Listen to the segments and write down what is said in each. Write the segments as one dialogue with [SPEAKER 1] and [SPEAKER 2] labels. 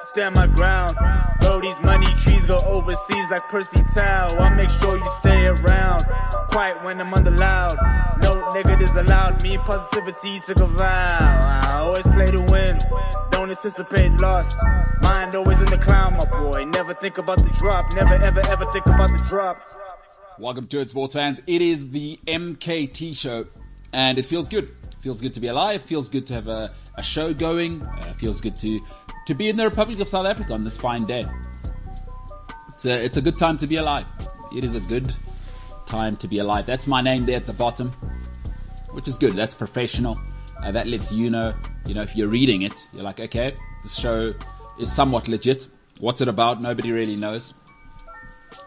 [SPEAKER 1] Stand my ground. Throw these money trees go overseas like Percy Tau. I make sure you stay around. Quiet when I'm under loud. No negatives allowed. Me positivity took a vow. I always play to win. Don't anticipate loss. Mind always in the clown, my boy. Never think about the drop. Never ever ever think about the drop.
[SPEAKER 2] Welcome to it, sports fans. It is the MKT show, and it feels good. Feels good to be alive. Feels good to have a, a show going. Uh, feels good to to be in the Republic of South Africa on this fine day. It's a, it's a good time to be alive. It is a good time to be alive. That's my name there at the bottom, which is good. That's professional. Uh, that lets you know, you know, if you're reading it, you're like, okay, this show is somewhat legit. What's it about? Nobody really knows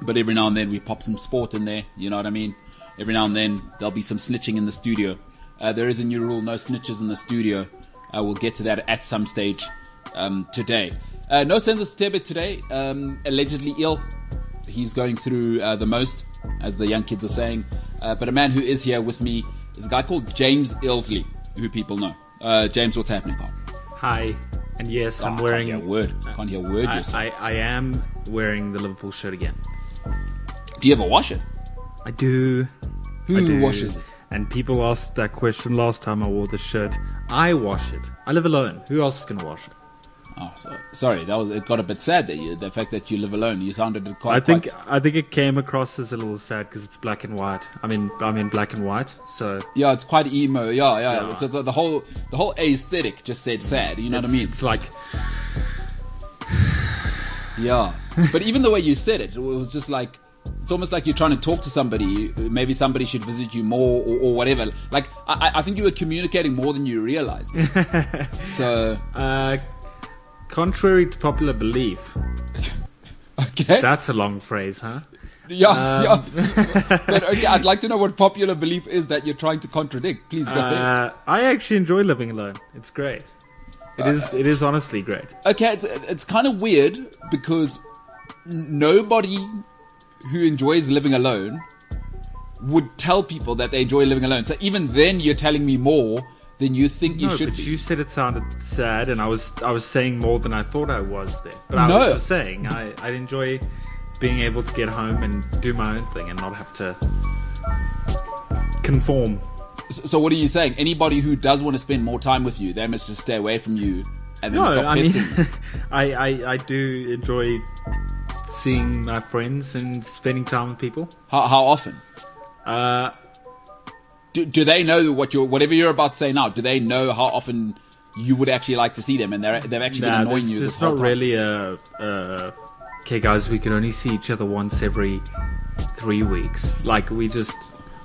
[SPEAKER 2] but every now and then we pop some sport in there. You know what I mean? Every now and then there'll be some snitching in the studio. Uh, there is a new rule: no snitches in the studio. Uh, we'll get to that at some stage um, today. Uh, no Senzo Stebe today, um, allegedly ill. He's going through uh, the most, as the young kids are saying. Uh, but a man who is here with me is a guy called James Ilsley, who people know. Uh, James, what's happening, pal?
[SPEAKER 3] Hi, and yes,
[SPEAKER 2] Oh, I
[SPEAKER 3] I'm
[SPEAKER 2] can't
[SPEAKER 3] wearing.
[SPEAKER 2] hear a word. I can't hear a word.
[SPEAKER 3] I,
[SPEAKER 2] yes.
[SPEAKER 3] I, I am wearing the Liverpool shirt again.
[SPEAKER 2] Do you ever wash it?
[SPEAKER 3] I do. I
[SPEAKER 2] Who
[SPEAKER 3] do.
[SPEAKER 2] washes it?
[SPEAKER 3] And people asked that question last time I wore the shirt. I wash it. I live alone. Who else is gonna wash it?
[SPEAKER 2] Oh, so, sorry, that was it. Got a bit sad that you, the fact that you live alone. You sounded quite.
[SPEAKER 3] I think
[SPEAKER 2] quite-
[SPEAKER 3] I think it came across as a little sad because it's black and white. I mean, I mean black and white. So
[SPEAKER 2] Yeah, it's quite emo. Yeah, yeah.
[SPEAKER 3] Yeah.
[SPEAKER 2] So the, the whole the whole aesthetic just said sad. You know what I mean?
[SPEAKER 3] it's like
[SPEAKER 2] Yeah. but even the way you said it, it was just like it's almost like you're trying to talk to somebody. Maybe somebody should visit you more or, or whatever. Like I, I- I think you were communicating more than you realized. so
[SPEAKER 3] uh, contrary to popular belief.
[SPEAKER 2] okay,
[SPEAKER 3] That's a long phrase, huh?
[SPEAKER 2] yeah,
[SPEAKER 3] um,
[SPEAKER 2] yeah. but okay, I'd like to know what popular belief is that you're trying to contradict. Please go ahead.
[SPEAKER 3] Uh, I actually enjoy living alone. It's great.
[SPEAKER 2] Uh,
[SPEAKER 3] It is. It is honestly great.
[SPEAKER 2] okay, it's, it's kind of weird because n- nobody who enjoys living alone would tell people that they enjoy living alone. So even then, you're telling me more than you think you
[SPEAKER 3] no,
[SPEAKER 2] should
[SPEAKER 3] but
[SPEAKER 2] be.
[SPEAKER 3] you said it sounded sad, and I was I was saying more than I thought I was there. But I
[SPEAKER 2] No.
[SPEAKER 3] was just saying I I enjoy being able to get home and do my own thing and not have to conform.
[SPEAKER 2] S- so what are you saying? Anybody who does want to spend more time with you, they must just stay away from you and then
[SPEAKER 3] No,
[SPEAKER 2] stop
[SPEAKER 3] I mean,
[SPEAKER 2] pestering you.
[SPEAKER 3] I, I I do enjoy seeing my friends and spending time with people.
[SPEAKER 2] How, how often?
[SPEAKER 3] Uh,
[SPEAKER 2] Do, do they know what you're, whatever you're about to say now? Do they know how often you would actually like to see them, and they're, they've actually
[SPEAKER 3] nah,
[SPEAKER 2] been annoying
[SPEAKER 3] there's,
[SPEAKER 2] you
[SPEAKER 3] there's
[SPEAKER 2] this whole
[SPEAKER 3] not
[SPEAKER 2] time?
[SPEAKER 3] really a. Uh, okay, guys, we can only see each other once every three weeks. Like we just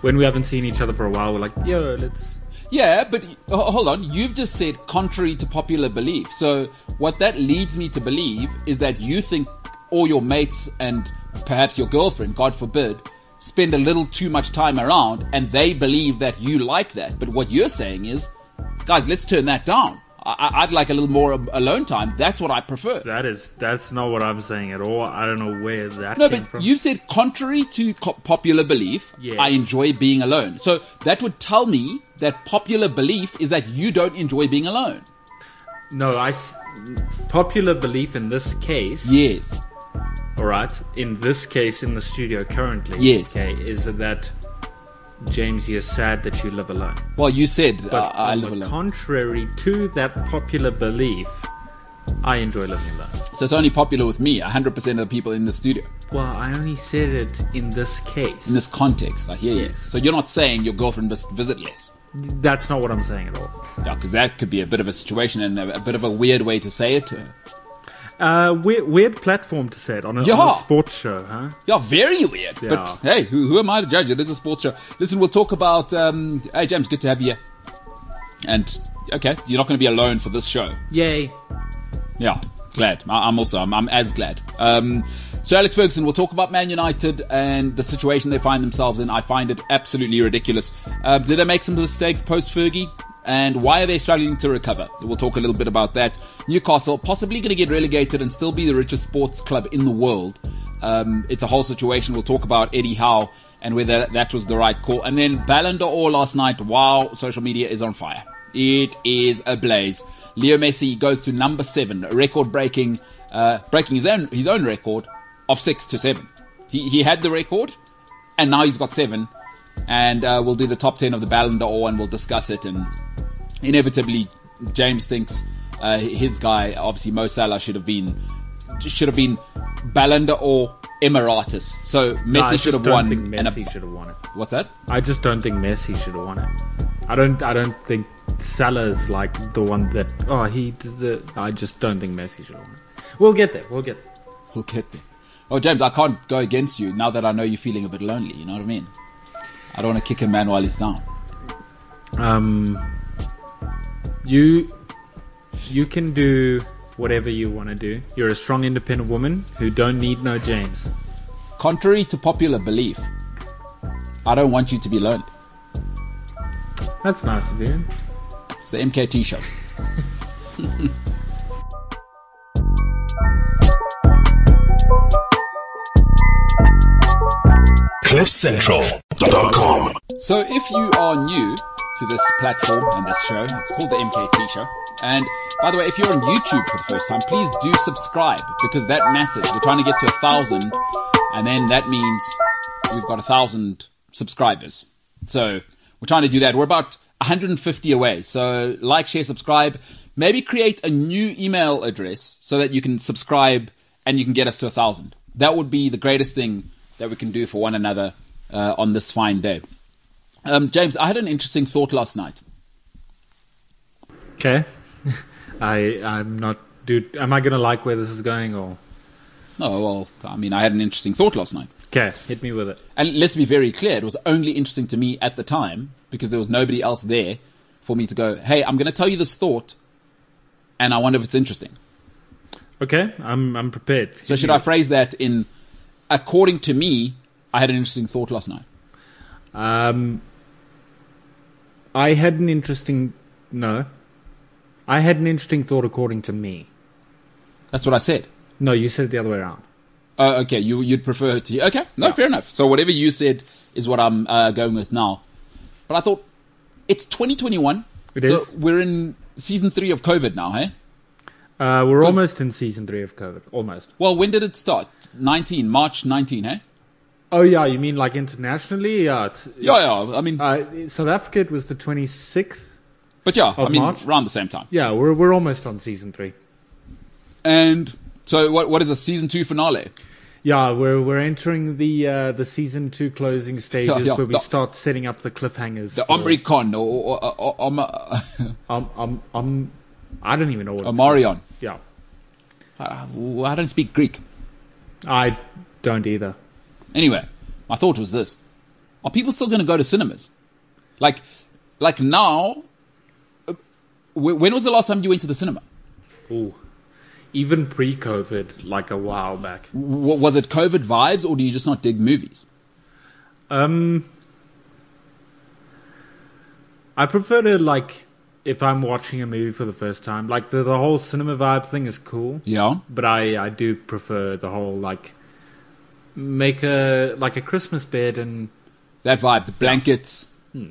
[SPEAKER 3] when we haven't seen each other for a while, we're like, yo, let's.
[SPEAKER 2] Yeah, but uh, hold on. You've just said contrary to popular belief. So what that leads me to believe is that you think all your mates and perhaps your girlfriend, God forbid, spend a little too much time around and they believe that you like that. But what you're saying is, guys, let's turn that down. I- I- I'd like a little more um, alone time. That's what I prefer.
[SPEAKER 3] That is that's not what I'm saying at all. I don't know where that
[SPEAKER 2] No,
[SPEAKER 3] came
[SPEAKER 2] but
[SPEAKER 3] from.
[SPEAKER 2] you've said contrary to co- popular belief,
[SPEAKER 3] Yes.
[SPEAKER 2] I enjoy being alone. So that would tell me that popular belief is that you don't enjoy being alone.
[SPEAKER 3] No, I s- popular belief in this case.
[SPEAKER 2] Yes.
[SPEAKER 3] All right. In this case, in the studio currently.
[SPEAKER 2] Yes.
[SPEAKER 3] Okay, is that James? You're sad that you live alone.
[SPEAKER 2] Well, you said uh,
[SPEAKER 3] But
[SPEAKER 2] I
[SPEAKER 3] on
[SPEAKER 2] live
[SPEAKER 3] the
[SPEAKER 2] alone.
[SPEAKER 3] contrary to that popular belief, I enjoy living alone.
[SPEAKER 2] so it's only popular with me, 100% of the people in the studio,
[SPEAKER 3] Well, I only said it in this case.
[SPEAKER 2] in this context. I hear you.
[SPEAKER 3] Yes.
[SPEAKER 2] So you're not saying your girlfriend must visit less.
[SPEAKER 3] That's not what I'm saying at all.
[SPEAKER 2] Yeah, because that could be a bit of a situation and a, a bit of a weird way to say it to her.
[SPEAKER 3] Uh, weird, weird platform to say it on a, on a
[SPEAKER 2] Yeah.
[SPEAKER 3] sports show, huh?
[SPEAKER 2] Yeah, very weird. But hey, who, who am I to judge? It is a sports show. Listen, we'll talk about. Um, hey, James, good to have you. here. And okay, you're not going to be alone for this show.
[SPEAKER 3] Yay.
[SPEAKER 2] Yeah, glad. I- I'm also. I'm, I'm as glad. Um, so Alex Ferguson, we'll talk about Man United and the Um, situation they find themselves in. I find it absolutely ridiculous. Uh, did they make some mistakes post Fergie? and why are they struggling to recover? We'll talk a little bit about that. Newcastle possibly going to get relegated and still be the richest sports club in the world. Um, it's a whole situation. We'll talk about Eddie Howe and whether that was the right call. And then Ballon d'Or last night. Wow, social media is on fire. It is ablaze. Leo Messi goes to number seven, record breaking, uh, breaking his own his own record of six to seven. He he had the record, and now he's got seven. And uh, we'll do the top ten of the Ballon d'Or, and we'll discuss it. And inevitably, James thinks uh, his guy, obviously Mo Salah, should have been should have been Ballon d'Or Emeritus. So
[SPEAKER 3] No,
[SPEAKER 2] Messi
[SPEAKER 3] I
[SPEAKER 2] should
[SPEAKER 3] just
[SPEAKER 2] have
[SPEAKER 3] don't
[SPEAKER 2] won.
[SPEAKER 3] think
[SPEAKER 2] and a-
[SPEAKER 3] Messi should have won it.
[SPEAKER 2] what's that?
[SPEAKER 3] I just don't think Messi should have won it. I don't. I don't think Salah's like the one that. Oh, he does the. I just don't think Messi should have won it. We'll get there. We'll get. There.
[SPEAKER 2] We'll get there. Oh, James, I can't go against you now that I know you're feeling a bit lonely. You know what I mean? I don't want to kick a man while he's down.
[SPEAKER 3] Um, you you can do whatever you want to do. You're a strong, independent woman who don't need no James.
[SPEAKER 2] Contrary to popular belief, I don't want you to be lonely.
[SPEAKER 3] That's nice of you.
[SPEAKER 2] It's the MKT show.
[SPEAKER 4] CliffCentral.com.
[SPEAKER 2] So if you are new to this platform and this show, it's called the MKT Show. And by the way, if you're on YouTube for the first time, please do subscribe because that matters. We're trying to get to a thousand, and then that means we've got a thousand subscribers. So we're trying to do that. We're about 150 away. So like, share, subscribe. Maybe create a new email address so that you can subscribe and you can get us to a thousand. That would be the greatest thing that we can do for one another uh, on this fine day. Um, James, I had an interesting thought last night.
[SPEAKER 3] Okay. I I'm not. Dude, am I gonna like where this is going or?
[SPEAKER 2] No, Oh, well, I mean, I had an interesting thought last night.
[SPEAKER 3] Okay, hit me with it.
[SPEAKER 2] And let's be very clear, it was only interesting to me at the time because there was nobody else there for me to go, hey, I'm going to tell you this thought and I wonder if it's interesting.
[SPEAKER 3] Okay, I'm I'm prepared.
[SPEAKER 2] So should I phrase that in, according to me, I had an interesting thought last night.
[SPEAKER 3] Um, I had an interesting. No, I had an interesting thought according to me.
[SPEAKER 2] That's what I said.
[SPEAKER 3] No, you said it the other way around.
[SPEAKER 2] Uh, okay, you, you'd prefer to. Okay, no, fair enough. So whatever you said is what I'm uh, going with now. But I thought it's 2021.
[SPEAKER 3] It
[SPEAKER 2] so
[SPEAKER 3] is.
[SPEAKER 2] we're in season three of COVID now, hey?
[SPEAKER 3] Uh, we're
[SPEAKER 2] Does-
[SPEAKER 3] almost in season three of COVID. Almost.
[SPEAKER 2] Well, when did it start? 19, March eh? 19, hey?
[SPEAKER 3] Oh yeah, you mean like internationally? Yeah. It's,
[SPEAKER 2] Yeah, yeah. I mean,
[SPEAKER 3] Uh, South Africa it was the twenty sixth.
[SPEAKER 2] but yeah, I
[SPEAKER 3] of
[SPEAKER 2] mean,
[SPEAKER 3] March?
[SPEAKER 2] around the same time.
[SPEAKER 3] Yeah, we're we're almost on season three.
[SPEAKER 2] And so what, what is a season two finale?
[SPEAKER 3] Yeah, we're we're entering the uh, the season two closing stages
[SPEAKER 2] yeah,
[SPEAKER 3] where we
[SPEAKER 2] the-
[SPEAKER 3] start setting up the cliffhangers.
[SPEAKER 2] The
[SPEAKER 3] for-
[SPEAKER 2] Omricon or, or, or, or, Om- uh,
[SPEAKER 3] um, um, um, I don't even know what. it's called.
[SPEAKER 2] Omarion.
[SPEAKER 3] Yeah,
[SPEAKER 2] Uh, I don't speak Greek.
[SPEAKER 3] I don't either.
[SPEAKER 2] Anyway, my thought was this: Are people still going to go to cinemas? Like, like now? uh, wh- When was the last time you went to the cinema?
[SPEAKER 3] Ooh. Even pre COVID, like a while back.
[SPEAKER 2] W- was it COVID vibes, or do you just not dig movies?
[SPEAKER 3] Um I prefer to like if I'm watching a movie for the first time. Like the, the whole cinema vibe thing is cool.
[SPEAKER 2] Yeah,
[SPEAKER 3] But I, I do prefer the whole like make a like a Christmas bed and
[SPEAKER 2] that vibe, the blankets.
[SPEAKER 3] Hmm.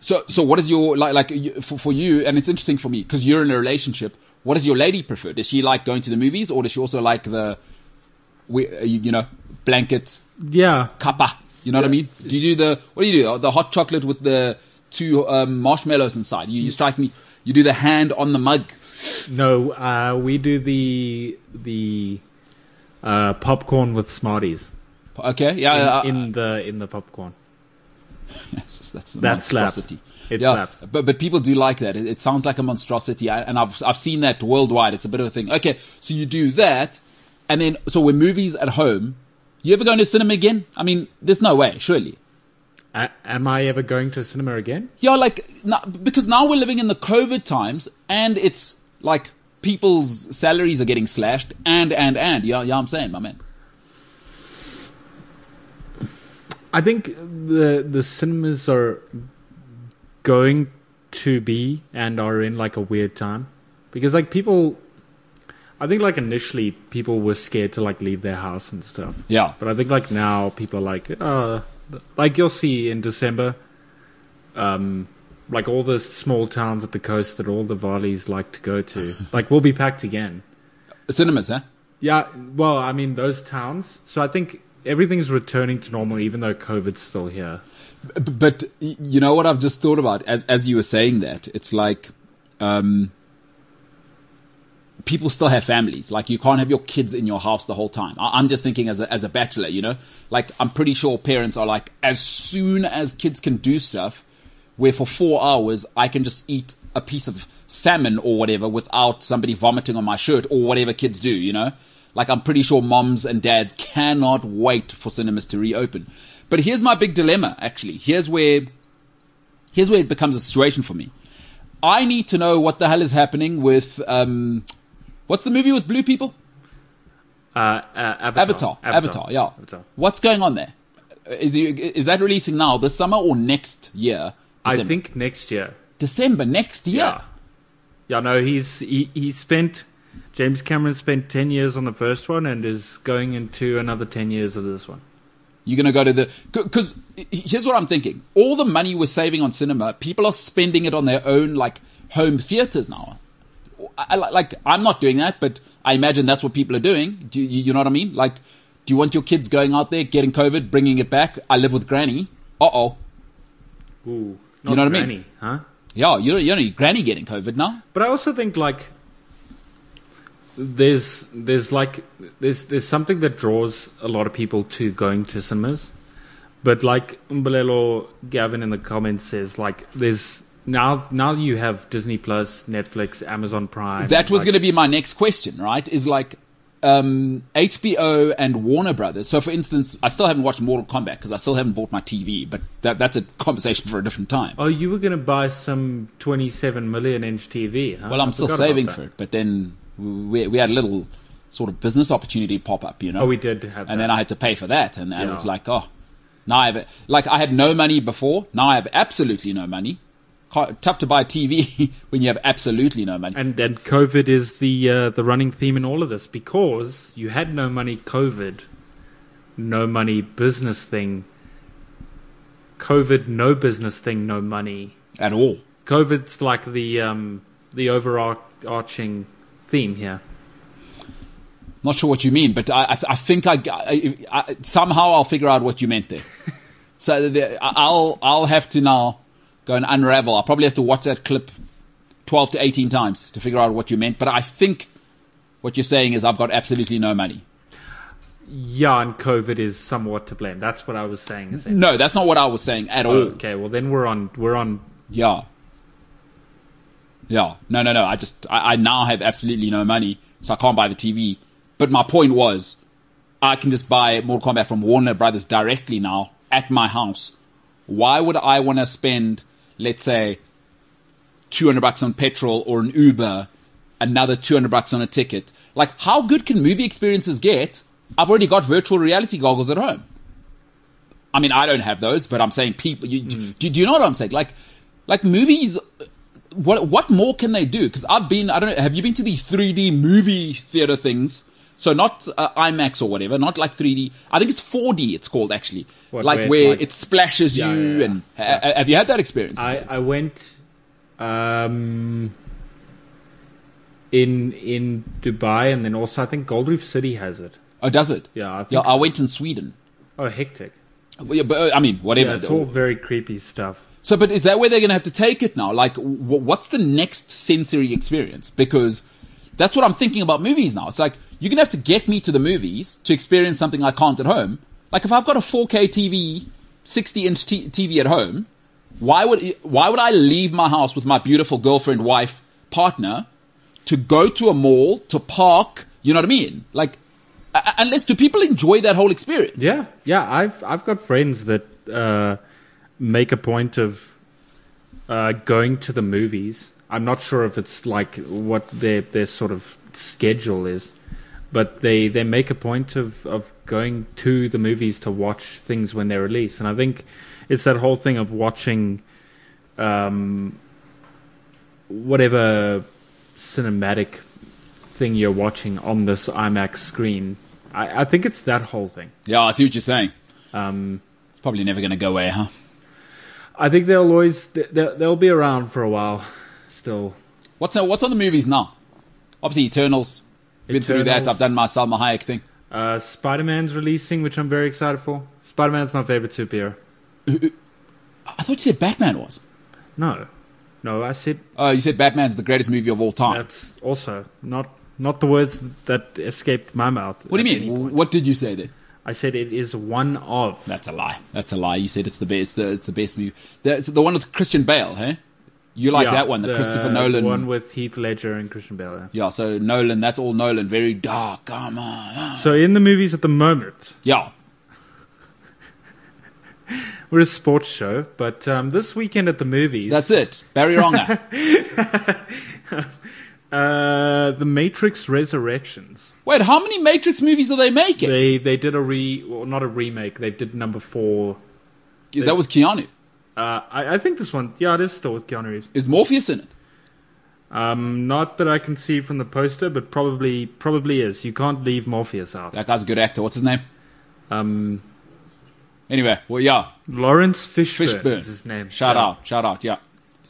[SPEAKER 2] So, so what is your like like you- for, for you? And it's interesting for me because you're in a relationship. What does your lady prefer? Does she like going to the movies, or does she also like the, we uh, you, you know, blanket
[SPEAKER 3] Yeah.
[SPEAKER 2] kappa. You know what I mean? Do you do the what do you do? The hot chocolate with the two um, marshmallows inside. You,
[SPEAKER 3] Hmm.
[SPEAKER 2] you strike me. You do the hand on the mug.
[SPEAKER 3] No, uh we do the the uh popcorn with Smarties.
[SPEAKER 2] Okay, yeah,
[SPEAKER 3] In,
[SPEAKER 2] yeah,
[SPEAKER 3] in the in the popcorn.
[SPEAKER 2] Yes, that's a
[SPEAKER 3] That
[SPEAKER 2] monstrosity.
[SPEAKER 3] slaps. It slaps.
[SPEAKER 2] But but people do like that. It, it sounds like a monstrosity, I- and I've I've seen that worldwide. It's a bit of a thing. Okay, so you do that, and then so we're movies at home. You ever go into cinema again? I mean, there's no way, surely.
[SPEAKER 3] A- am I ever going to a cinema again?
[SPEAKER 2] Yeah, like no- because now we're living in the COVID times, and it's like people's salaries are getting slashed, and and and yeah, yeah, I'm saying, my man.
[SPEAKER 3] I think the the cinemas are going to be and are in like a weird time because like people i think like initially people were scared to like leave their house and stuff
[SPEAKER 2] Yeah.
[SPEAKER 3] but i think like now people are like uh like you'll see in december um like all the small towns at the coast that all the volleys like to go to like will be packed again
[SPEAKER 2] Cinemas, huh?
[SPEAKER 3] yeah well i mean those towns so i think everything's returning to normal even though covid's still here
[SPEAKER 2] B- But y- you know what I've just thought about as as you were saying that it's like um, people still have families. Like you can't have your kids in your house the whole time. I, I'm just thinking as a as a bachelor, you know. Like I'm pretty sure parents are like as soon as kids can do stuff, where for four hours I can just eat a piece of salmon or whatever without somebody vomiting on my shirt or whatever kids do, you know? Like I'm pretty sure moms and dads cannot wait for cinemas to reopen. But here's my big dilemma actually. Here's where here's where it becomes a situation for me. I need to know what the hell is happening with um what's the movie with blue people?
[SPEAKER 3] uh, uh avatar
[SPEAKER 2] Avatar. Avatar, yeah.
[SPEAKER 3] Avatar.
[SPEAKER 2] What's going on there? Is you, is that releasing now this summer or next year?
[SPEAKER 3] i
[SPEAKER 2] December.
[SPEAKER 3] think next year
[SPEAKER 2] December next year.
[SPEAKER 3] Yeah. Yeah, no, he's he, he spent James Cameron spent ten years on the first one and is going into another ten years of this one.
[SPEAKER 2] You're going to go to the, because here's what I'm thinking. All the money we're saving on cinema, people are spending it on their own, like, home theaters now. I, I- like, I'm not doing that, but I imagine that's what people are doing. Do you, you know what I mean? Like, do you want your kids going out there, getting COVID, bringing it back? I live with granny. Uh oh.
[SPEAKER 3] Ooh,
[SPEAKER 2] You know what I mean?
[SPEAKER 3] Granny, huh?
[SPEAKER 2] Yeah, you don't, you don't need granny getting COVID now.
[SPEAKER 3] But I also think like there's there's like there's there's something that draws a lot of people to going to cinemas. But like Umbelelo Gavin in the comments says, like there's now now you have Disney Plus, Netflix, Amazon Prime.
[SPEAKER 2] That was
[SPEAKER 3] like-
[SPEAKER 2] going to be my next question, right? Is like um, HBO and Warner Brothers. So, for instance, I still haven't watched Mortal Kombat because I still haven't bought my TV, but that, that's a conversation for a different time.
[SPEAKER 3] Oh, you were going to buy some 27 million inch TV. Huh?
[SPEAKER 2] well, I'm
[SPEAKER 3] I
[SPEAKER 2] still
[SPEAKER 3] forgot about
[SPEAKER 2] saving
[SPEAKER 3] that.
[SPEAKER 2] for it, but then we, we had a little sort of business opportunity pop up, you know?
[SPEAKER 3] Oh, we did have
[SPEAKER 2] And
[SPEAKER 3] that.
[SPEAKER 2] then I had to pay for that, and, and it
[SPEAKER 3] Yeah.
[SPEAKER 2] was like, oh, now I have it. Like, I had no money before, now I have absolutely no money. Ca- Tough to buy a TV when you have absolutely no money.
[SPEAKER 3] And and COVID is the uh, the running theme in all of this because you had no money COVID, no money business thing. COVID no business thing no money.
[SPEAKER 2] at all.
[SPEAKER 3] COVID's like the um the overarching theme here.
[SPEAKER 2] Not sure what you mean, but I, I, I think I, I, I somehow I'll figure out what you meant there. so the, I'll I'll have to now go and unravel. I'll probably have to watch that clip twelve to eighteen times to figure out what you meant. But I think what you're saying is I've got absolutely no money.
[SPEAKER 3] Yeah, and COVID is somewhat to blame. That's what I was saying. is it?
[SPEAKER 2] No, that's not what I was saying at all.
[SPEAKER 3] Okay, well then we're on we're on
[SPEAKER 2] Yeah. Yeah. No, no, no. I just, I, I now have absolutely no money, so I can't buy the TV. But my point was, I can just buy Mortal Kombat from Warner Brothers directly now at my house. Why would I want to spend, let's say, 200 bucks on petrol or an Uber, another 200 bucks on a ticket? Like, how good can movie experiences get? I've already got virtual reality goggles at home. I mean, I don't have those, but I'm saying people. You,
[SPEAKER 3] Mm.
[SPEAKER 2] do, do you know what I'm saying? Like, like movies. What what more can they do? Because I've been. I don't. know, Have you been to these 3D movie theater things? So not uh, IMAX or whatever. Not like 3D. I think it's 4D. It's called actually.
[SPEAKER 3] What,
[SPEAKER 2] like
[SPEAKER 3] where it,
[SPEAKER 2] where
[SPEAKER 3] like-
[SPEAKER 2] it splashes
[SPEAKER 3] Yeah, yeah,
[SPEAKER 2] you.
[SPEAKER 3] Uh, yeah.
[SPEAKER 2] And ha- ha- have you had that experience?
[SPEAKER 3] I, I went um, in in Dubai, and then also I think Gold Reef City has it.
[SPEAKER 2] oh, does it?
[SPEAKER 3] Yeah, I think
[SPEAKER 2] yeah.
[SPEAKER 3] so.
[SPEAKER 2] I went in Sweden.
[SPEAKER 3] Oh, hectic!
[SPEAKER 2] Well, yeah, but, uh, I mean, whatever.
[SPEAKER 3] Yeah, it's all very creepy stuff.
[SPEAKER 2] So, but is that where they're going to have to take it now? Like, w- what's the next sensory experience? Because that's what I'm thinking about movies now. It's like, you're going to have to get me to the movies to experience something I can't at home. Like, if I've got a 4K TV, 60 inch t- TV at home, why would, why would I leave my house with my beautiful girlfriend, wife, partner to go to a mall, to park? You know what I mean? Like, uh, unless, do people enjoy that whole experience?
[SPEAKER 3] Yeah, yeah. I've I've got friends that uh, make a point of uh, going to the movies. I'm not sure if it's like what their their sort of schedule is, but they they make a point of of going to the movies to watch things when they release. And I think it's that whole thing of watching um, whatever cinematic thing you're watching on this IMAX screen. I, I think it's that whole thing.
[SPEAKER 2] Yeah, I see what you're saying. it's probably never going to go away, huh?
[SPEAKER 3] Um, I think they'll always they- they'll, they'll be around for a while still.
[SPEAKER 2] What's uh, what's on the movies now? Obviously, Eternals. Been through that.
[SPEAKER 3] Eternals.
[SPEAKER 2] I've done my Salma Hayek thing.
[SPEAKER 3] Uh, Spider Man's releasing, which I'm very excited for. Spider Man's my favorite superhero.
[SPEAKER 2] I thought you said Batman was.
[SPEAKER 3] No, no, I said
[SPEAKER 2] Oh, you said Batman's the greatest movie of all time.
[SPEAKER 3] that's also not not the words that escaped my mouth.
[SPEAKER 2] what do
[SPEAKER 3] at
[SPEAKER 2] you
[SPEAKER 3] any
[SPEAKER 2] mean?
[SPEAKER 3] point.
[SPEAKER 2] What did you say then?
[SPEAKER 3] I said it is one of.
[SPEAKER 2] That's a lie. That's a lie. You said it's the best. The, it's the best movie. That's the one with Christian Bale, hey? You like
[SPEAKER 3] Yeah,
[SPEAKER 2] that one, the, Christopher Nolan
[SPEAKER 3] the one with Heath Ledger and Christian Bale.
[SPEAKER 2] Yeah, so Nolan, that's all Nolan. Very dark. Come on.
[SPEAKER 3] So in the movies at the moment,
[SPEAKER 2] Yeah.
[SPEAKER 3] we're a sports show, but um, this weekend at the movies,
[SPEAKER 2] That's it. Barry Ronger.
[SPEAKER 3] uh, The Matrix Resurrections.
[SPEAKER 2] Wait, how many Matrix movies are they making?
[SPEAKER 3] They they did a re, well, not a remake. They did number four.
[SPEAKER 2] Is that with Keanu?
[SPEAKER 3] Uh, I, I think this one, yeah, it is still with Keanu Reeves.
[SPEAKER 2] Is Morpheus in it?
[SPEAKER 3] Um, not that I can see from the poster, but probably probably is. You can't leave Morpheus out.
[SPEAKER 2] That guy's a good actor. What's his name? Um. Anyway, well, yeah.
[SPEAKER 3] Lawrence Fishburne,
[SPEAKER 2] Fishburne.
[SPEAKER 3] is his name.
[SPEAKER 2] Shout
[SPEAKER 3] Yeah.
[SPEAKER 2] out. Shout out. Yeah.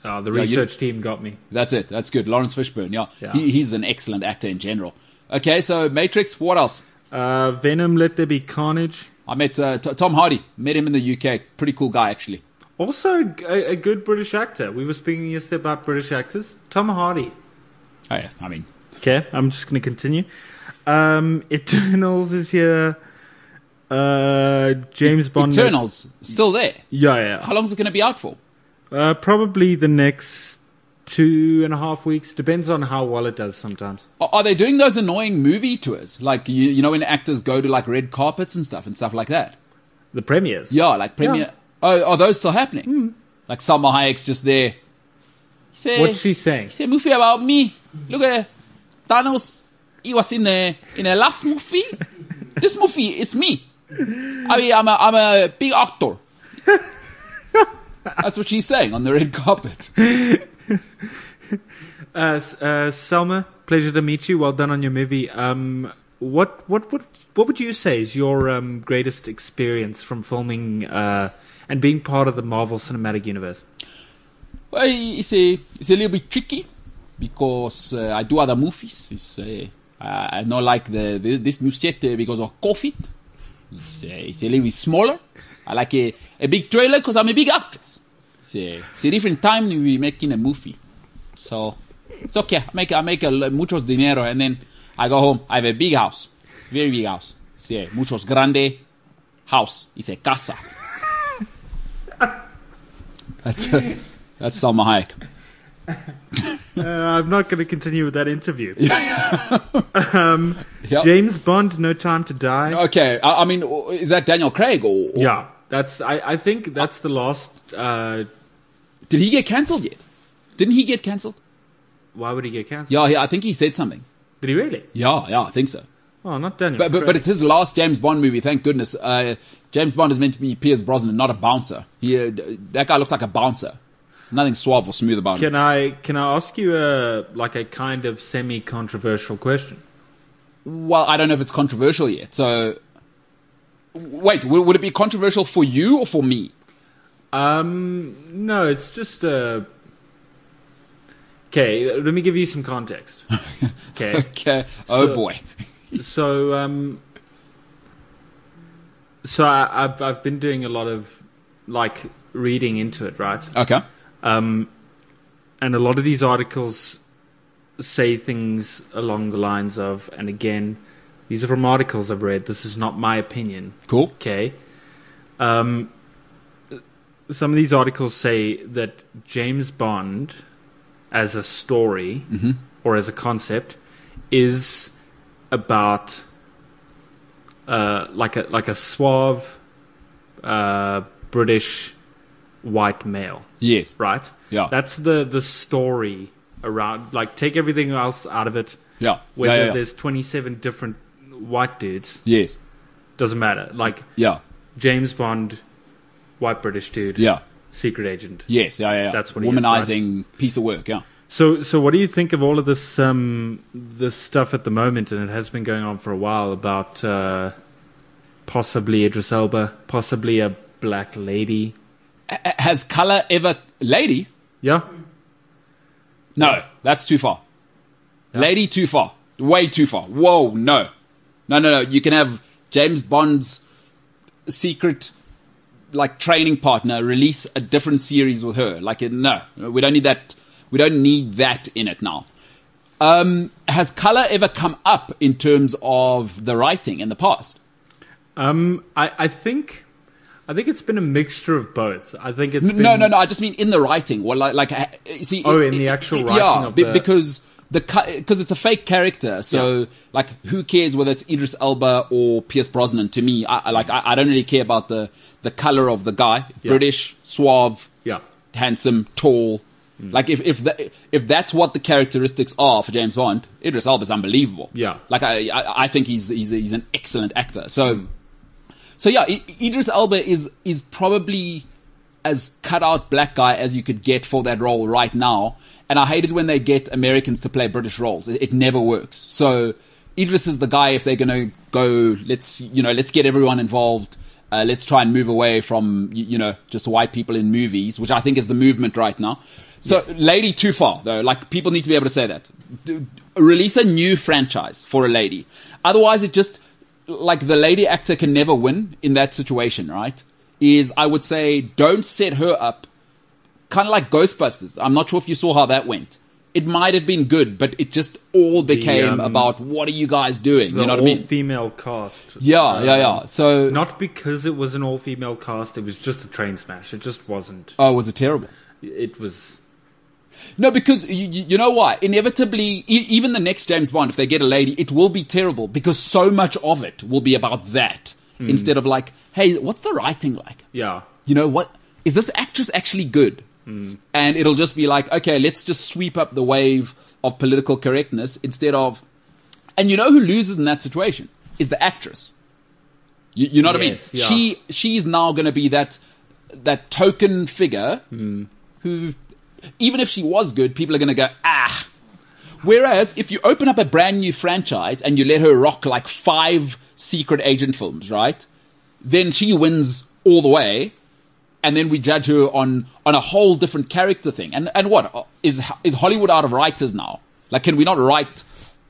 [SPEAKER 3] Oh, the
[SPEAKER 2] Yeah, you-
[SPEAKER 3] research team got me.
[SPEAKER 2] That's it. That's good. Lawrence Fishburne. Yeah.
[SPEAKER 3] Yeah.
[SPEAKER 2] He, he's an excellent actor in general. Okay, so Matrix. What else?
[SPEAKER 3] Uh, Venom, Let There Be Carnage.
[SPEAKER 2] I met uh, T- Tom Hardy. Met him in the UK. Pretty cool guy, actually.
[SPEAKER 3] Also, a, a good British actor. We were speaking yesterday about British actors. Tom Hardy.
[SPEAKER 2] Oh, yeah. I mean,
[SPEAKER 3] Okay, I'm just going to continue. Um, Eternals is here. Uh, James Bond.
[SPEAKER 2] Eternals still there.
[SPEAKER 3] Yeah,
[SPEAKER 2] How long's it going to be out for?
[SPEAKER 3] yeah. Uh, probably the next two and a half weeks. Depends on how well it does sometimes.
[SPEAKER 2] Are are they doing those annoying movie tours? Like you, you know, when actors go to like red carpets and stuff and stuff like that.
[SPEAKER 3] The premieres.
[SPEAKER 2] Yeah, like premiere.
[SPEAKER 3] Yeah. Hmm.
[SPEAKER 2] Oh, are those still happening? Like Salma Hayek's just there. Say,
[SPEAKER 3] What's she saying?
[SPEAKER 2] Say movie about me. Look at Thanos. He was in the in the last movie. this movie is me. I mean, I'm a I'm a big actor. That's what she's saying on the red carpet.
[SPEAKER 3] Uh, S- uh, Selma, pleasure to meet you. Well done on your movie. Um, what, what, what, what would you say is your um, greatest experience from filming uh, and being part of the Marvel Cinematic Universe?
[SPEAKER 2] Well, it's a it's a little bit tricky because uh, I do other movies. It's uh, I I not like the, the this new set uh, because of COVID. It's, uh, it's a little bit smaller. I like a, a big trailer because I'm a big actor. It's a, it's a different time we be making a movie, so it's okay. I make I make a, lo- muchos dinero and then I go home. I have a big house, very big house. It's a muchos grande house. It's a casa. That's uh, that's Salma Hayek.
[SPEAKER 3] Uh, I'm not going to continue with that interview. Um,
[SPEAKER 2] Yep.
[SPEAKER 3] James Bond, No Time to Die.
[SPEAKER 2] Okay, I, I mean, is that Daniel Craig or, or-
[SPEAKER 3] Yeah, that's. I, I think that's the last. Uh,
[SPEAKER 2] did he get cancelled yet? Didn't he get cancelled?
[SPEAKER 3] why would he get cancelled?
[SPEAKER 2] Yeah, he- I think he said something.
[SPEAKER 3] Did he really?
[SPEAKER 2] Yeah, yeah, I think so.
[SPEAKER 3] Oh, not Daniel.
[SPEAKER 2] But but,
[SPEAKER 3] Craig.
[SPEAKER 2] but it's his last James Bond movie. Thank goodness. Uh, James Bond is meant to be Pierce Brosnan, not a bouncer. He, uh, d- that guy looks like a bouncer. Nothing suave or smooth about him.
[SPEAKER 3] can I can I ask you a like a kind of semi-controversial question?
[SPEAKER 2] Well, I don't know if it's controversial yet. So, wait, would, would it be controversial for you or for me?
[SPEAKER 3] Um, no, it's just a. Okay, let me give you some context. Okay,
[SPEAKER 2] Okay. Oh
[SPEAKER 3] So-
[SPEAKER 2] boy.
[SPEAKER 3] so um, so I, I've I've been doing a lot of like reading into it, right?
[SPEAKER 2] Okay.
[SPEAKER 3] and a lot of these articles say things along the lines of, and again, these are from articles I've read. This is not my opinion.
[SPEAKER 2] Cool.
[SPEAKER 3] Okay. Um, some of these articles say that James Bond, as a story
[SPEAKER 2] Mm-hmm.
[SPEAKER 3] or as a concept, is about uh, like a like a suave uh, British white male
[SPEAKER 2] Yes.
[SPEAKER 3] right?
[SPEAKER 2] Yeah.
[SPEAKER 3] That's the the story around. Like, take everything else out of it.
[SPEAKER 2] Yeah.
[SPEAKER 3] Whether
[SPEAKER 2] yeah, yeah, yeah.
[SPEAKER 3] there's 27 different white dudes,
[SPEAKER 2] Yes.
[SPEAKER 3] doesn't matter. Like
[SPEAKER 2] Yeah.
[SPEAKER 3] James Bond, white British dude,
[SPEAKER 2] Yeah.
[SPEAKER 3] secret agent.
[SPEAKER 2] Yes, yeah, yeah. yeah.
[SPEAKER 3] That's what he is,
[SPEAKER 2] womanizing piece of work. Yeah,
[SPEAKER 3] So, so what do you think of all of this um, this stuff at the moment? And it has been going on for a while about uh, possibly Idris Elba, possibly a black lady.
[SPEAKER 2] A- Has color ever lady?
[SPEAKER 3] Yeah,
[SPEAKER 2] No, that's too far. Lady, too far. Way too far. Whoa, no. No, no, no. You can have James Bond's secret, like, training partner release a different series with her. Like, no. We don't need that. We don't need that in it now. Um, has color ever come up in terms of the writing in the past?
[SPEAKER 3] um, I, I think, I think it's been a mixture of both. I think it's been,
[SPEAKER 2] No, no, no. I just mean in the writing. Well, like, like uh, see.
[SPEAKER 3] Oh,
[SPEAKER 2] it-
[SPEAKER 3] in the
[SPEAKER 2] it-
[SPEAKER 3] actual
[SPEAKER 2] it-
[SPEAKER 3] writing
[SPEAKER 2] Yeah,
[SPEAKER 3] of
[SPEAKER 2] be-
[SPEAKER 3] the-
[SPEAKER 2] because the because it's a fake character. So,
[SPEAKER 3] Yeah.
[SPEAKER 2] like, who cares whether it's Idris Elba or Pierce Brosnan? To me, I, I like I, I don't really care about the the color of the guy.
[SPEAKER 3] Yeah.
[SPEAKER 2] British, suave,
[SPEAKER 3] Yeah. Mm.
[SPEAKER 2] handsome, tall. Like if if that, if that's what the characteristics are for James Bond, Idris Elba's unbelievable.
[SPEAKER 3] Yeah.
[SPEAKER 2] like I I, I think he's he's he's an excellent actor. So.
[SPEAKER 3] Mm.
[SPEAKER 2] So yeah, I- Idris Elba is is probably as cut out black guy as you could get for that role right now. And I hated when they get Americans to play British roles. It, it never works. So Idris is the guy if they're going to go. Let's you know, let's get everyone involved. Uh, let's try and move away from you, you know just white people in movies, which I think is the movement right now. So lady too far though. Like people need to be able to say that. D- release a new franchise for a lady. Otherwise, it just like the lady actor can never win in that situation, right? Is I would say don't set her up kind of like Ghostbusters. I'm not sure if you saw how that went. It might have been good, but it just all became
[SPEAKER 3] um,
[SPEAKER 2] about what are you guys doing?
[SPEAKER 3] the
[SPEAKER 2] You know what I
[SPEAKER 3] all
[SPEAKER 2] mean?
[SPEAKER 3] female cast.
[SPEAKER 2] Yeah, yeah, yeah.
[SPEAKER 3] Um,
[SPEAKER 2] So
[SPEAKER 3] Not because it was an all female cast. It was just a train smash. It just wasn't.
[SPEAKER 2] oh, was it terrible?
[SPEAKER 3] It was.
[SPEAKER 2] No, because you, you know why? Inevitably, e- even the next James Bond, if they get a lady, it will be terrible because so much of it will be about that
[SPEAKER 3] Hmm.
[SPEAKER 2] instead of like, hey, what's the writing like?
[SPEAKER 3] Yeah.
[SPEAKER 2] you know what is this actress actually good
[SPEAKER 3] Hmm.
[SPEAKER 2] and it'll just be like okay let's just sweep up the wave of political correctness instead of and you know who loses in that situation is the actress you, you know what
[SPEAKER 3] Yes,
[SPEAKER 2] i mean
[SPEAKER 3] yeah.
[SPEAKER 2] she she's now going to be that that token figure
[SPEAKER 3] Hmm.
[SPEAKER 2] who even if she was good people are going to go ah Whereas if you open up a brand new franchise and you let her rock like five secret agent films, right? Then she wins all the way. And then we judge her on, on a whole different character thing. And, and what? Uh, Is, is Hollywood out of writers now? Like, can we not write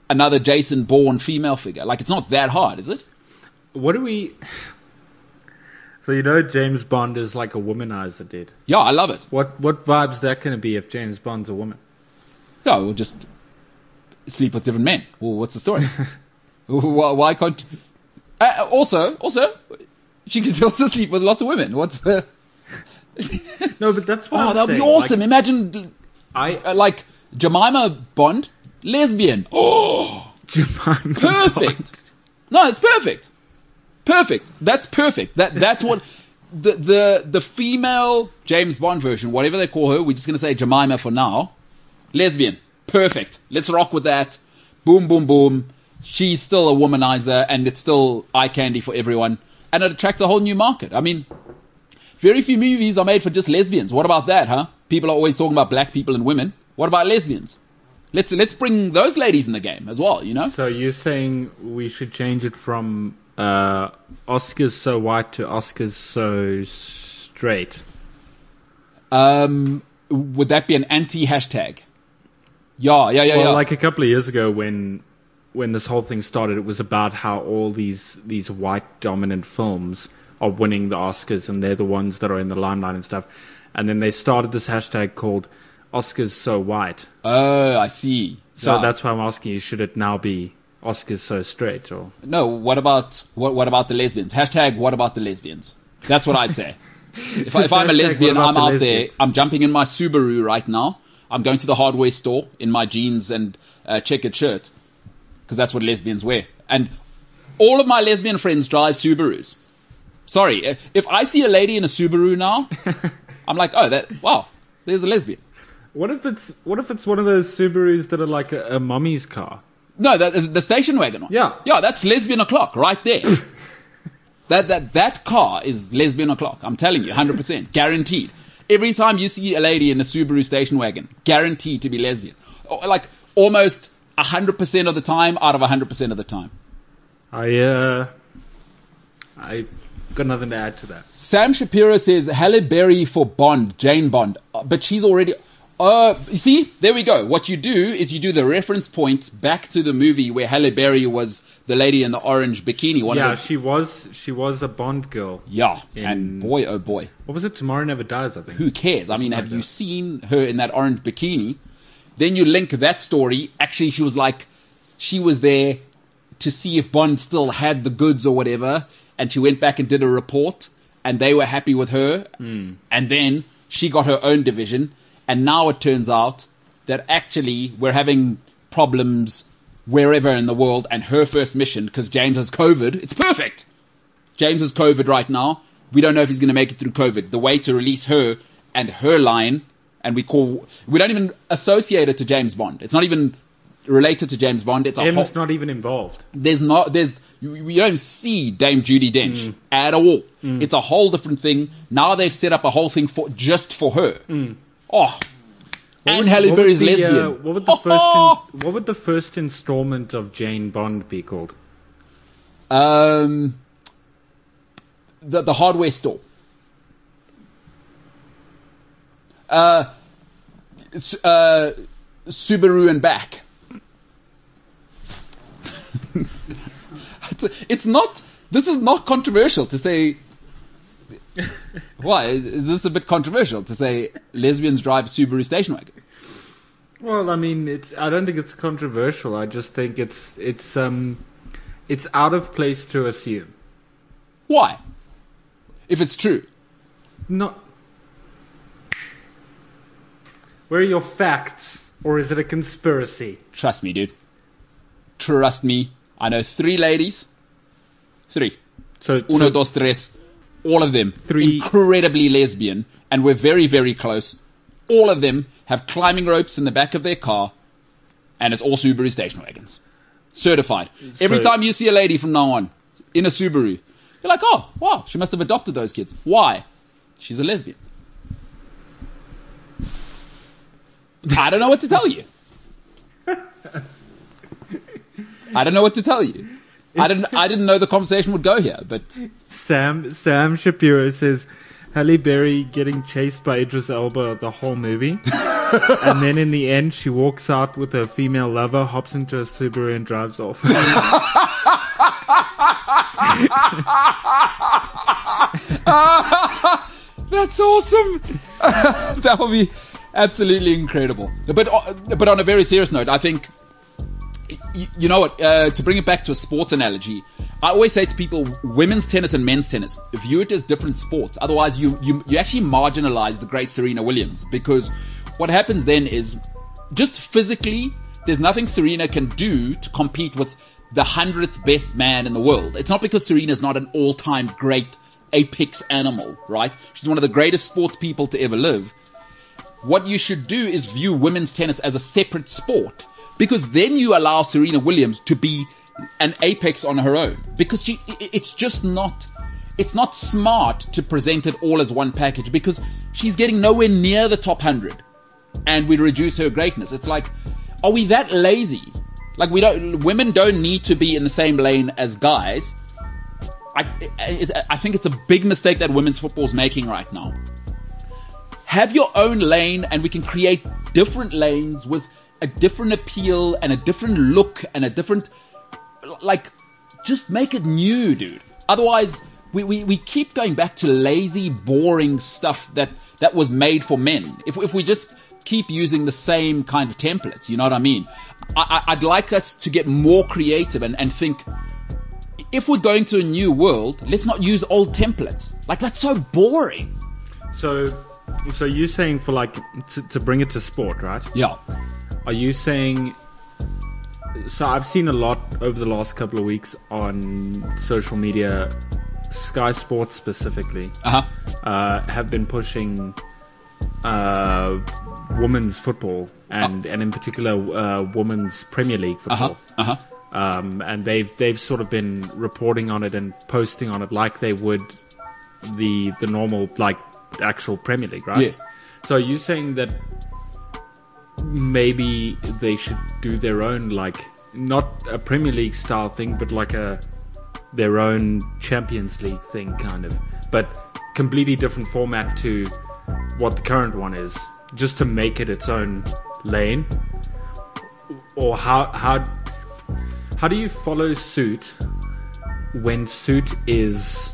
[SPEAKER 2] another Jason Bourne female figure? Like, it's not that hard, is it?
[SPEAKER 3] What do we? So you know James Bond is like a womanizer, dude.
[SPEAKER 2] Yeah, I love it.
[SPEAKER 3] What what vibes that gonna be if James Bond's a woman?
[SPEAKER 2] Yeah, we'll just sleep with different men. Well, what's the story? why, why can't? Uh, also, also, she can also sleep with lots of women. What's the?
[SPEAKER 3] No, but that's what
[SPEAKER 2] Oh,
[SPEAKER 3] I'm
[SPEAKER 2] that would be
[SPEAKER 3] saying, like,
[SPEAKER 2] awesome. Imagine,
[SPEAKER 3] I
[SPEAKER 2] uh, like Jemima Bond, lesbian. Oh,
[SPEAKER 3] Jemima Bond.
[SPEAKER 2] perfect. No, it's perfect. Perfect. That's perfect. That that's what the the the female James Bond version, whatever they call her, we're just gonna say Jemima for now. Lesbian. Perfect. Let's rock with that. Boom, boom, boom. She's still a womanizer and it's still eye candy for everyone. And it attracts a whole new market. I mean, very few movies are made for just lesbians. What about that, huh? People are always talking about black people and women. What about lesbians? Let's let's bring those ladies in the game as well, you know?
[SPEAKER 3] So you're saying we should change it from uh, Oscars so white to Oscars so straight?
[SPEAKER 2] Um, would that be an anti hashtag? Yeah, yeah, yeah,
[SPEAKER 3] Well,
[SPEAKER 2] yeah.
[SPEAKER 3] like a couple of years ago when when this whole thing started, it was about how all these these white dominant films are winning the Oscars and they're the ones that are in the limelight and stuff. And then they started this hashtag called Oscars so white.
[SPEAKER 2] oh, I see.
[SPEAKER 3] So
[SPEAKER 2] Yeah.
[SPEAKER 3] that's why I'm asking you: should it now be Oscars so straight or
[SPEAKER 2] no. What about what? What about the lesbians? Hashtag What about the lesbians? That's what I'd say. if, I- if I'm a
[SPEAKER 3] Hashtag,
[SPEAKER 2] lesbian,
[SPEAKER 3] what about
[SPEAKER 2] I'm
[SPEAKER 3] the
[SPEAKER 2] out there.
[SPEAKER 3] lesbians?
[SPEAKER 2] I'm jumping in my Subaru right now. I'm going to the hardware store in my jeans and uh, checkered shirt because that's what lesbians wear. And all of my lesbian friends drive Subarus. Sorry, i- if I see a lady in a Subaru now, I'm like, oh, that wow, there's a lesbian.
[SPEAKER 3] what if it's what if it's one of those Subarus that are like a, a mommy's car?
[SPEAKER 2] No, the, the station wagon one.
[SPEAKER 3] Yeah.
[SPEAKER 2] Yeah, that's lesbian o'clock right there. that, that, that car is lesbian o'clock. I'm telling you, 100%. Guaranteed. Every time you see a lady in a Subaru station wagon, guaranteed to be lesbian. Oh, Like almost 100% of the time out of 100% of the time.
[SPEAKER 3] I uh, I got nothing to add to that.
[SPEAKER 2] Sam Shapiro says Halle Berry for Bond, Jane Bond, Uh, but she's already. Uh, you see, there we go. What you do is you do the reference point back to the movie where Halle Berry was the lady in the orange bikini. One
[SPEAKER 3] Yeah,
[SPEAKER 2] of the,
[SPEAKER 3] she was she was a Bond girl.
[SPEAKER 2] yeah,
[SPEAKER 3] In-
[SPEAKER 2] and boy, oh boy,
[SPEAKER 3] What was it? Tomorrow never dies. I think.
[SPEAKER 2] who cares? I mean, have you seen her in that orange bikini? Then you link that story. Actually, she was like, she was there to see if Bond still had the goods or whatever, and she went back and did a report, and they were happy with her, and then she got her own division, and now it turns out that actually we're having problems wherever in the world, and her first mission because James has COVID. It's perfect. James has COVID right now. We don't know if he's going to make it through COVID. The way to release her and her line, and we call, we don't even associate it to James Bond. It's not even related to James Bond. It's a whole,
[SPEAKER 3] M's not even involved.
[SPEAKER 2] there's not, there's, you, you don't see Dame Judy Dench
[SPEAKER 3] Mm.
[SPEAKER 2] at all. It's a whole different thing. Now they've set up a whole thing for, just for her. Oh. and Halle
[SPEAKER 3] Mm. What would
[SPEAKER 2] Berry's
[SPEAKER 3] the,
[SPEAKER 2] lesbian.
[SPEAKER 3] uh, what would the first in, What would the first installment of Jane Bond be called?
[SPEAKER 2] Um, the the hardware store. Uh, s- uh, Subaru and back. It's- it's not. This is not controversial to say. Why is, is this a bit controversial to say lesbians drive Subaru station wagons?
[SPEAKER 3] Well, I mean, it's. I don't think it's controversial. I just think it's it's um, it's out of place to assume.
[SPEAKER 2] Why? If it's true,
[SPEAKER 3] Not. Where are your facts, or is it a conspiracy?
[SPEAKER 2] Trust me, dude. Trust me. I know three ladies. Three.
[SPEAKER 3] So,
[SPEAKER 2] Uno,
[SPEAKER 3] so
[SPEAKER 2] dos, tres. All of them.
[SPEAKER 3] Three-
[SPEAKER 2] Incredibly lesbian. And we're very, very close. All of them have climbing ropes in the back of their car. And it's all Subaru station wagons. Certified. Every
[SPEAKER 3] So-
[SPEAKER 2] time you see a lady from now on in a Subaru, you're like, oh, wow, she must have adopted those kids. Why? She's a lesbian. I don't know what to tell you. I don't know what to tell you. I didn't. I didn't know the conversation would go here, but
[SPEAKER 3] Sam Sam Shapiro says Halle Berry getting chased by Idris Elba the whole movie, and then in the end she walks out with her female lover, hops into a Subaru, and drives off.
[SPEAKER 2] That's awesome. that would be absolutely incredible. But but on a very serious note, I think you, you know what? Uh, to bring it back to a sports analogy, I always say to people, women's tennis and men's tennis view it as different sports. Otherwise, you you you actually marginalize the great Serena Williams because what happens then is just physically, there's nothing Serena can do to compete with the hundredth best man in the world. It's not because Serena's not an all-time great apex animal, right? She's one of the greatest sports people to ever live what you should do is view women's tennis as a separate sport because then you allow Serena Williams to be an apex on her own because she i- i- it's just not it's not smart to present it all as one package because she's getting nowhere near the top 100 and we reduce her greatness it's like are we that lazy like we don't women don't need to be in the same lane as guys I, I- I think it's a big mistake that women's football's making right now have your own lane and we can create different lanes with a different appeal and a different look and a different like just make it new dude otherwise we, we, we keep going back to lazy boring stuff that that was made for men if, if we just keep using the same kind of templates you know what i mean I, I, i'd like us to get more creative and, and think if we're going to a new world let's not use old templates like that's so boring
[SPEAKER 3] so, so you saying for like to, to bring it to sport, right?
[SPEAKER 2] yeah
[SPEAKER 3] Are you saying? So I've seen a lot over the last couple of weeks on social media, Sky Sports specifically.
[SPEAKER 2] uh-huh
[SPEAKER 3] uh, have been pushing uh, women's football and, and in particular uh, women's Premier League football.
[SPEAKER 2] Uh-huh.
[SPEAKER 3] Um, and they've they've sort of been reporting on it and posting on it like they would the the normal like actual Premier League, right?
[SPEAKER 2] Yes.
[SPEAKER 3] So are you saying that maybe they should do their own, like, not a Premier League style thing, but like a their own Champions League thing, kind of, but completely different format to what the current one is, just to make it its own lane? Or how how how do you follow suit when suit is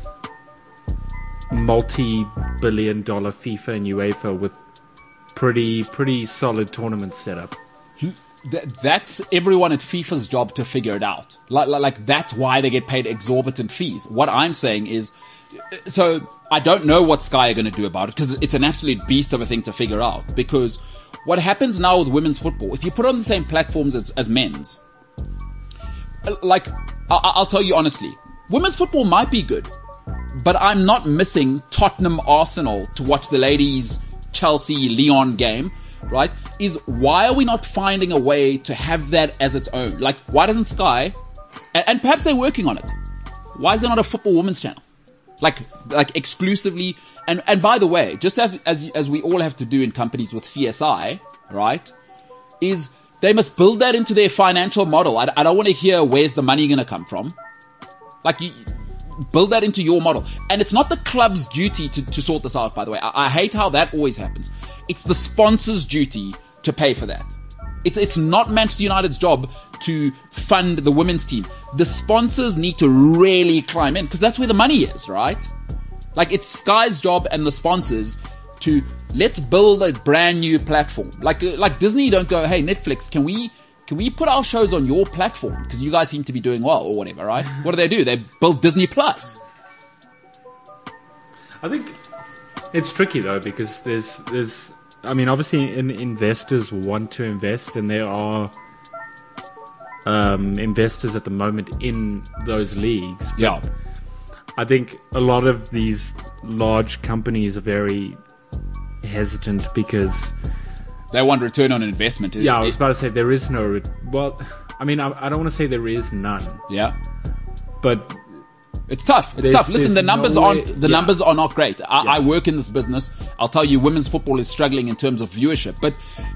[SPEAKER 3] multi-billion dollar FIFA and UEFA with pretty pretty solid tournament setup?
[SPEAKER 2] Th- that's everyone at FIFA's job to figure it out. Like, like, like, that's why they get paid exorbitant fees. What I'm saying is, so I don't know what Sky are going to do about it because it's an absolute beast of a thing to figure out. Because what happens now with women's football, if you put it on the same platforms as, as men's, like, I- I'll tell you honestly, women's football might be good, but I'm not missing Tottenham Arsenal to watch the ladies Chelsea Leon game, right? Is why are we not finding a way to have that as its own? Like, why doesn't Sky, and, and perhaps they're working on it, why is there not a football women's channel? Like, like exclusively, and, and by the way, just as, as, as we all have to do in companies with CSI, right? is they must build that into their financial model. I, I don't want to hear where's the money going to come from. Like you build that into your model. And it's not the club's duty to, to sort this out, by the way. I, I hate how that always happens. It's the sponsor's duty to pay for that. It's, it's not Manchester United's job to fund the women's team. The sponsors need to really climb in because that's where the money is, right? Like it's Sky's job and the sponsors to let's build a brand new platform. Like uh, like Disney don't go, hey Netflix, can we can we put our shows on your platform because you guys seem to be doing well or whatever, right? what do they do? They build Disney Plus.
[SPEAKER 3] I think it's tricky though because there's there's I mean obviously in, investors want to invest and there are um, investors at the moment in those leagues.
[SPEAKER 2] Yeah,
[SPEAKER 3] I think a lot of these large companies are very hesitant because
[SPEAKER 2] they want return on investment.
[SPEAKER 3] yeah I
[SPEAKER 2] It-
[SPEAKER 3] was about to say there is no re- well I mean I, I don't want to say there is none
[SPEAKER 2] yeah.
[SPEAKER 3] but
[SPEAKER 2] It's tough. It's
[SPEAKER 3] There's-
[SPEAKER 2] tough. Listen, the
[SPEAKER 3] there's no
[SPEAKER 2] numbers
[SPEAKER 3] way-
[SPEAKER 2] aren't the
[SPEAKER 3] yeah.
[SPEAKER 2] numbers are not great. I,
[SPEAKER 3] Yeah.
[SPEAKER 2] I work in this business. I'll tell you, women's football is struggling in terms of viewership. But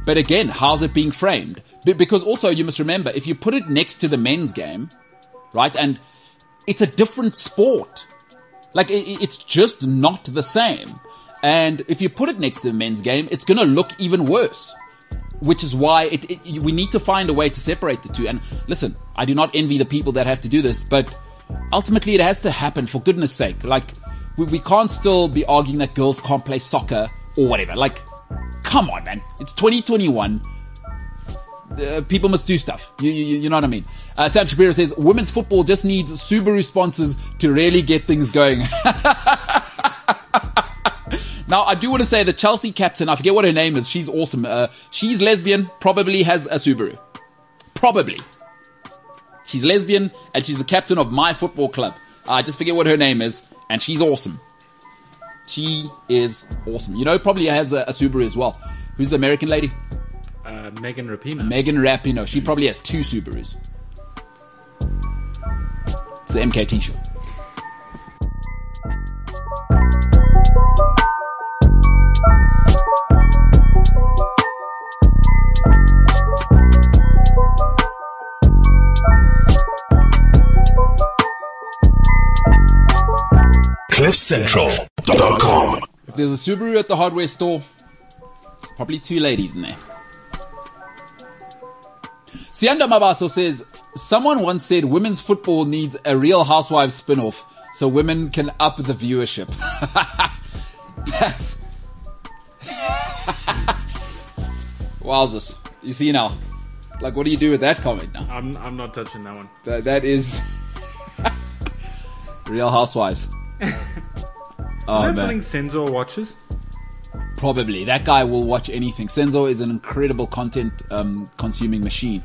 [SPEAKER 2] but again, how's it being framed? Be- Because also you must remember, if you put it next to the men's game, right, and it's a different sport. Like i i- it's just not the same. And if you put it next to the men's game, it's going to look even worse which is why it, it you- we need to find a way to separate the two. And listen, I do not envy the people that have to do this, but ultimately it has to happen for goodness sake. Like we, we can't still be arguing that girls can't play soccer or whatever. Like, come on, man, it's 2021. Uh, people must do stuff. You, you, you know what I mean? Uh, Sam Shapiro says women's football just needs Subaru sponsors to really get things going. Now, I do want to say the Chelsea captain, I forget what her name is. She's awesome. Uh, she's lesbian, probably has a Subaru. Probably. She's lesbian and she's the captain of my football club. I just forget what her name is and she's awesome. She is awesome. You know, probably has a, a Subaru as well. Who's the American lady?
[SPEAKER 3] uh, Megan Rapinoe
[SPEAKER 2] Megan Rapinoe. She probably has two Subarus. It's the MKT show.
[SPEAKER 4] CliffCentral.com.
[SPEAKER 2] If there's a Subaru at the hardware store, there's probably two ladies in there. Sianda Mabaso says, someone once said women's football needs a real housewives spin-off so women can up the viewership. That's... Wowzers. You see now. Like, what do you do with that comment now?
[SPEAKER 3] I'm I'm not touching that one
[SPEAKER 2] That, that is... real housewives. Oh,
[SPEAKER 3] that's
[SPEAKER 2] man.
[SPEAKER 3] something Sensor watches
[SPEAKER 2] Probably. That guy will watch anything. Senzo is an incredible content um, consuming machine.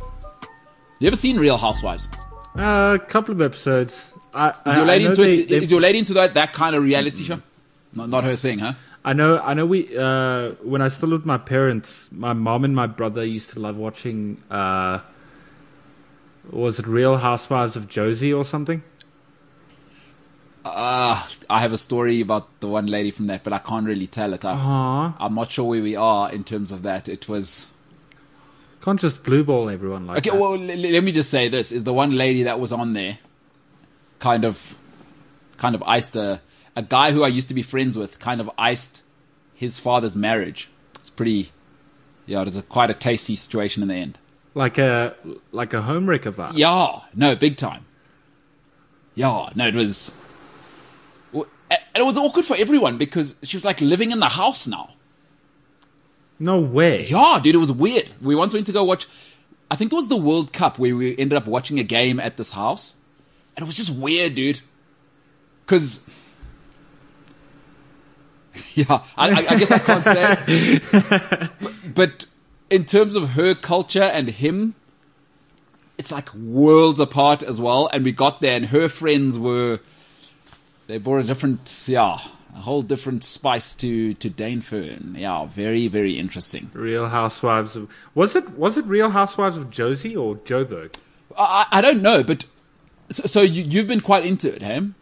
[SPEAKER 2] You ever seen Real Housewives?
[SPEAKER 3] Uh, a couple of episodes. I,
[SPEAKER 2] Is
[SPEAKER 3] I,
[SPEAKER 2] your
[SPEAKER 3] I
[SPEAKER 2] lady
[SPEAKER 3] know
[SPEAKER 2] into
[SPEAKER 3] they-
[SPEAKER 2] it, is
[SPEAKER 3] they've- Mm.
[SPEAKER 2] your lady into that that kind of reality show? Not, not her thing, huh?
[SPEAKER 3] I know. I know. We uh, when I still lived with my parents, my mom and my brother used to love watching. Uh, was it Real Housewives of Josie or something?
[SPEAKER 2] Ah, I have a story about the one lady from that, but I can't really tell it. I,
[SPEAKER 3] Uh-huh.
[SPEAKER 2] I'm not sure where we are in terms of that. It was
[SPEAKER 3] Can't just blue ball everyone like
[SPEAKER 2] okay.
[SPEAKER 3] that.
[SPEAKER 2] Well, l- l- let me just say this: is the one lady that was on there, kind of, kind of iced a a guy who I used to be friends with, kind of iced his father's marriage. It's pretty, yeah. It was a, quite a tasty situation in the end.
[SPEAKER 3] like a like a homewrecker vibe.
[SPEAKER 2] Yeah, no, big time. Yeah, no, it was. w- a- And it was awkward for everyone because she was like living in the house now.
[SPEAKER 3] No way.
[SPEAKER 2] Yeah, dude, it was weird. We once went to go watch, I think it was the World Cup where we ended up watching a game at this house. And it was just weird, dude. Cause, yeah, I, I, I guess I can't say, but, but in terms of her culture and him, it's like worlds apart as well. And we got there and her friends were, they brought a different, yeah, a whole different spice to, to Danefern. Yeah, very, very interesting.
[SPEAKER 3] Real Housewives of was it was it Real Housewives of Josie or Joburg?
[SPEAKER 2] I, I don't know, but so, so you, you've been quite into it, Ham.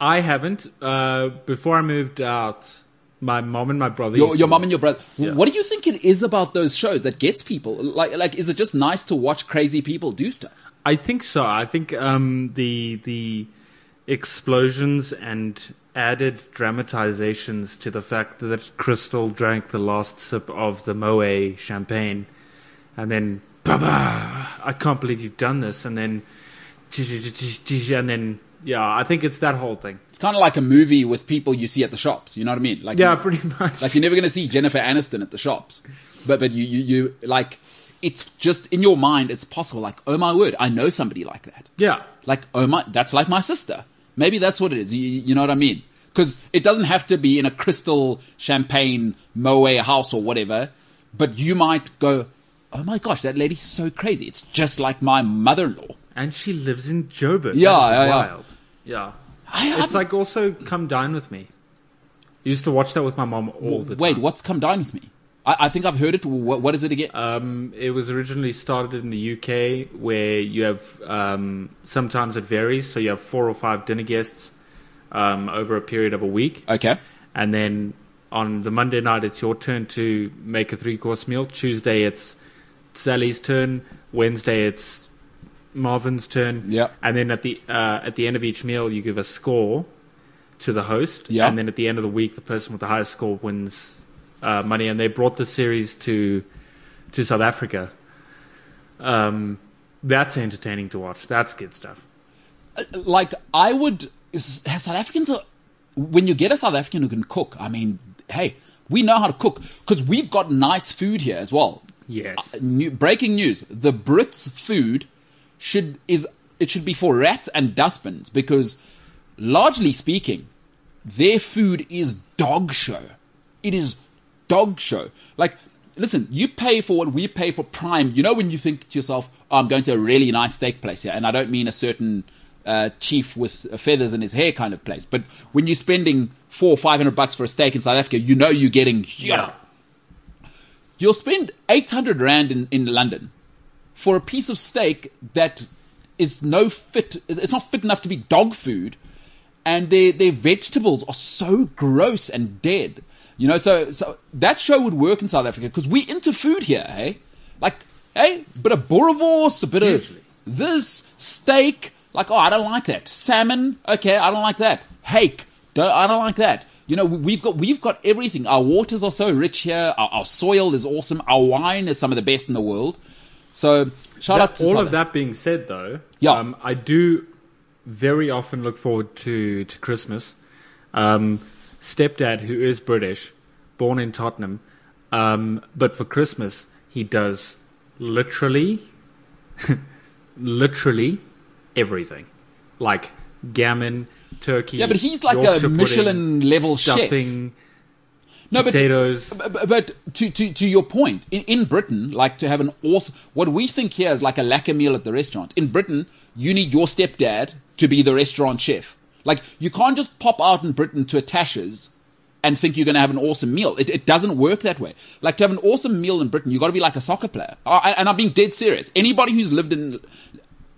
[SPEAKER 3] I haven't. Uh, before I moved out, my mom and my brother.
[SPEAKER 2] Your,
[SPEAKER 3] used
[SPEAKER 2] your
[SPEAKER 3] to-
[SPEAKER 2] mum and your brother. What do you think it is about those shows that gets people? Like, like, is it just nice to watch crazy people do stuff?
[SPEAKER 3] I think so. I think um, the the explosions and added dramatizations to the fact that Crystal drank the last sip of the Moe champagne, and then Baba, I can't believe you've done this, and then and then yeah, I think it's that whole thing.
[SPEAKER 2] It's kind of like a movie with people you see at the shops. You know what I mean? Like,
[SPEAKER 3] Yeah, pretty much.
[SPEAKER 2] like you're never going to see Jennifer Aniston at the shops, but but you, you you like it's just in your mind. It's possible. Like, oh my word, I know somebody like that.
[SPEAKER 3] yeah,
[SPEAKER 2] like oh my that's like my sister maybe that's what it is you, you know what i mean because it doesn't have to be in a crystal champagne moe house or whatever but you might go oh my gosh that lady's so crazy it's just like my mother-in-law
[SPEAKER 3] and she lives in Joburg. That
[SPEAKER 2] Yeah,
[SPEAKER 3] is
[SPEAKER 2] yeah, yeah.
[SPEAKER 3] wild. yeah.
[SPEAKER 2] I,
[SPEAKER 3] It's
[SPEAKER 2] I-
[SPEAKER 3] like also come dine with me. Used to watch that with my mom all the time.
[SPEAKER 2] wait what's come down with me i, I think i've heard it what, what is it again
[SPEAKER 3] Um, it was originally started in the UK, where you have um, sometimes it varies. So you have four or five dinner guests um, over a period of a week,
[SPEAKER 2] okay
[SPEAKER 3] and then on the Monday night it's your turn to make a three-course meal. Tuesday it's Sally's turn. Wednesday it's Marvin's turn.
[SPEAKER 2] Yeah.
[SPEAKER 3] and then at the uh, at the end of each meal you give a score to the host.
[SPEAKER 2] Yeah.
[SPEAKER 3] and then at the end of the week the person with the highest score wins uh, money. And they brought the series to to South Africa. Um, that's entertaining to watch. That's good stuff.
[SPEAKER 2] like I would is- South Africans are when you get a South African who can cook. I mean, hey, we know how to cook because we've got nice food here as well.
[SPEAKER 3] Yes.
[SPEAKER 2] Uh, new, breaking news: the Brits' food should is it should be for rats and dustbins because, largely speaking, their food is dog show. It is dog show. Like, listen, you pay for what we pay for Prime. You know when you think to yourself, oh, "I'm going to a really nice steak place here," and I don't mean a certain uh, chief with uh, feathers in his hair kind of place, but when you're spending four or five hundred bucks for a steak in South Africa, you know you're getting here. You'll spend 800 Rand in, in London for a piece of steak that is no fit, it's not fit enough to be dog food. And their, their vegetables are so gross and dead. You know, so, so that show would work in South Africa because we into food here, hey? Like, hey, bit of boerewors, a bit
[SPEAKER 3] Hugely.
[SPEAKER 2] of this steak. Like, oh, I don't like that. Salmon, okay, I don't like that. Hake, don't, I don't like that. You know, we've got we've got everything. Our waters are so rich here. Our, our soil is awesome. Our wine is some of the best in the world. So shout out
[SPEAKER 3] That-
[SPEAKER 2] to
[SPEAKER 3] all
[SPEAKER 2] South
[SPEAKER 3] of that being said, though,
[SPEAKER 2] Yeah.
[SPEAKER 3] um, I do very often look forward to to Christmas. Um, stepdad, who is British, born in Tottenham, um, but for Christmas he does literally, literally everything, like gammon, turkey.
[SPEAKER 2] Yeah, but he's like a
[SPEAKER 3] Yorkshire pudding,
[SPEAKER 2] Michelin-level chef.
[SPEAKER 3] stuffing,
[SPEAKER 2] No, but-
[SPEAKER 3] potatoes.
[SPEAKER 2] But, but to, to, to your point, in, in Britain, like to have an awesome, what we think here is like a lacquer meal at the restaurant. In Britain, you need your stepdad to be the restaurant chef. Like you can't just pop out in Britain to a Tasha's and think you're going to have an awesome meal. It, it doesn't work that way. Like to have an awesome meal in Britain, you've got to be like a soccer player. I, and I'm being dead serious. Anybody who's lived in,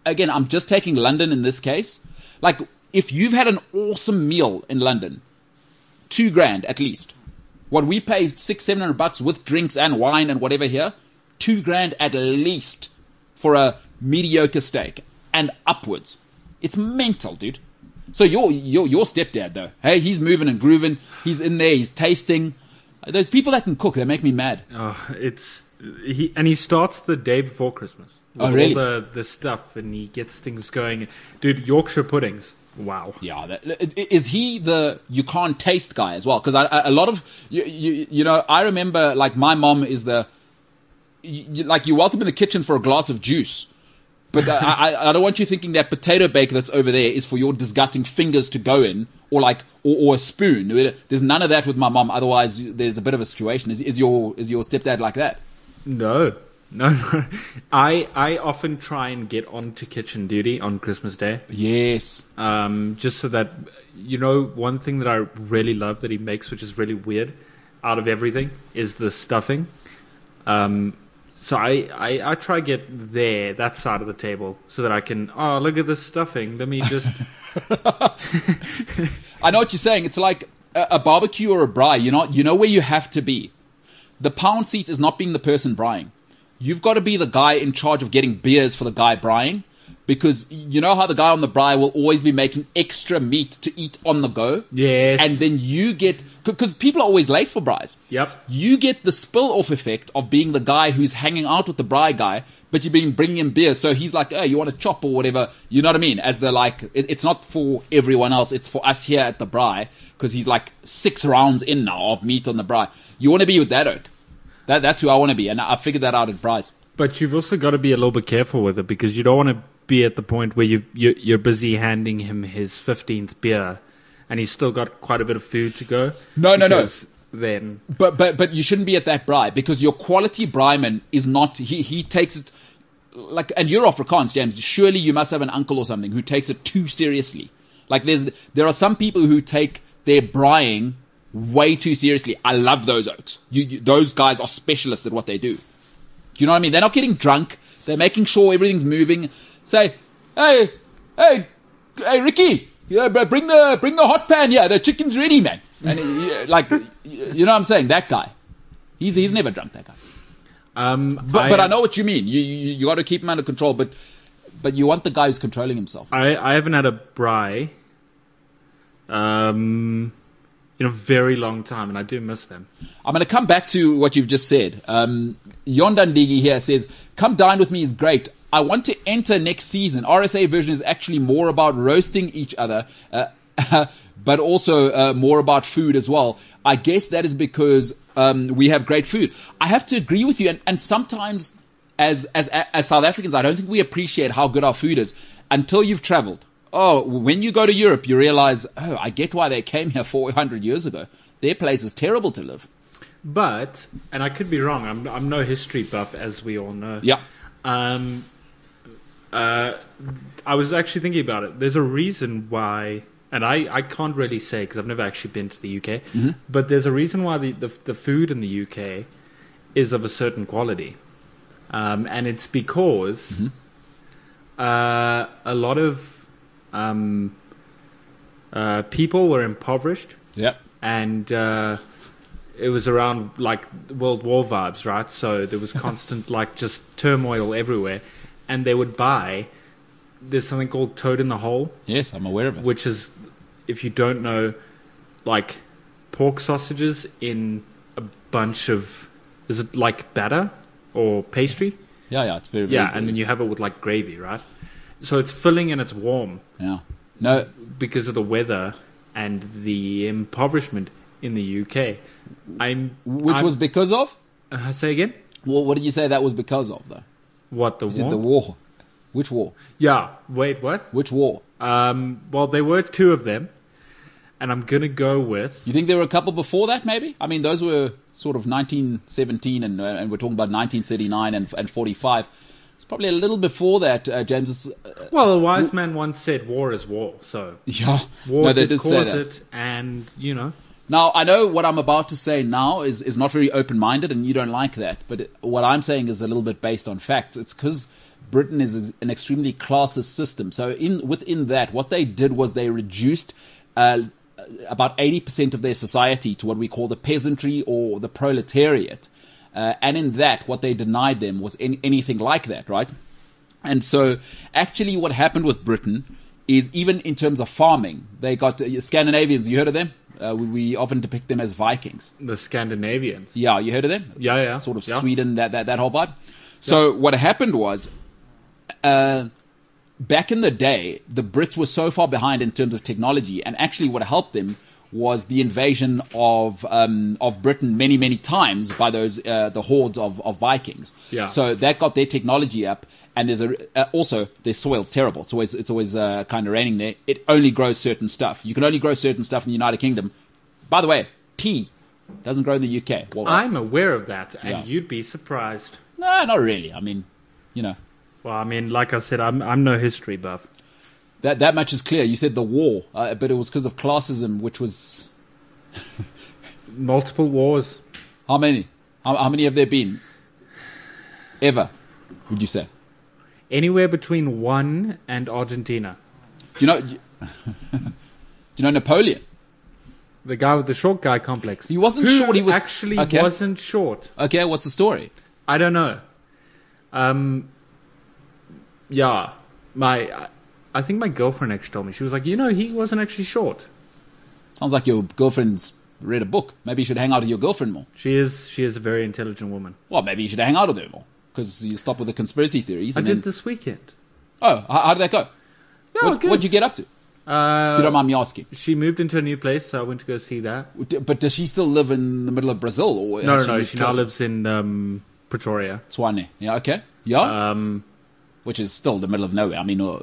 [SPEAKER 2] again, I'm just taking London in this case. Like if you've had an awesome meal in London, two grand at least. What we pay six, seven hundred bucks with drinks and wine and whatever here, two grand at least for a mediocre steak and upwards. It's mental, dude. So your your your stepdad though, hey, he's moving and grooving. He's in there. He's tasting. Those people that can cook, they make me mad.
[SPEAKER 3] Oh, it's he and he starts the day before Christmas. With
[SPEAKER 2] Oh, really?
[SPEAKER 3] All the the stuff and he gets things going. Dude, Yorkshire puddings. Wow.
[SPEAKER 2] Yeah, that, i- i- is he the you can't taste guy as well? Because I, I, a lot of you, you, you know, I remember like my mom is the you, you- like you're welcome in the kitchen for a glass of juice, but uh, I, I, I don't want you thinking that potato baker that's over there is for your disgusting fingers to go in or like or, or a spoon. There's none of that with my mom. Otherwise, there's a bit of a situation. Is, is your is your stepdad like that?
[SPEAKER 3] No. No, no. I I often try and get onto kitchen duty on Christmas Day.
[SPEAKER 2] Yes.
[SPEAKER 3] um, just so that you know one thing that I really love that he makes, which is really weird, out of everything is the stuffing. Um, so I, I I try get there that side of the table so that I can oh look at this stuffing. Let me just
[SPEAKER 2] I know what you're saying. It's like a, a barbecue or a braai. You know, you know where you have to be. The pound seat is not being the person brying. You've got to be the guy in charge of getting beers for the guy brying, because you know how the guy on the braai will always be making extra meat to eat on the go.
[SPEAKER 3] Yes.
[SPEAKER 2] And then you get because people are always late for braais.
[SPEAKER 3] Yep.
[SPEAKER 2] You get the spill off effect of being the guy who's hanging out with the braai guy, but you've been bringing him beer, so he's like, "Oh, you want a chop or whatever?" You know what I mean? As the like, it, it's not for everyone else; it's for us here at the braai because he's like six rounds in now of meat on the braai. You want to be with that oak? That that's who I want to be, and I I figured that out at braais.
[SPEAKER 3] But you've also got to be a little bit careful with it because you don't want to be at the point where you, you you're busy handing him his fifteenth beer, and he's still got quite a bit of food to go.
[SPEAKER 2] No, no, no.
[SPEAKER 3] Because Then
[SPEAKER 2] But but but you shouldn't be at that braai because your quality braaiman is not he he takes it like and you're Afrikaans, James. Surely you must have an uncle or something who takes it too seriously. Like there's there are some people who take their braaiing way too seriously. I love those oaks. You, you those guys are specialists at what they do. Do you know what I mean? They're not getting drunk. They're making sure everything's moving. Say, hey, hey, hey, Ricky, yeah, br- bring the bring the hot pan. Yeah, the chicken's ready, man. And uh, like, y- you know what I'm saying? That guy, he's he's never drunk. That guy.
[SPEAKER 3] um,
[SPEAKER 2] But I, but I know what you mean. You you, you got to keep him under control. But but you want the guy who's controlling himself.
[SPEAKER 3] I, I haven't had a braai um, in a very long time, and I do miss them.
[SPEAKER 2] I'm going to come back to what you've just said. Um, Yondandigi here says, "Come dine with me is great. I want to enter next season. RSA version is actually more about roasting each other, uh, but also uh, more about food as well. I guess that is because um, we have great food. I have to agree with you, and, and sometimes as as as South Africans, I don't think we appreciate how good our food is until you've traveled. Oh, when you go to Europe, you realize, oh, I get why they came here 400 years ago. Their place is terrible to live.
[SPEAKER 3] But, and I could be wrong. I'm I'm no history buff, as we all know.
[SPEAKER 2] Yeah.
[SPEAKER 3] Um, uh, I was actually thinking about it. There's a reason why, and I, I can't really say because I've never actually been to the UK, but there's a reason why the, the, the food in the UK is of a certain quality. Um, and it's because uh, a lot of um, uh, people were impoverished
[SPEAKER 2] Yep.
[SPEAKER 3] and uh, it was around like World War vibes, right? So there was constant like just turmoil everywhere, and they would buy. There's something called toad in the hole,
[SPEAKER 2] Yes, I'm aware of it.
[SPEAKER 3] which is, if you don't know, like pork sausages in a bunch of, is it like batter or pastry?
[SPEAKER 2] Yeah, yeah, it's very, very
[SPEAKER 3] Yeah, and then you have it with like gravy, right? So it's filling and it's warm
[SPEAKER 2] yeah. No,
[SPEAKER 3] because of the weather and the impoverishment in the UK. I'm
[SPEAKER 2] which
[SPEAKER 3] I'm-
[SPEAKER 2] was because of?
[SPEAKER 3] uh, say again
[SPEAKER 2] Well, what did you say that was because of though?
[SPEAKER 3] what the
[SPEAKER 2] Is it
[SPEAKER 3] war?
[SPEAKER 2] the war? Which war?
[SPEAKER 3] Yeah, wait, what?
[SPEAKER 2] Which war?
[SPEAKER 3] Um, well, there were two of them, and I'm gonna go with
[SPEAKER 2] You think there were a couple before that? Maybe. I mean, those were sort of 1917, and uh, and we're talking about 1939 and and 45. It's probably a little before that, uh, James. Is, uh,
[SPEAKER 3] well, a wise man once said, "War is war." So
[SPEAKER 2] yeah,
[SPEAKER 3] war
[SPEAKER 2] no, they
[SPEAKER 3] did,
[SPEAKER 2] did say
[SPEAKER 3] cause
[SPEAKER 2] that.
[SPEAKER 3] it, and you know,
[SPEAKER 2] Now, I know what I'm about to say now is, is not very open minded and you don't like that, but what I'm saying is a little bit based on facts. It's because Britain is an extremely classist system. So in within that, what they did was they reduced uh, about 80% of their society to what we call the peasantry or the proletariat. Uh, and in that, what they denied them was any, anything like that, right? And so, actually, what happened with Britain is even in terms of farming, they got uh, Scandinavians. You heard of them? Uh, we, we often depict them as Vikings.
[SPEAKER 3] The Scandinavians.
[SPEAKER 2] Yeah, you heard of them?
[SPEAKER 3] Yeah, yeah.
[SPEAKER 2] Sort of
[SPEAKER 3] yeah.
[SPEAKER 2] Sweden, that, that, that whole vibe. So what happened was, uh, back in the day, the Brits were so far behind in terms of technology, and actually what helped them was the invasion of um, of Britain many many times by those uh, the hordes of, of Vikings.
[SPEAKER 3] Yeah.
[SPEAKER 2] So that got their technology up, and there's a uh, also their soil's terrible. It's always it's always uh, kind of raining there. It only grows certain stuff. You can only grow certain stuff in the United Kingdom. By the way, tea doesn't grow in the UK. Well,
[SPEAKER 3] I'm aware of that, and
[SPEAKER 2] Yeah.
[SPEAKER 3] you'd be surprised.
[SPEAKER 2] no, not really. I mean, you know.
[SPEAKER 3] Well, I mean, like I said, I'm I'm no history buff.
[SPEAKER 2] That that much is clear. You said the war, uh, but it was because of classism, which was
[SPEAKER 3] Multiple wars.
[SPEAKER 2] how many? How, how many have there been? Ever, would you say?
[SPEAKER 3] Anywhere between one and Argentina.
[SPEAKER 2] You know, you, you know Napoleon.
[SPEAKER 3] The guy with the short guy complex.
[SPEAKER 2] He wasn't
[SPEAKER 3] Who
[SPEAKER 2] short, he was-
[SPEAKER 3] actually
[SPEAKER 2] okay.
[SPEAKER 3] wasn't short.
[SPEAKER 2] Okay, what's the story?
[SPEAKER 3] I don't know. Um, yeah, my I- I think my girlfriend actually told me she was like, you know, he wasn't actually short.
[SPEAKER 2] Sounds like your girlfriend's read a book. Maybe you should hang out with your girlfriend more.
[SPEAKER 3] She is she is a very intelligent woman.
[SPEAKER 2] Well, maybe you should hang out with her more because you stop with the conspiracy theories.
[SPEAKER 3] I
[SPEAKER 2] And
[SPEAKER 3] did
[SPEAKER 2] then,
[SPEAKER 3] this weekend.
[SPEAKER 2] oh, how, how did that go?
[SPEAKER 3] Yeah,
[SPEAKER 2] what,
[SPEAKER 3] good.
[SPEAKER 2] What'd you get up to? If
[SPEAKER 3] uh,
[SPEAKER 2] you don't mind me asking.
[SPEAKER 3] she moved into a new place, so I went to go see that.
[SPEAKER 2] D- But does she still live in the middle of Brazil? Or
[SPEAKER 3] No, no,
[SPEAKER 2] has
[SPEAKER 3] no.
[SPEAKER 2] moved
[SPEAKER 3] She now
[SPEAKER 2] closer?
[SPEAKER 3] lives in um, Pretoria.
[SPEAKER 2] Tswane. Yeah, okay. Yeah.
[SPEAKER 3] Um,
[SPEAKER 2] Which is still the middle of nowhere. I mean, uh,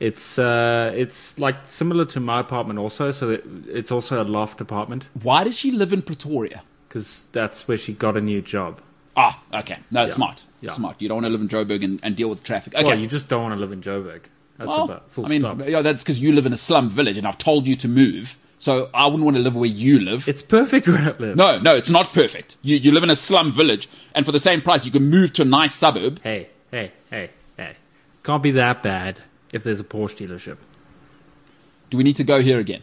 [SPEAKER 3] it's uh, it's like similar to my apartment also. So that it's also a loft apartment
[SPEAKER 2] why does she live in Pretoria?
[SPEAKER 3] because that's where she got a new job.
[SPEAKER 2] Ah, okay. No, smart.
[SPEAKER 3] Yeah.
[SPEAKER 2] Smart. You don't want to live in Joburg and, and deal with traffic. Okay.
[SPEAKER 3] Well, you just don't want to live in Joburg. That's
[SPEAKER 2] Well,
[SPEAKER 3] about full
[SPEAKER 2] I mean,
[SPEAKER 3] stop.
[SPEAKER 2] yeah, that's because you live in a slum village and I've told you to move. So I wouldn't want to live where you live.
[SPEAKER 3] It's perfect where I live.
[SPEAKER 2] no, no, it's not perfect. You, you live in a slum village and for the same price, you can move to a nice suburb.
[SPEAKER 3] Hey, hey, hey, hey. Can't be that bad if there's a Porsche dealership.
[SPEAKER 2] Do we need to go here again?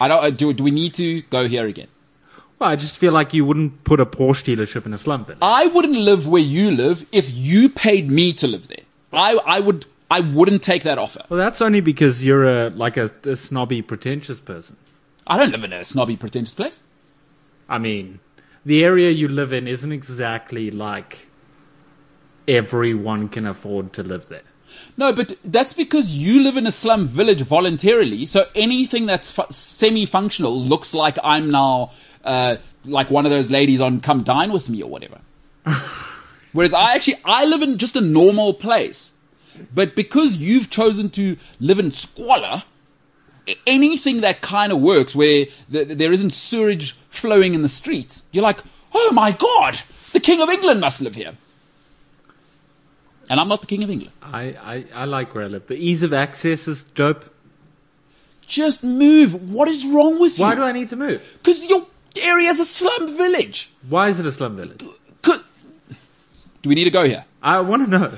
[SPEAKER 2] I don't, uh, do, do we need to go here again?
[SPEAKER 3] Well, I just feel like you wouldn't put a Porsche dealership in a slum village.
[SPEAKER 2] I wouldn't live where you live if you paid me to live there. I, I would I wouldn't take that offer.
[SPEAKER 3] Well, that's only because you're a like a, a snobby, pretentious person.
[SPEAKER 2] I don't live in a snobby pretentious place.
[SPEAKER 3] I mean, the area you live in isn't exactly like everyone can afford to live there.
[SPEAKER 2] No, but that's because you live in a slum village voluntarily. So anything that's fu- semi-functional looks like I'm now uh, like one of those ladies on "Come Dine with Me" or whatever. Whereas I actually I live in just a normal place, but because you've chosen to live in squalor, a- anything that kind of works where th- there isn't sewage flowing in the streets, you're like, oh my god, the King of England must live here. And I'm not the King of England.
[SPEAKER 3] I, I, I like where I live. The ease of access is dope.
[SPEAKER 2] Just move. What is wrong with
[SPEAKER 3] Why do
[SPEAKER 2] you?
[SPEAKER 3] I need to move?
[SPEAKER 2] Because your area is a slum village.
[SPEAKER 3] Why is it a slum village?
[SPEAKER 2] 'Cause- Do we need to go here?
[SPEAKER 3] I want to know.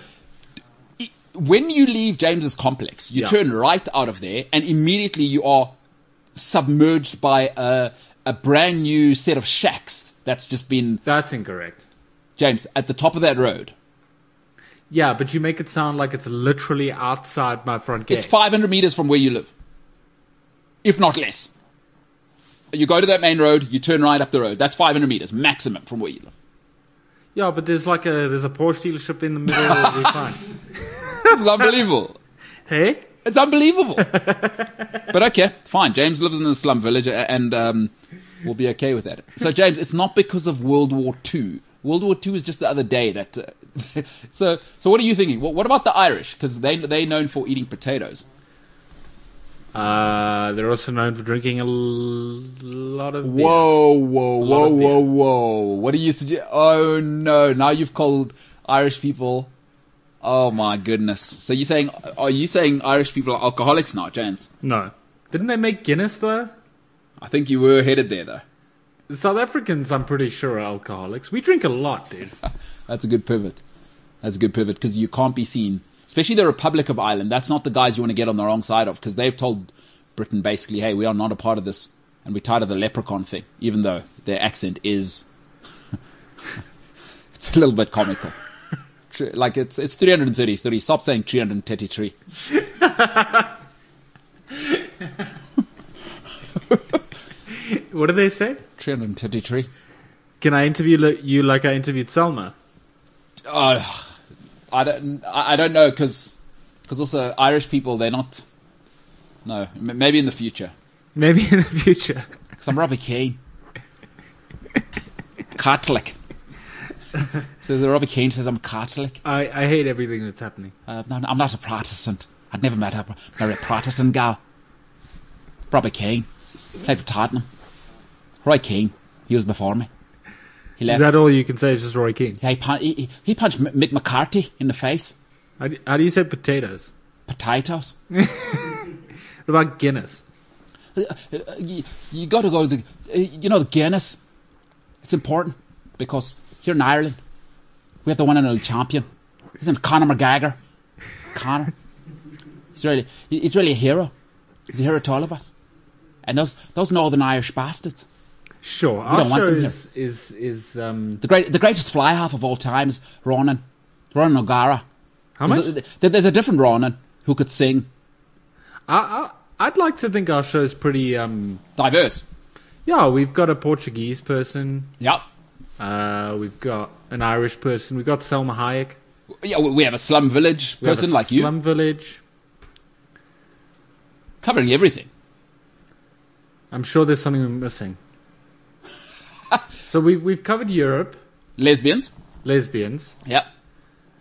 [SPEAKER 2] I- When you leave James's complex, you
[SPEAKER 3] Yeah.
[SPEAKER 2] turn right out of there, and immediately you are submerged by a, a brand new set of shacks that's just been
[SPEAKER 3] That's incorrect.
[SPEAKER 2] James at the top of that road.
[SPEAKER 3] Yeah, but you make it sound like it's literally outside my front gate.
[SPEAKER 2] It's 500 meters from where you live, if not less. You go to that main road, you turn right up the road. That's 500 meters maximum from where you live.
[SPEAKER 3] Yeah, but there's like a there's a Porsche dealership in the middle. It'll be fine.
[SPEAKER 2] This is unbelievable.
[SPEAKER 3] Hey,
[SPEAKER 2] It's unbelievable. but okay, fine. James lives in a slum village, a- and um, we'll be okay with that. So, James, it's not because of World War Two. World War Two is just the other day. That uh, so. So, what are you thinking? What, what about the Irish? Because they they're known for eating potatoes.
[SPEAKER 3] uh, they're also known for drinking a l- lot of beer.
[SPEAKER 2] Whoa, whoa, whoa,
[SPEAKER 3] of beer.
[SPEAKER 2] whoa, whoa! What do you suggest? Oh no! Now you've called Irish people. Oh my goodness! So you're saying are you saying Irish people are alcoholics now, James?
[SPEAKER 3] No, didn't they make Guinness though?
[SPEAKER 2] I think you were headed there though.
[SPEAKER 3] South Africans, I'm pretty sure, are alcoholics. We drink a lot, dude.
[SPEAKER 2] That's a good pivot. That's a good pivot because you can't be seen, especially the Republic of Ireland. That's not the guys you want to get on the wrong side of because they've told Britain basically, hey, we are not a part of this and we're tired of the leprechaun thing, even though their accent is. it's a little bit comical. Tr- Like it's it's 333. Stop saying 333.
[SPEAKER 3] What do they say?
[SPEAKER 2] 333.
[SPEAKER 3] Can I interview li- you like I interviewed Selma?
[SPEAKER 2] Uh, I don't I I don't know because also Irish people they're not. No, m- maybe in the future.
[SPEAKER 3] Maybe in the future.
[SPEAKER 2] Because I'm Robbie Keane. Catholic. so the Robbie Keane says I'm Catholic.
[SPEAKER 3] I, I hate everything that's happening.
[SPEAKER 2] Uh, no, no, I'm not a Protestant. I'd never met a, marry a Protestant gal. Robbie Keane. Played for Tottenham. Roy Keane. He was before me. He
[SPEAKER 3] Is
[SPEAKER 2] left.
[SPEAKER 3] that all you can say? Is just Roy Keane?
[SPEAKER 2] yeah, he, pun- he, he- he punched M- Mick McCarthy in the face.
[SPEAKER 3] How do, how do you say potatoes?
[SPEAKER 2] Potatoes.
[SPEAKER 3] What about Guinness?
[SPEAKER 2] Uh, uh, you, you got to go to the, uh, you know, the Guinness. It's important because here in Ireland, we have the one and only champion. His name's Conor McGregor. Conor. He's really, he- he's really a hero. He's a hero to all of us. And those, those Northern Irish bastards.
[SPEAKER 3] Sure, our
[SPEAKER 2] don't want
[SPEAKER 3] show
[SPEAKER 2] them
[SPEAKER 3] is, is is um
[SPEAKER 2] The great, the greatest fly half of all time is Ronan. Ronan O'Gara.
[SPEAKER 3] how much?
[SPEAKER 2] There's a, there's a different Ronan who could sing.
[SPEAKER 3] I, I I'd like to think our show is pretty um
[SPEAKER 2] Diverse.
[SPEAKER 3] yeah. We've got a Portuguese person,
[SPEAKER 2] Yeah.
[SPEAKER 3] uh, we've got an Irish person, we've got Selma Hayek,
[SPEAKER 2] Yeah, we we have a slum village
[SPEAKER 3] we have a
[SPEAKER 2] person like you
[SPEAKER 3] slum village.
[SPEAKER 2] covering everything.
[SPEAKER 3] I'm sure there's something we're missing. so we we've covered Europe,
[SPEAKER 2] Lesbians.
[SPEAKER 3] lesbians,
[SPEAKER 2] Yeah.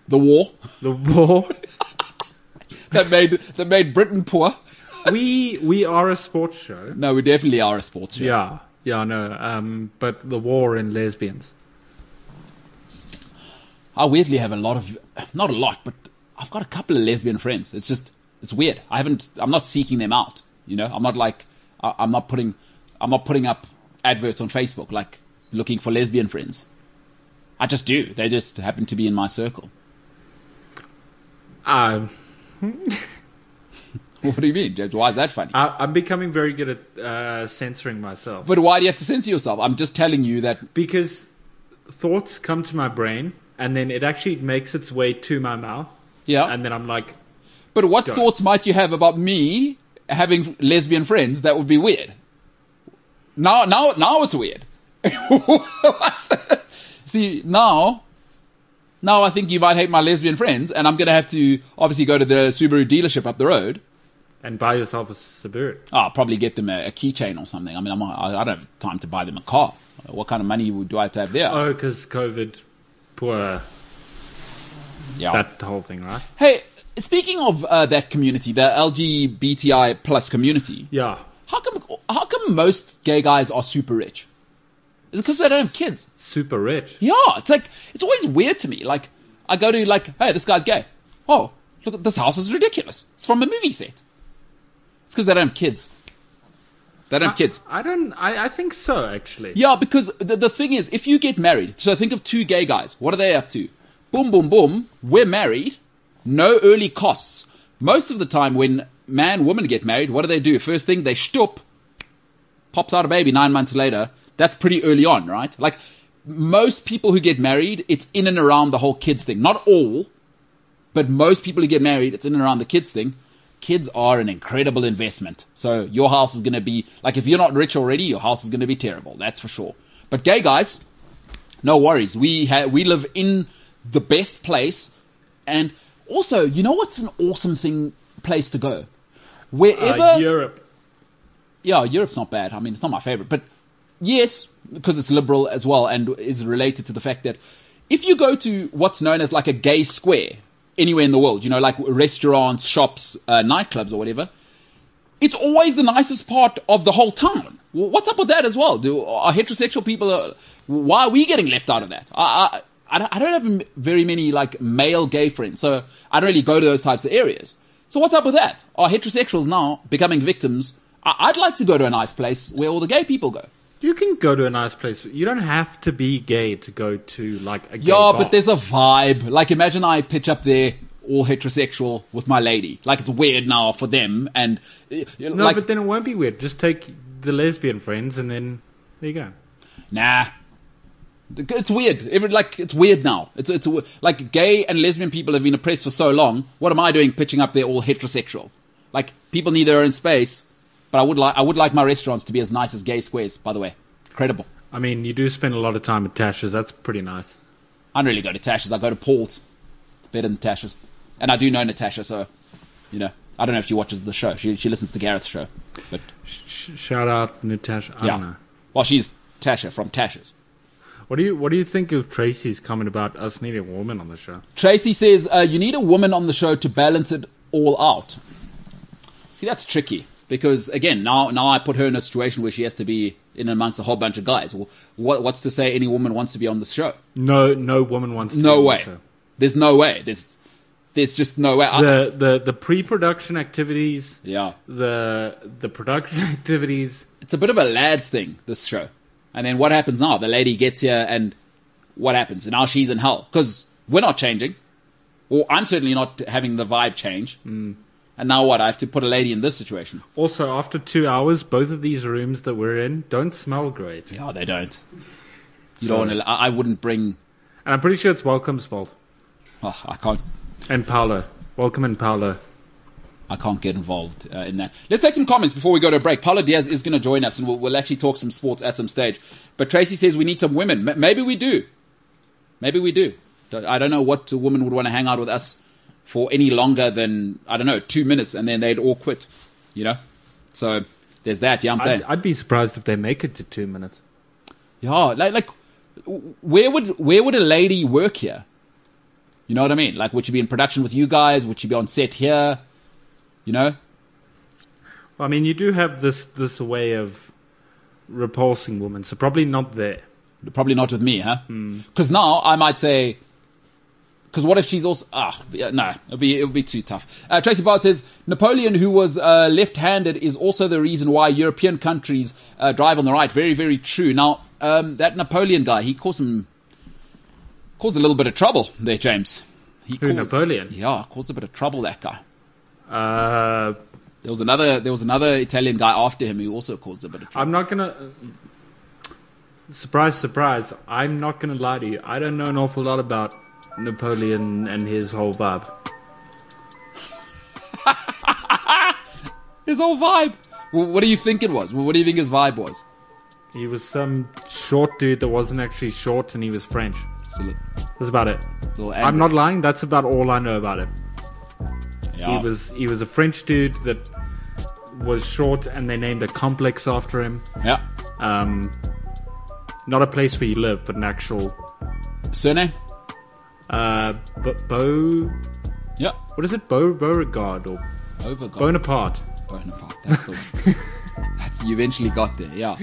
[SPEAKER 2] The war
[SPEAKER 3] the war.
[SPEAKER 2] that made that made Britain poor.
[SPEAKER 3] we we are a sports show.
[SPEAKER 2] No, we definitely are a sports show.
[SPEAKER 3] Yeah, yeah, no. Um, but the war and lesbians.
[SPEAKER 2] I weirdly have a lot of not a lot, but I've got a couple of lesbian friends. It's just it's weird. I haven't I'm not seeking them out, you know? I'm not like I, I'm not putting I'm not putting up adverts on Facebook like looking for lesbian friends. I just do. They just happen to be in my circle.
[SPEAKER 3] Um,
[SPEAKER 2] What do you mean, James? Why is that funny?
[SPEAKER 3] I, I'm becoming very good at uh, censoring myself
[SPEAKER 2] but why do you have to censor yourself? I'm just telling you that
[SPEAKER 3] because thoughts come to my brain and then it actually makes its way to my mouth.
[SPEAKER 2] Yeah.
[SPEAKER 3] And then I'm like,
[SPEAKER 2] But what
[SPEAKER 3] Go.
[SPEAKER 2] thoughts might you have about me having lesbian friends? That would be weird. Now, now, now it's weird. What? See, now, now I think you might hate my lesbian friends, and I'm going to have to obviously go to the Subaru dealership up the road. Ah,
[SPEAKER 3] and buy yourself a Subaru.
[SPEAKER 2] I'll probably get them a, a keychain or something. I mean, I'm, I, I don't have time to buy them a car. What kind of money would- do I have to have there?
[SPEAKER 3] Oh, because COVID, poor
[SPEAKER 2] yeah.
[SPEAKER 3] that whole thing, right?
[SPEAKER 2] hey, speaking of uh, that community, the LGBTI plus community,
[SPEAKER 3] Yeah.
[SPEAKER 2] How come? How come most gay guys are super rich? Is it because they don't have kids?
[SPEAKER 3] Super rich.
[SPEAKER 2] Yeah, it's like it's always weird to me. Like I go to like, hey, this guy's gay. Oh, look, this house is ridiculous. It's from a movie set. It's because they don't have kids. They don't have kids.
[SPEAKER 3] I don't. I, I think so, actually.
[SPEAKER 2] Yeah, because the, the thing is, if you get married, so think of two gay guys. What are they up to? Boom, boom, boom. We're married. No early costs. Most of the time, when man woman get married, what do they do? First thing, they shtup. Pops out a baby nine months later. That's pretty early on, right? Like most people who get married, it's in and around the whole kids thing. Not all, but most people who get married, it's in and around the kids thing. Kids are an incredible investment. So your house is going to be, like, if you're not rich already, your house is going to be terrible. That's for sure. But gay guys, no worries. We ha- we live in the best place. And also, you know what's an awesome thing, place to go? Wherever.
[SPEAKER 3] Uh, Europe.
[SPEAKER 2] Yeah, Europe's not bad. I mean, it's not my favorite, but yes, because it's liberal as well and is related to the fact that if you go to what's known as like a gay square anywhere in the world, you know, like restaurants, shops, uh, nightclubs or whatever, it's always the nicest part of the whole town. W- What's up with that as well? Do are heterosexual people? Uh, why are we getting left out of that? I, I I don't- I don't have m- very many like male gay friends, so I don't really go to those types of areas. So what's up with that? Are heterosexuals now becoming victims? I, I'd like to go to a nice place where all the gay people go.
[SPEAKER 3] You can go to a nice place. You don't have to be gay to go to like a gay
[SPEAKER 2] Yeah,
[SPEAKER 3] bar.
[SPEAKER 2] but there's a vibe. Like, imagine I pitch up there all heterosexual with my lady. Like, it's weird now for them. And uh, you know,
[SPEAKER 3] no,
[SPEAKER 2] like,
[SPEAKER 3] but then it won't be weird. Just take the lesbian friends, and then there you go.
[SPEAKER 2] nah. It's weird. Every, like it's weird now. It's it's w- like gay and lesbian people have been oppressed for so long. What am I doing pitching up there all heterosexual? Like people need their own space. But I would like I would like my restaurants to be as nice as gay squares. By the way, credible.
[SPEAKER 3] I mean, you do spend a lot of time at Tasha's. That's pretty nice.
[SPEAKER 2] I don't really go to Tasha's. I go to Paul's. It's better than Tasha's. And I do know Natasha, so, you know, I don't know if she watches the show. She, she listens to Gareth's show. But,
[SPEAKER 3] Sh- shout out Natasha. I
[SPEAKER 2] yeah.
[SPEAKER 3] don't know.
[SPEAKER 2] Well, she's Tasha from Tasha's.
[SPEAKER 3] What do you What do you think of Tracy's comment about us needing a woman on the show?
[SPEAKER 2] Tracy says, uh, you need a woman on the show to balance it all out. See, that's tricky. Because, again, now, now I put her in a situation where she has to be in amongst a whole bunch of guys. Wh- What, what's to say any woman wants to be on the show?
[SPEAKER 3] No, no woman wants. To be
[SPEAKER 2] No
[SPEAKER 3] on
[SPEAKER 2] way.
[SPEAKER 3] The, show.
[SPEAKER 2] There's no way. There's, there's just no way. I-
[SPEAKER 3] the the the pre-production activities.
[SPEAKER 2] yeah.
[SPEAKER 3] The the production activities.
[SPEAKER 2] it's a bit of a lads thing, this show. And then what happens now? The lady gets here and what happens? And now she's in hell. Because we're not changing. Or I'm certainly not having the vibe change. Mm. And now what? I have to put a lady in this situation.
[SPEAKER 3] Also, after two hours, both of these rooms that we're in don't smell great.
[SPEAKER 2] Yeah, they don't. You don't
[SPEAKER 3] Sorry.
[SPEAKER 2] want to, I I wouldn't bring,
[SPEAKER 3] And I'm pretty sure it's Welcome's fault.
[SPEAKER 2] oh, I can't,
[SPEAKER 3] And Paolo. Welcome and Paolo.
[SPEAKER 2] I can't get involved uh, in that. Let's take some comments before we go to a break. Paula Diaz is going to join us and we'll, we'll actually talk some sports at some stage. But Tracy says we need some women. M- maybe we do. Maybe we do. Don't- I don't know what woman would want to hang out with us for any longer than, I don't know, two minutes and then they'd all quit, you know? So there's that. Yeah, I'm saying.
[SPEAKER 3] I'd, I'd be surprised if they make it to two minutes.
[SPEAKER 2] yeah, like, like, w- where would, where would a lady work here? You know what I mean? Like, would she be in production with you guys? Would she be on set here? You know?
[SPEAKER 3] Well, I mean, you do have this this way of repulsing women, so probably not there.
[SPEAKER 2] Probably not with me, huh?
[SPEAKER 3] Hmm.
[SPEAKER 2] Because now I might say, because what if she's also ah yeah, no, it'll be it'll be too tough. Uh, Tracy Bard says Napoleon, who was uh, left-handed, is also the reason why European countries uh, drive on the right. Very very true. Now um, that Napoleon guy, he caused some caused a little bit of trouble there, James. He
[SPEAKER 3] Who, Napoleon?
[SPEAKER 2] Yeah, caused a bit of trouble that guy.
[SPEAKER 3] Uh,
[SPEAKER 2] There was another there was another Italian guy after him who also caused a bit of trouble.
[SPEAKER 3] I'm not gonna. Surprise, surprise! I'm not gonna lie to you. I don't know an awful lot about Napoleon and his whole vibe.
[SPEAKER 2] His whole vibe. Well, what do you think it was? Well, what do you think his vibe was?
[SPEAKER 3] He was some short dude that wasn't actually short, and he was French.
[SPEAKER 2] Just a little-
[SPEAKER 3] That's about it.
[SPEAKER 2] little
[SPEAKER 3] I'm
[SPEAKER 2] angry.
[SPEAKER 3] not lying. That's about all I know about it.
[SPEAKER 2] Yeah.
[SPEAKER 3] He was he was a French dude that was short, and they named a complex after him.
[SPEAKER 2] Yeah.
[SPEAKER 3] Um, not a place where you live, but an actual
[SPEAKER 2] Surname?
[SPEAKER 3] uh, Bo. Bo
[SPEAKER 2] Yeah.
[SPEAKER 3] what is it? Bo Beauregard or
[SPEAKER 2] Over got
[SPEAKER 3] Bonaparte?
[SPEAKER 2] Bonaparte. That's the one. That's, you eventually got there. Yeah.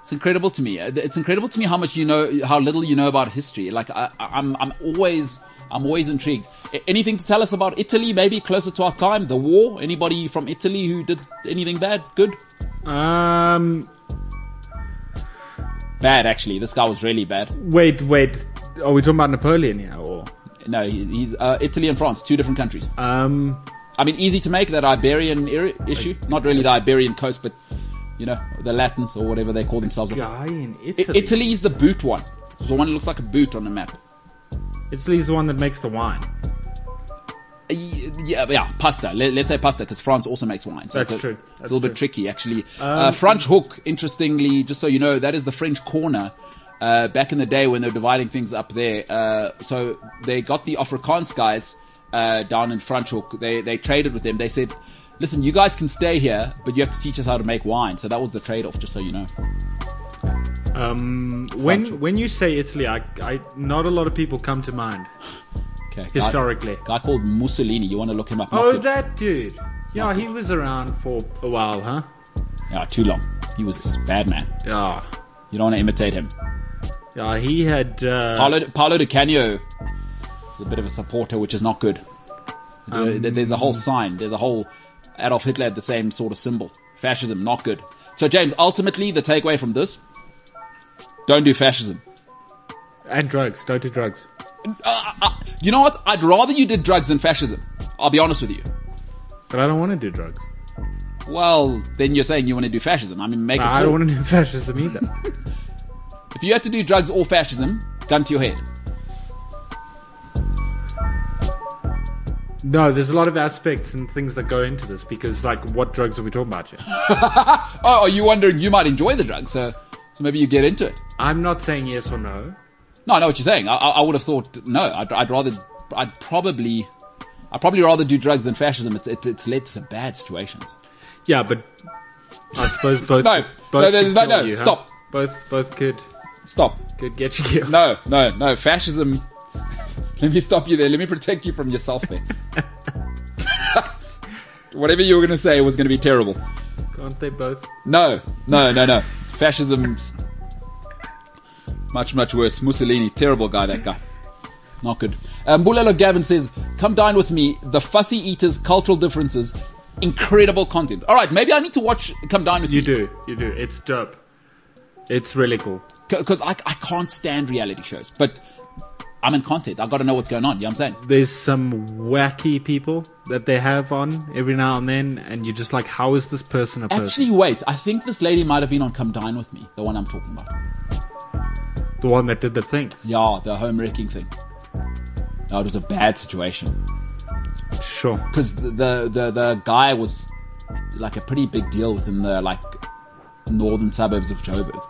[SPEAKER 2] It's incredible to me. It's incredible to me how much you know, how little you know about history. Like I, I- I'm, I'm always, I'm always intrigued. A- Anything to tell us about Italy? Maybe closer to our time. The war. Anybody from Italy who did anything bad? Good.
[SPEAKER 3] Um,
[SPEAKER 2] Bad actually. This guy was really bad.
[SPEAKER 3] wait, wait. Are we talking about Napoleon here, or
[SPEAKER 2] No, he, he's uh, Italy and France, two different countries.
[SPEAKER 3] um?
[SPEAKER 2] I mean, easy to make that Iberian area issue. Not really the Iberian coast, but you know, the Latins or whatever they call themselves.
[SPEAKER 3] Guy in
[SPEAKER 2] I-
[SPEAKER 3] Italy.
[SPEAKER 2] Italy is the boot one. It's the one that looks like a boot on the map.
[SPEAKER 3] Italy's the one that makes the wine.
[SPEAKER 2] Uh, y- Yeah, yeah, pasta. Let, let's say pasta because France also makes wine. So
[SPEAKER 3] That's
[SPEAKER 2] it's a,
[SPEAKER 3] true. Um,
[SPEAKER 2] It's a
[SPEAKER 3] That's
[SPEAKER 2] little bit tricky, actually. uh, French hook, interestingly, just so you know, that is the French corner. Uh, back in the day when they were dividing things up there, uh, so they got the Afrikaans guys uh, down in French hook. They they traded with them. They said, "Listen, you guys can stay here, but you have to teach us how to make wine." So that was the trade-off, just so you know.
[SPEAKER 3] Um, when when you say Italy, I, I not a lot of people come to mind
[SPEAKER 2] Okay, guy-
[SPEAKER 3] historically.
[SPEAKER 2] guy, called Mussolini. You want to look him up? Not
[SPEAKER 3] Oh,
[SPEAKER 2] the-
[SPEAKER 3] that dude. Yeah, he was around for a while, huh?
[SPEAKER 2] Yeah, Ah, too long. He was bad man.
[SPEAKER 3] Yeah.
[SPEAKER 2] You don't want to imitate him.
[SPEAKER 3] Yeah, he had. Uh,
[SPEAKER 2] Paolo, Paolo Di Canio is a bit of a supporter, which is not
[SPEAKER 3] Um,
[SPEAKER 2] good. There- There's a whole sign. There's a whole Adolf Hitler had the same sort of symbol. Fascism, not good. So, James, ultimately, the takeaway from this: don't do fascism.
[SPEAKER 3] And drugs. Don't do drugs.
[SPEAKER 2] You know what? I'd rather you did drugs than fascism. I'll be honest with you.
[SPEAKER 3] But I don't want to do drugs.
[SPEAKER 2] Well, then you're saying you want to do fascism. I mean, make it.
[SPEAKER 3] I
[SPEAKER 2] clear.
[SPEAKER 3] don't want to do fascism either.
[SPEAKER 2] If you had to do drugs or fascism, gun to your head.
[SPEAKER 3] no, there's a lot of aspects and things that go into this because, like, what drugs are we talking about here?
[SPEAKER 2] Oh, are you wondering? You might enjoy the drugs, so so maybe you get into it.
[SPEAKER 3] I'm not saying yes or no.
[SPEAKER 2] No, I know what you're saying. I, I, I would have thought no. I'd, I'd rather. I'd probably. I'd probably rather do drugs than fascism. It's it, it's led to some bad situations.
[SPEAKER 3] Yeah, but I suppose both.
[SPEAKER 2] No.
[SPEAKER 3] both
[SPEAKER 2] No, there's-
[SPEAKER 3] could
[SPEAKER 2] no,
[SPEAKER 3] kill
[SPEAKER 2] no,
[SPEAKER 3] you, huh?
[SPEAKER 2] stop.
[SPEAKER 3] Both, both could
[SPEAKER 2] Stop.
[SPEAKER 3] could get you killed.
[SPEAKER 2] No, no, no. Fascism. Let me stop you there. Let me protect you from yourself there. Whatever you were going to say was going to be terrible.
[SPEAKER 3] Can't they both?
[SPEAKER 2] No, no, no, no. Fascism's much, much worse. Mussolini, terrible guy, that guy. Not good. Um, Bulelo Gavin says, Come dine with me. The Fussy Eaters, Cultural Differences. Incredible content. All right, maybe I need to watch Come Dine with
[SPEAKER 3] You
[SPEAKER 2] Me.
[SPEAKER 3] do, you do. It's dope. It's really cool.
[SPEAKER 2] Because I, I can't stand reality shows, but I'm in content. i got to know what's going on. You know what I'm saying?
[SPEAKER 3] There's some wacky people that they have on every now and then, and you're just like, how is this person a person?
[SPEAKER 2] Actually, wait. I think this lady might have been on Come Dine With Me, the one I'm talking about.
[SPEAKER 3] the one that did the thing.
[SPEAKER 2] Yeah, the home wrecking thing. No, it was a bad situation.
[SPEAKER 3] Sure.
[SPEAKER 2] Because the, the, the, the guy was like a pretty big deal within the like northern suburbs of Joburg.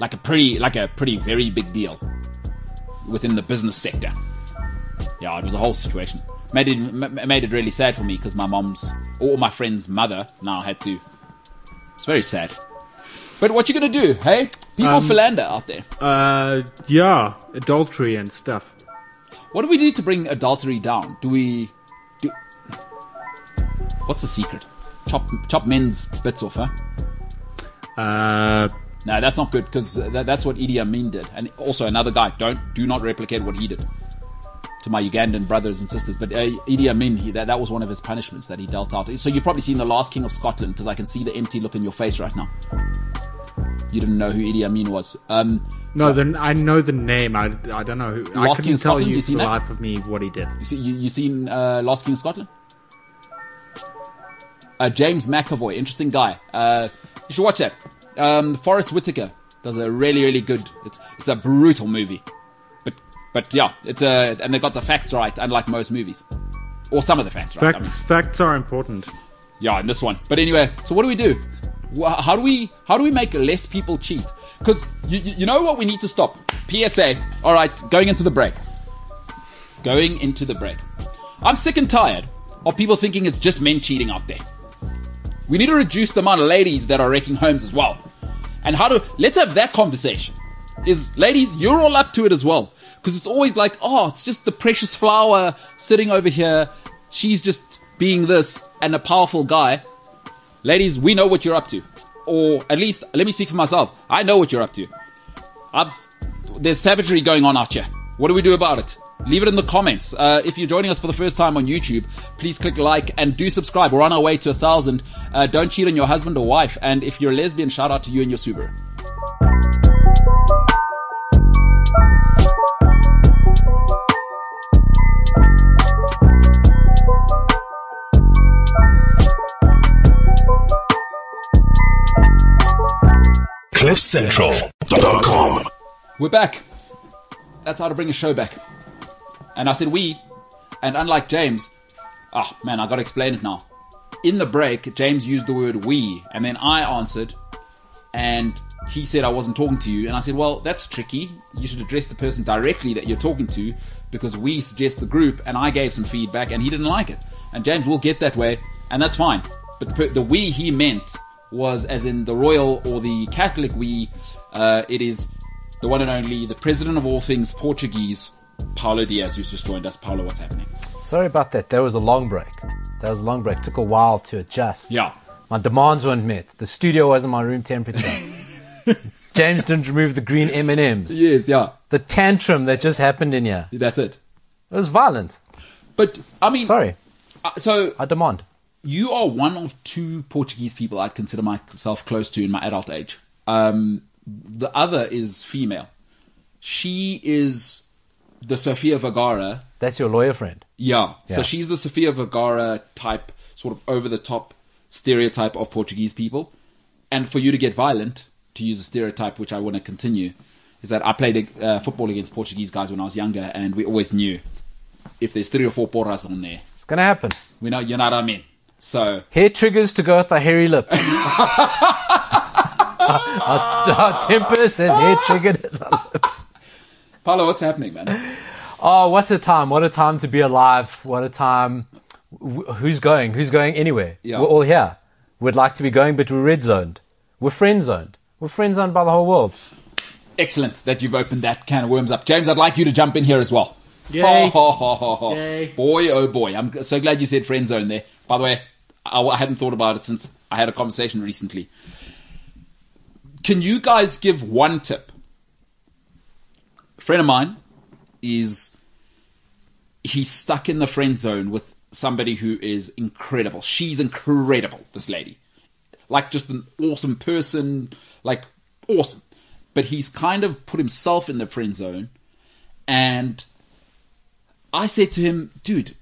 [SPEAKER 2] Like a pretty, like a pretty very big deal within the business sector. Yeah, it was a whole situation. Made it, m- m- made it really sad for me because my mom's, or my friend's mother now had to. It's very sad. But what you gonna do, hey? People philander out there.
[SPEAKER 3] Uh, yeah, adultery and stuff.
[SPEAKER 2] What do we do to bring adultery down? Do we do? What's the secret? Chop chop men's bits off, huh?
[SPEAKER 3] Uh,
[SPEAKER 2] No, that's not good because that, that's what Idi Amin did, and also another guy. Don't do not replicate what he did to my Ugandan brothers and sisters. But uh, Idi Amin, he, that that was one of his punishments that he dealt out. So you've probably seen the Last King of Scotland because I can see the empty look in your face right now. You didn't know who Idi Amin was. Um,
[SPEAKER 3] no, then I know the name. I, I don't know. Who, I
[SPEAKER 2] Lost in
[SPEAKER 3] couldn't tell
[SPEAKER 2] Scotland,
[SPEAKER 3] you
[SPEAKER 2] you
[SPEAKER 3] for
[SPEAKER 2] seen
[SPEAKER 3] the
[SPEAKER 2] that?
[SPEAKER 3] life of me what he did.
[SPEAKER 2] You, see, you, you seen uh, Last King of Scotland? Uh, James McAvoy, interesting guy. Uh, you should watch that. Um, Forrest Whitaker does a really, really good. It's it's a brutal movie, but but yeah, it's a and they got the facts right, unlike most movies, or some of the facts right. I
[SPEAKER 3] Facts,
[SPEAKER 2] mean.
[SPEAKER 3] facts are important.
[SPEAKER 2] Yeah, in this one. But anyway, so what do we do? Wha- How do we how do we make less people cheat? Because you, you you know what we need to stop. PSA. All right, going into the break. Going into the break. I'm sick and tired of people thinking it's just men cheating out there. We need to reduce the amount of ladies that are wrecking homes as well. And how to let's have that conversation. Is ladies, you're all up to it as well. Because it's always like, oh, it's just the precious flower sitting over here. She's just being this and a powerful guy. Ladies, we know what you're up to. Or at least let me speak for myself. I know what you're up to. I've there's savagery going on out here. What do we do about it? Leave it in the comments. Uh, if you're joining us for the first time on YouTube, please click like and do subscribe. We're on our way to a thousand. Uh, don't cheat on your husband or wife. And if you're a lesbian, shout out to you and your Subaru.
[SPEAKER 4] CliffCentral.com.
[SPEAKER 2] We're back. That's how to bring a show back. And I said we, and unlike James, ah man, I gotta explain it now. In the break, James used the word we, and then I answered, and he said I wasn't talking to you, and I said, well, that's tricky. You should address the person directly that you're talking to, because we suggest the group, and I gave some feedback, and he didn't like it. And James will get that way, and that's fine. But the, per- the we he meant was as in the royal or the Catholic we. Uh, it is the one and only, the president of all things Portuguese, Paulo Diaz, who's just joined us. Paulo, what's happening?
[SPEAKER 5] Sorry about that. There was a long break. That was a long break. Took a while to adjust.
[SPEAKER 2] Yeah.
[SPEAKER 5] My demands weren't met. The studio wasn't my room temperature. James didn't remove the green M and M's.
[SPEAKER 2] Yes, yeah,
[SPEAKER 5] The tantrum that just happened in here.
[SPEAKER 2] that's it.
[SPEAKER 5] It was violent.
[SPEAKER 2] But I mean,
[SPEAKER 5] Sorry,
[SPEAKER 2] uh, so
[SPEAKER 5] I demand.
[SPEAKER 2] you are one of two Portuguese people I'd consider myself close to in my adult age. Um, the other is female. She is the Sofia Vergara.
[SPEAKER 5] That's your lawyer friend.
[SPEAKER 2] Yeah. So
[SPEAKER 5] Yeah.
[SPEAKER 2] she's the Sofia Vergara type, sort of over the top stereotype of Portuguese people. And for you to get violent, to use a stereotype which I want to continue, is that I played uh, football against Portuguese guys when I was younger, and we always knew if there's three or four porras on there,
[SPEAKER 5] It's gonna happen.
[SPEAKER 2] we know you know what I mean. So
[SPEAKER 5] Hair triggers to go with a hairy lip. our, our temper says hair triggered as our lips.
[SPEAKER 2] Paolo, what's happening, man?
[SPEAKER 5] Oh, what a time! What a time to be alive! What a time! Wh- Who's going? Who's going anywhere?
[SPEAKER 2] Yeah.
[SPEAKER 5] We're all here. We'd like to be going, but we're red zoned. We're friend zoned. We're friend zoned by the whole world.
[SPEAKER 2] Excellent that you've opened that can of worms up. James, I'd like you to jump in here as well.
[SPEAKER 3] Yay.
[SPEAKER 2] Ho, ho, ho, ho.
[SPEAKER 3] Yay.
[SPEAKER 2] Boy, oh boy. I'm so glad you said friend zone there. By the way, I, I hadn't thought about it since I had a conversation recently. Can you guys give one tip? A friend of mine is he's stuck in the friend zone with somebody who is incredible. She's incredible, this lady. Like just an awesome person, like awesome. But he's kind of put himself in the friend zone and I said to him, dude,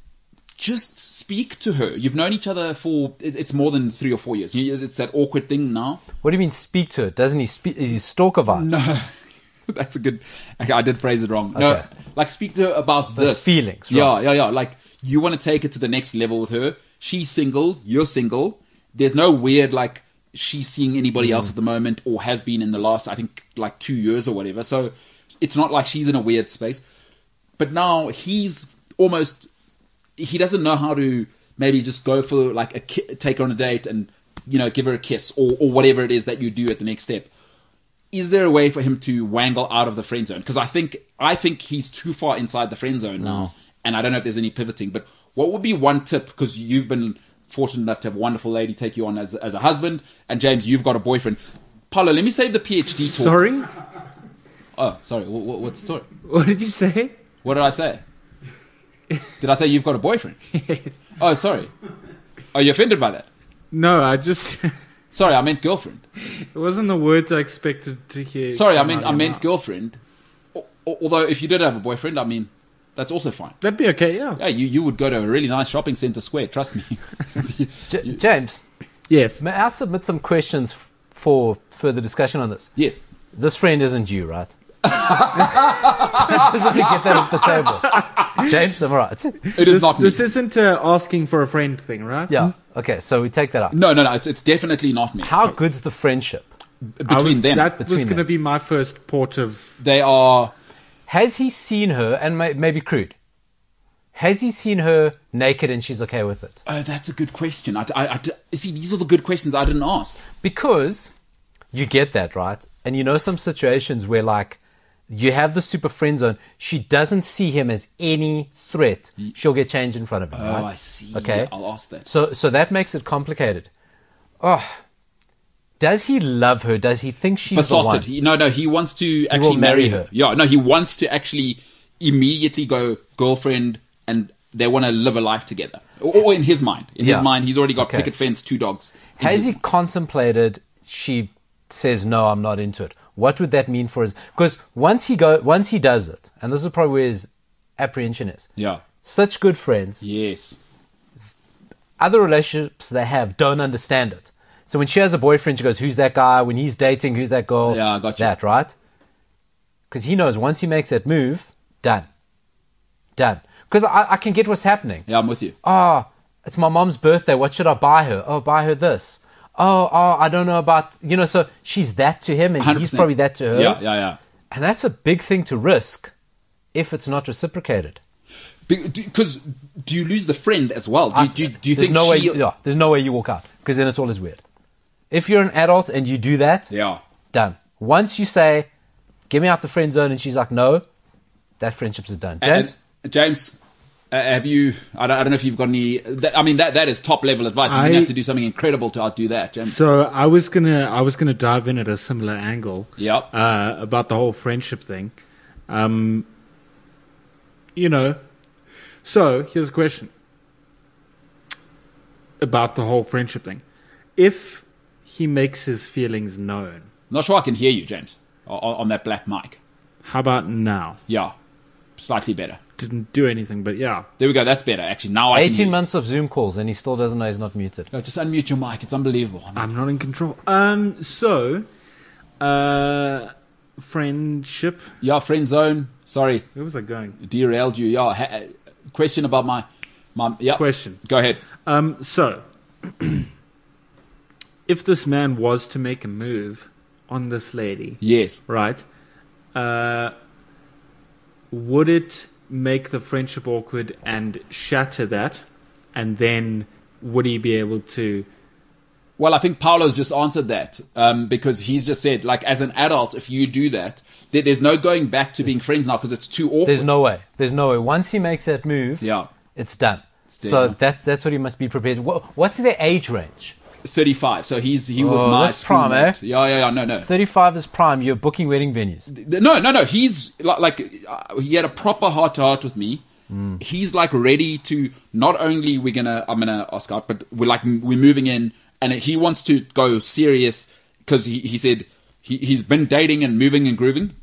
[SPEAKER 2] just speak to her. You've known each other for it- it's more than three or four years. You- It's that awkward thing now.
[SPEAKER 5] What do you mean speak to it? Doesn't he speak? Is he stalker vibe?
[SPEAKER 2] No, that's a good. Okay, I did phrase it wrong. No,
[SPEAKER 5] Okay.
[SPEAKER 2] like speak to her about this
[SPEAKER 5] feelings, right.
[SPEAKER 2] Yeah, yeah, yeah. Like you want to take it to the next level with her. She's single. You're single. There's no weird like she's seeing anybody
[SPEAKER 5] Mm.
[SPEAKER 2] else at the moment or has been in the last I think like two years or whatever. So it's not like she's in a weird space. But now he's almost he doesn't know how to maybe just go for like a ki- take her on a date and you know give her a kiss or, or whatever it is that you do at the next step is there a way for him to wangle out of the friend zone? Because I think I think he's too far inside the friend zone now, and I don't know if there's any pivoting. But what would be one tip? Because you've been fortunate enough to have a wonderful lady take you on as as a husband, and James, you've got a boyfriend. Paolo, let me save the PhD talk.
[SPEAKER 3] Sorry,
[SPEAKER 2] Oh, sorry. What, what, what's the story?
[SPEAKER 3] what did you say?
[SPEAKER 2] What did I say? Did I say you've got a boyfriend? Oh, sorry. Are you offended by that?
[SPEAKER 3] No, I just it
[SPEAKER 2] Sorry, I meant girlfriend.
[SPEAKER 3] wasn't the words I expected to hear.
[SPEAKER 2] Sorry, I
[SPEAKER 3] come
[SPEAKER 2] meant
[SPEAKER 3] out
[SPEAKER 2] I
[SPEAKER 3] of your
[SPEAKER 2] meant
[SPEAKER 3] mouth.
[SPEAKER 2] girlfriend. Al- al- Although if you did have a boyfriend, I mean, that's also fine.
[SPEAKER 3] That'd be okay. Yeah.
[SPEAKER 2] Yeah, you, you would go to a really nice shopping center square, trust me.
[SPEAKER 5] J- James,
[SPEAKER 3] Yes.
[SPEAKER 5] may I submit some questions f- for further discussion on this?
[SPEAKER 2] yes.
[SPEAKER 5] This friend isn't you, right? Just want to get that off the table. James, I'm right.
[SPEAKER 2] It is
[SPEAKER 3] This,
[SPEAKER 2] not me.
[SPEAKER 3] this isn't uh, asking for a friend thing, right?
[SPEAKER 5] Yeah. Okay, so we take that out.
[SPEAKER 2] no, no, no, it's, it's definitely not me.
[SPEAKER 5] How good's the friendship?
[SPEAKER 3] I
[SPEAKER 2] Between
[SPEAKER 3] was-
[SPEAKER 2] them,
[SPEAKER 3] That was
[SPEAKER 5] Between
[SPEAKER 3] going to
[SPEAKER 5] them.
[SPEAKER 3] be my first port of.
[SPEAKER 2] they are.
[SPEAKER 5] Has he seen her, and may, maybe crude? Has he seen her naked and she's okay with it?
[SPEAKER 2] Oh, that's a good question. I, I, I d- see. These are the good questions I didn't ask.
[SPEAKER 5] Because you get that, right? And you know some situations where, like, you have the super friend zone. She doesn't see him as any threat. She'll get changed in front of him.
[SPEAKER 2] Oh,
[SPEAKER 5] right?
[SPEAKER 2] I see.
[SPEAKER 5] Okay.
[SPEAKER 2] I'll ask that.
[SPEAKER 5] So, so that makes it complicated. Oh, does he love her? Does he think she's the one?
[SPEAKER 2] Besotted. He, no, no, he wants to actually marry
[SPEAKER 5] marry
[SPEAKER 2] her.
[SPEAKER 5] her.
[SPEAKER 2] Yeah, no, he wants to actually immediately go girlfriend, and they want to live a life together. Or, or in his mind, in his
[SPEAKER 5] Yeah.
[SPEAKER 2] mind, he's already got
[SPEAKER 5] Okay.
[SPEAKER 2] picket fence, two dogs. In
[SPEAKER 5] Has
[SPEAKER 2] his-
[SPEAKER 5] he contemplated? She says, "No, I'm not into it." What would that mean for his? Because once he go, once he does it, and this is probably where his apprehension is.
[SPEAKER 2] Yeah.
[SPEAKER 5] Such good friends,
[SPEAKER 2] Yes.
[SPEAKER 5] other relationships they have don't understand it. So when she has a boyfriend, she goes, "Who's that guy?" When he's dating, "Who's that girl?"
[SPEAKER 2] Yeah, I got you.
[SPEAKER 5] That right? Because he knows once he makes that move, done, done. Because I, I can get what's happening.
[SPEAKER 2] Yeah, I'm with you.
[SPEAKER 5] oh, it's my mom's birthday. What should I buy her? Oh, buy her this. Oh, oh, I don't know about, you know, so she's that to him and
[SPEAKER 2] 100%.
[SPEAKER 5] he's probably that to her.
[SPEAKER 2] Yeah, yeah, yeah.
[SPEAKER 5] And that's a big thing to risk if it's not reciprocated.
[SPEAKER 2] Because do, you lose the friend as well? Do, you- do, you- do you
[SPEAKER 5] there's
[SPEAKER 2] think
[SPEAKER 5] no way,
[SPEAKER 2] she?
[SPEAKER 5] yeah, there's no way you walk out because then it's always weird. If you're an adult and you do that,
[SPEAKER 2] Yeah.
[SPEAKER 5] done. Once you say, get me out the friend zone and she's like, no, that friendship's done. James?
[SPEAKER 2] And- and James, uh, have you? I don't, I don't know if you've got any. That, I mean, that that is top level advice. You're
[SPEAKER 3] I-
[SPEAKER 2] gonna have to do something incredible to outdo that, James.
[SPEAKER 3] So I was gonna I was gonna dive in at a similar angle.
[SPEAKER 2] Yep.
[SPEAKER 3] Uh, about the whole friendship thing. Um. You know. So here's a question. about the whole friendship thing. If he makes his feelings known,
[SPEAKER 2] Not sure I can hear you, James, o- o- on that black mic.
[SPEAKER 3] how about now?
[SPEAKER 2] Yeah, slightly better.
[SPEAKER 3] Didn't do anything, but yeah.
[SPEAKER 2] There we go. That's better. Actually, now I can. hear
[SPEAKER 5] 18
[SPEAKER 2] you.
[SPEAKER 5] months of Zoom calls and he still doesn't know he's not muted.
[SPEAKER 2] No, just unmute your mic. It's unbelievable.
[SPEAKER 3] I'm not in control. Um, so, uh, friendship.
[SPEAKER 2] Yeah, friend zone. Sorry,
[SPEAKER 3] Where was I going?
[SPEAKER 2] derailed you. Yeah, ha- uh, question about my, my. Yeah,
[SPEAKER 3] Question.
[SPEAKER 2] Go ahead.
[SPEAKER 3] Um, so, if this man was to make a move on this lady,
[SPEAKER 2] Yes.
[SPEAKER 3] right? Uh, would it make the friendship awkward and shatter that? And then would he be able to?
[SPEAKER 2] Well, I think Paolo's just answered that um, because he's just said, like, as an adult, if you do that, there, there's no going back to being friends now because it's too awkward.
[SPEAKER 5] There's no way. There's no way. Once he makes that move,
[SPEAKER 2] Yeah.
[SPEAKER 5] it's done.
[SPEAKER 2] dead,
[SPEAKER 5] so
[SPEAKER 2] yeah.
[SPEAKER 5] that's that's what he must be prepared. Wha- What's their age range?
[SPEAKER 2] 35. So he's he was
[SPEAKER 5] Oh,
[SPEAKER 2] my
[SPEAKER 5] that's prime, eh?
[SPEAKER 2] schoolmate. Yeah, yeah, yeah. No, no,
[SPEAKER 5] 35 is prime. You're booking wedding venues.
[SPEAKER 2] no, no, no. He's like, like uh, he had a proper heart to heart with me. He's like ready to not only we're gonna I'm gonna ask out, but we're like we're moving in, and he wants to go serious because he he said he he's been dating and moving and grooving,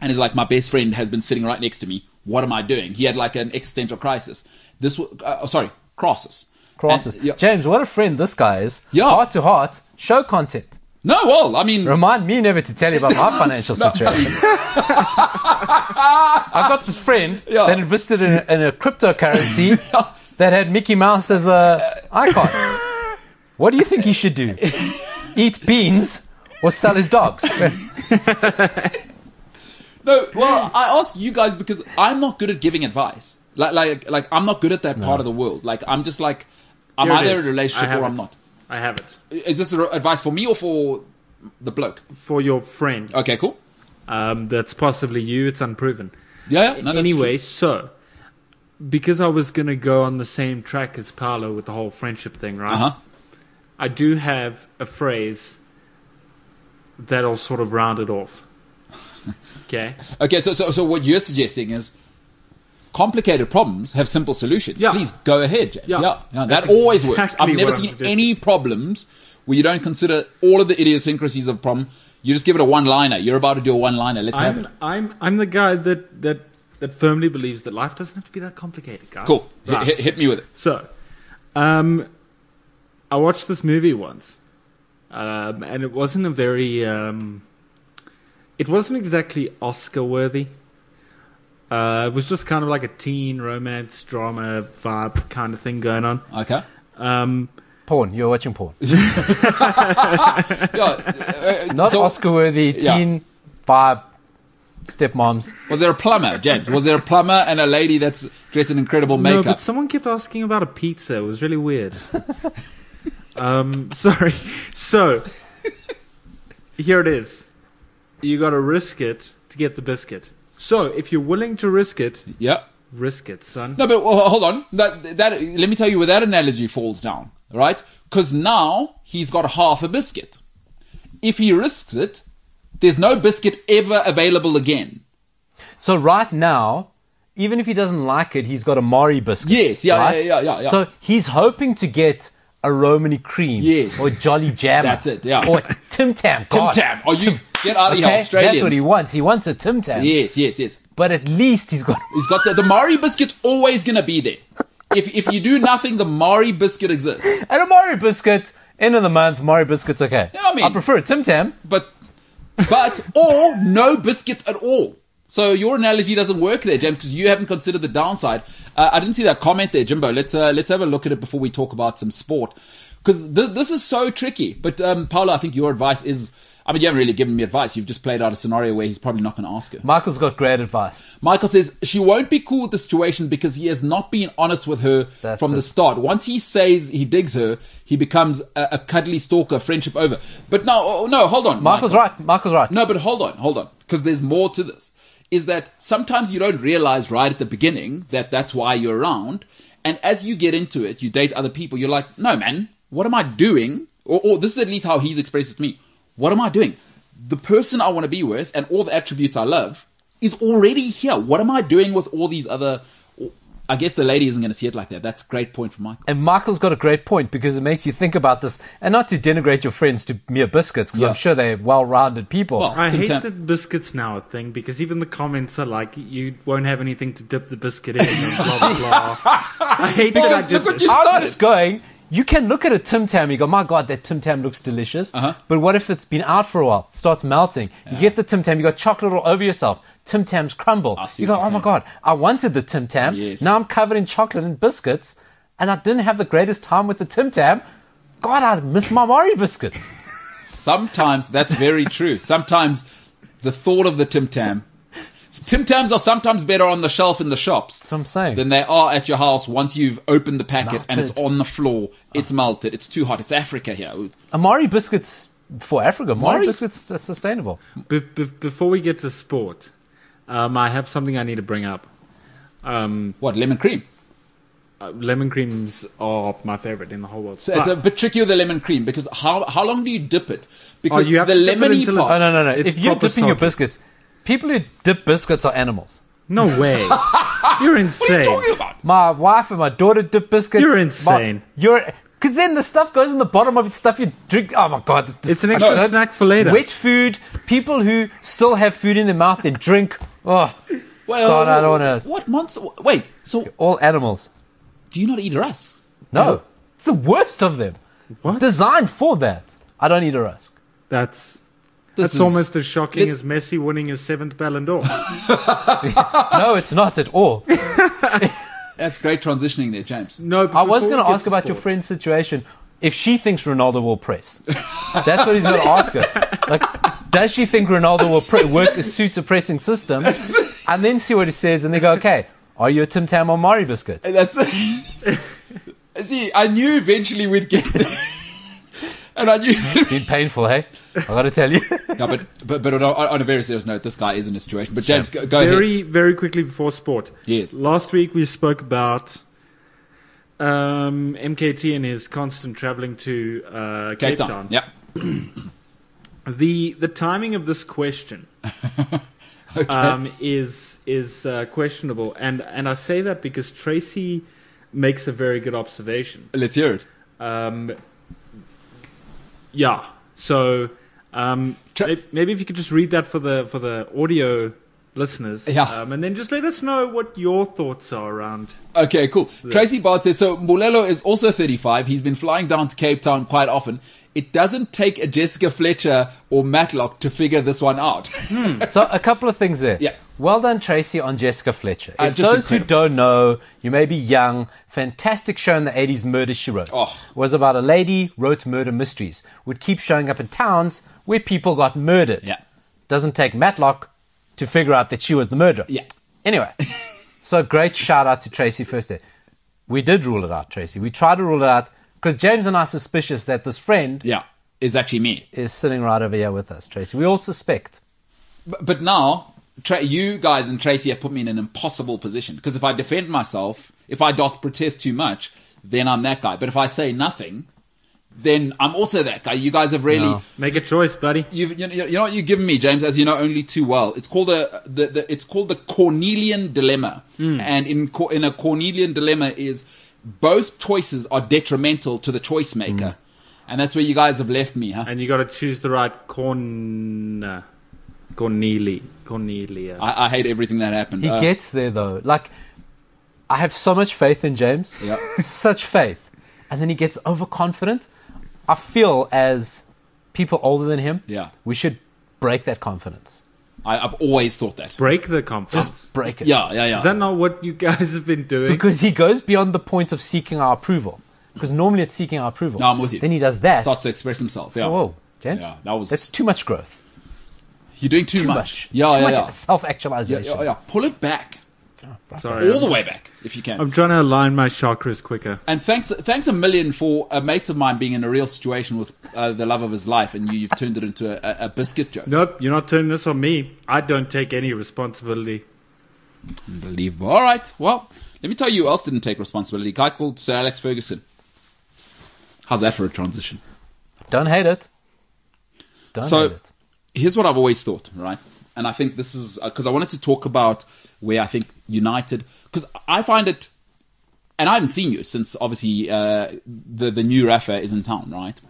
[SPEAKER 2] and he's like my best friend has been sitting right next to me. What am I doing? He had like an existential crisis. This w- uh, sorry crisis.
[SPEAKER 5] Crosses.
[SPEAKER 2] And- yeah.
[SPEAKER 5] James, what a friend this guy is.
[SPEAKER 2] Yeah.
[SPEAKER 5] Heart to heart, show content.
[SPEAKER 2] No, well, I mean,
[SPEAKER 5] Remind me never to tell you about my financial situation. I've got this friend
[SPEAKER 2] Yeah.
[SPEAKER 5] that invested in a, in a cryptocurrency that had Mickey Mouse as a icon. What do you think he should do? Eat beans or sell his dogs?
[SPEAKER 2] No, well, I ask you guys because I'm not good at giving advice. Like, like, like I'm not good at that part of the world. Like, I'm just like, I'm
[SPEAKER 3] Here it
[SPEAKER 2] either
[SPEAKER 3] is.
[SPEAKER 2] in a relationship
[SPEAKER 3] I have
[SPEAKER 2] or I'm
[SPEAKER 3] it.
[SPEAKER 2] not.
[SPEAKER 3] I have it
[SPEAKER 2] Is this r- advice for me or for the bloke?
[SPEAKER 3] for your friend.
[SPEAKER 2] Okay, cool.
[SPEAKER 3] Um, that's possibly you. It's unproven.
[SPEAKER 2] Yeah, yeah. No, that's
[SPEAKER 3] anyway, so because I was gonna go on the same track as Paolo with the whole friendship thing, right?
[SPEAKER 2] uh huh.
[SPEAKER 3] I do have a phrase that'll sort of round it off. Okay.
[SPEAKER 2] Okay, so, so, so what you're suggesting is complicated problems have simple solutions.
[SPEAKER 3] Yeah.
[SPEAKER 2] Please go ahead, James. Yeah,
[SPEAKER 3] Yeah.
[SPEAKER 2] Yeah, that
[SPEAKER 3] That's
[SPEAKER 2] always works.
[SPEAKER 3] exactly
[SPEAKER 2] I've never
[SPEAKER 3] what I'm
[SPEAKER 2] seen
[SPEAKER 3] suggesting.
[SPEAKER 2] any problems where you don't consider all of the idiosyncrasies of a problem. You just give it a one-liner. You're about to do a one-liner. Let's have it.
[SPEAKER 3] I'm I'm I'm the guy that that that firmly believes that life doesn't have to be that complicated, guys.
[SPEAKER 2] Cool. Hit-
[SPEAKER 3] Right.
[SPEAKER 2] hit, hit me with it.
[SPEAKER 3] So, um, I watched this movie once, um, and it wasn't a very um, it wasn't exactly Oscar worthy. Uh, it was just kind of like a teen romance drama vibe kind of thing going on.
[SPEAKER 2] Okay.
[SPEAKER 3] Um,
[SPEAKER 5] Porn. You're watching porn.
[SPEAKER 2] Yeah. uh,
[SPEAKER 5] Not
[SPEAKER 2] so-
[SPEAKER 5] Oscar worthy,
[SPEAKER 2] Yeah.
[SPEAKER 5] teen vibe, stepmoms.
[SPEAKER 2] Was there a plumber, James? Was there a plumber and a lady that's dressed in incredible
[SPEAKER 3] no,
[SPEAKER 2] makeup?
[SPEAKER 3] but someone kept asking about a pizza. It was really weird. um, sorry. So, here it is. You got to risk it to get the biscuit. So, if you're willing to risk it,
[SPEAKER 2] yeah.
[SPEAKER 3] risk it, son.
[SPEAKER 2] No, but well, hold on. That, that let me tell you where that analogy falls down, right? Because now he's got half a biscuit. If he risks it, there's no biscuit ever available again.
[SPEAKER 5] So right now, even if he doesn't like it, he's got a Mari biscuit.
[SPEAKER 2] Yes, yeah,
[SPEAKER 5] right?
[SPEAKER 2] yeah, yeah, yeah, yeah.
[SPEAKER 5] So he's hoping to get a Romany cream.
[SPEAKER 2] Yes.
[SPEAKER 5] Or Jolly Jammer.
[SPEAKER 2] That's it, yeah.
[SPEAKER 5] Or a Tim Tam.
[SPEAKER 2] Tim
[SPEAKER 5] God.
[SPEAKER 2] Tam, are you get out of here,
[SPEAKER 5] Okay? That's what he
[SPEAKER 2] Australians?
[SPEAKER 5] wants. He wants a Tim Tam.
[SPEAKER 2] Yes, yes, yes.
[SPEAKER 5] But at least he's got.
[SPEAKER 2] He's got the the Mari biscuit's always gonna be there. If if you do nothing, the Mari biscuit exists.
[SPEAKER 5] And a Mari biscuit. End of the month, Mari biscuit's okay.
[SPEAKER 2] Yeah, I mean-
[SPEAKER 5] I prefer a Tim Tam.
[SPEAKER 2] but but or no biscuit at all. So your analogy doesn't work there, James, because you haven't considered the downside. Uh, I didn't see that comment there, Jimbo. Let's uh, let's have a look at it before we talk about some sport, because th- this is so tricky. But um, Paolo, I think your advice is. I mean, you haven't really given me advice. You've just played out a scenario where he's probably not going to ask her.
[SPEAKER 5] Michael's got great advice.
[SPEAKER 2] Michael says she won't be cool with the situation because he has not been honest with her
[SPEAKER 5] That's
[SPEAKER 2] from the
[SPEAKER 5] it.
[SPEAKER 2] start. Once he says he digs her, he becomes a, a cuddly stalker, friendship over. But no, oh, no, hold on.
[SPEAKER 5] Michael's
[SPEAKER 2] Michael.
[SPEAKER 5] right. Michael's right.
[SPEAKER 2] No, but hold on, hold on, because there's more to this. Is that sometimes you don't realize right at the beginning that that's why you're around, and as you get into it, you date other people. You're like, no, man, what am I doing? Or, or this is at least how he's expressed it to me. What am I doing? The person I want to be with and all the attributes I love is already here. What am I doing with all these other? I guess the lady isn't going to see it like that. That's a great point from Michael.
[SPEAKER 5] And Michael's got a great point because it makes you think about this and not to denigrate your friends to mere biscuits because
[SPEAKER 2] Yeah.
[SPEAKER 5] I'm sure they're well rounded people.
[SPEAKER 2] Well,
[SPEAKER 3] I
[SPEAKER 2] Tim
[SPEAKER 3] hate
[SPEAKER 2] Tam-
[SPEAKER 3] the biscuits now thing because even the comments are like, you won't have anything to dip the biscuit in and blah, blah, blah. I hate that I
[SPEAKER 2] Because
[SPEAKER 3] did
[SPEAKER 2] look what
[SPEAKER 3] this.
[SPEAKER 2] you
[SPEAKER 5] I'm
[SPEAKER 2] started.
[SPEAKER 5] just going, you can look at a Tim Tam, you go, my God, that Tim Tam looks delicious.
[SPEAKER 2] Uh-huh.
[SPEAKER 5] But what if it's been out for a while, starts melting? You get the Tim Tam, you got chocolate all over yourself. Tim Tams crumble.
[SPEAKER 2] I see
[SPEAKER 5] You
[SPEAKER 2] what
[SPEAKER 5] go,
[SPEAKER 2] you're
[SPEAKER 5] oh my
[SPEAKER 2] saying.
[SPEAKER 5] God, I wanted the Tim Tam.
[SPEAKER 2] Yes.
[SPEAKER 5] Now I'm covered in chocolate and biscuits, and I didn't have the greatest time with the Tim Tam. God, I miss my Mari biscuit.
[SPEAKER 2] Sometimes that's very true. Sometimes the thought of the Tim Tam. Tim Tams are sometimes better on the shelf in the shops.
[SPEAKER 5] what I'm saying.
[SPEAKER 2] Than they are at your house once you've opened the packet and it's
[SPEAKER 5] Melted.
[SPEAKER 2] on the floor. It's melted. It's too hot. It's Africa here. Ooh,
[SPEAKER 5] Amari biscuits for Africa. Amari
[SPEAKER 2] Amari's-
[SPEAKER 5] biscuits are sustainable.
[SPEAKER 3] Be- be- before we get to sport, um, I have something I need to bring up. Um,
[SPEAKER 2] What lemon cream?
[SPEAKER 3] Uh, lemon creams are my favorite in the whole world.
[SPEAKER 2] So it's a
[SPEAKER 3] But
[SPEAKER 2] bit trickier the lemon cream because how how long do you dip it? Because
[SPEAKER 3] you have
[SPEAKER 2] the
[SPEAKER 3] to dip it
[SPEAKER 2] lemony
[SPEAKER 3] until it's-
[SPEAKER 2] part.
[SPEAKER 5] Oh, no, no, no.
[SPEAKER 3] It's
[SPEAKER 5] if you're
[SPEAKER 3] proper
[SPEAKER 5] dipping your
[SPEAKER 3] sake.
[SPEAKER 5] biscuits, people who dip biscuits are animals.
[SPEAKER 3] no way. You're
[SPEAKER 2] What are you
[SPEAKER 3] insane.
[SPEAKER 2] talking about?
[SPEAKER 5] My wife and my daughter dip biscuits.
[SPEAKER 3] You're
[SPEAKER 5] My-
[SPEAKER 3] insane.
[SPEAKER 5] you're because then the stuff goes in the bottom of the stuff you drink. Oh my god, this-
[SPEAKER 3] It's an
[SPEAKER 5] I
[SPEAKER 3] extra
[SPEAKER 5] don't-
[SPEAKER 3] snack for later.
[SPEAKER 5] Wet food. People who still have food in their mouth and drink. Oh,
[SPEAKER 2] Well,
[SPEAKER 5] God, I don't wanna-
[SPEAKER 2] What monster? Wait. So
[SPEAKER 5] all animals.
[SPEAKER 2] do you not eat rice?
[SPEAKER 5] No, it's the worst of them.
[SPEAKER 3] What?
[SPEAKER 5] Designed for that. I don't need a risk.
[SPEAKER 3] That's
[SPEAKER 2] This
[SPEAKER 3] that's
[SPEAKER 2] is-
[SPEAKER 3] almost as shocking
[SPEAKER 2] let's-
[SPEAKER 3] as Messi winning his seventh Ballon d'Or.
[SPEAKER 5] No, it's not at all.
[SPEAKER 2] That's great transitioning there, James.
[SPEAKER 3] No, but
[SPEAKER 5] I was
[SPEAKER 3] before
[SPEAKER 5] going
[SPEAKER 3] we
[SPEAKER 5] to
[SPEAKER 3] get
[SPEAKER 5] ask about your
[SPEAKER 3] sport-
[SPEAKER 5] friend's situation. If she thinks Ronaldo will press, that's what he's going to ask her. Like, does she think Ronaldo will pre- work suits a pressing system? And then see what he says, and they go, okay, are you a Tim Tam or Mari biscuit?
[SPEAKER 2] That's see. I knew eventually we'd get there, and I knew.
[SPEAKER 5] Been painful, hey? I got to tell you.
[SPEAKER 2] no, but but but on, a- on a very serious note, this guy is in a situation. But James, go, go ahead.
[SPEAKER 3] Very very quickly before sport.
[SPEAKER 2] Yes.
[SPEAKER 3] Last week we spoke about um, MKT and his constant traveling to uh, Cape,
[SPEAKER 2] Cape
[SPEAKER 3] Town.
[SPEAKER 2] Town. Yeah.
[SPEAKER 3] The the timing of this question um, is is uh, questionable, and and I say that because Tracy makes a very good observation.
[SPEAKER 2] Let's hear it.
[SPEAKER 3] Um, yeah. So um,
[SPEAKER 2] Tra-
[SPEAKER 3] may- maybe if you could just read that for the for the audio listeners,
[SPEAKER 2] Yeah.
[SPEAKER 3] um, and then just let us know what your thoughts are around.
[SPEAKER 2] Okay, cool. Tracy Bard says so. Mulelo is also 35. He's been flying down to Cape Town quite often. It doesn't take a Jessica Fletcher or Matlock to figure this one out.
[SPEAKER 5] So, a couple of things there.
[SPEAKER 2] Yeah.
[SPEAKER 5] Well done, Tracy, on Jessica Fletcher.
[SPEAKER 2] Uh,
[SPEAKER 5] If
[SPEAKER 2] just
[SPEAKER 5] those
[SPEAKER 2] incredible.
[SPEAKER 5] who don't know, you may be young. Fantastic show in the 80s, Murder She Wrote.
[SPEAKER 2] Oh.
[SPEAKER 5] Was about a lady wrote murder mysteries, would keep showing up in towns where people got murdered.
[SPEAKER 2] Yeah.
[SPEAKER 5] Doesn't take Matlock to figure out that she was the murderer.
[SPEAKER 2] Yeah.
[SPEAKER 5] Anyway, so great shout out to Tracy first there. We did rule it out, Tracy. We tried to rule it out because James and I are suspicious that this friend
[SPEAKER 2] yeah, is actually me.
[SPEAKER 5] is sitting right over here with us, Tracy. We all suspect.
[SPEAKER 2] But, but now, tra- you guys and Tracy have put me in an impossible position because if I defend myself, if I doth protest too much, then I'm that guy. But if I say nothing, then I'm also that guy. You guys have really.
[SPEAKER 5] No.
[SPEAKER 3] Make a choice, buddy.
[SPEAKER 2] You've, you, know, you know what you've given me, James, as you know only too well. It's called a the, the it's called the Cornelian dilemma, and in Cor- in a Cornelian dilemma is both choices are detrimental to the choice maker, and that's where you guys have left me, huh?
[SPEAKER 3] And you got to choose the right corner. Corneli. Cornelia.
[SPEAKER 2] I, I hate everything that happened.
[SPEAKER 5] He
[SPEAKER 2] Uh,
[SPEAKER 5] gets there though. Like, I have so much faith in James.
[SPEAKER 2] Yeah.
[SPEAKER 5] Such faith. And then he gets overconfident. I feel as people older than him,
[SPEAKER 2] Yeah.
[SPEAKER 5] we should break that confidence.
[SPEAKER 2] I, I've always thought that.
[SPEAKER 3] Break the confidence.
[SPEAKER 5] Break it.
[SPEAKER 2] Yeah, yeah, yeah.
[SPEAKER 3] Is that not what you guys have been doing?
[SPEAKER 5] Because he goes beyond the point of seeking our approval. Because normally it's seeking our approval.
[SPEAKER 2] no, I'm with you.
[SPEAKER 5] Then he does that.
[SPEAKER 2] Starts to express himself. Yeah.
[SPEAKER 5] Whoa, James.
[SPEAKER 2] Yeah, that was-
[SPEAKER 5] That's too much growth.
[SPEAKER 2] You're doing too,
[SPEAKER 5] Too much.
[SPEAKER 2] much. Yeah,
[SPEAKER 5] too
[SPEAKER 2] yeah,
[SPEAKER 5] much
[SPEAKER 2] yeah. yeah,
[SPEAKER 5] self-actualization.
[SPEAKER 2] yeah, yeah. Pull it back
[SPEAKER 3] Sorry,
[SPEAKER 2] all
[SPEAKER 3] I'm
[SPEAKER 2] the way
[SPEAKER 3] just-
[SPEAKER 2] back if you can.
[SPEAKER 3] I'm trying to align my chakras quicker.
[SPEAKER 2] And thanks, thanks a million for a mate of mine being in a real situation with uh, the love of his life, and you, you've turned it into a, a, a biscuit joke.
[SPEAKER 3] Nope, you're not turning this on me. I don't take any responsibility.
[SPEAKER 2] Unbelievable. All right. Well, let me tell you who else didn't take responsibility. A guy called Sir Alex Ferguson. How's that for a transition?
[SPEAKER 5] Don't hate it. Don't
[SPEAKER 2] So-
[SPEAKER 5] hate it.
[SPEAKER 2] Here's what I've always thought, right? uh, And I think this is because I wanted to talk about where I think United, because I find it and I haven't seen you since obviously uh, the the new Rafa is in town, right?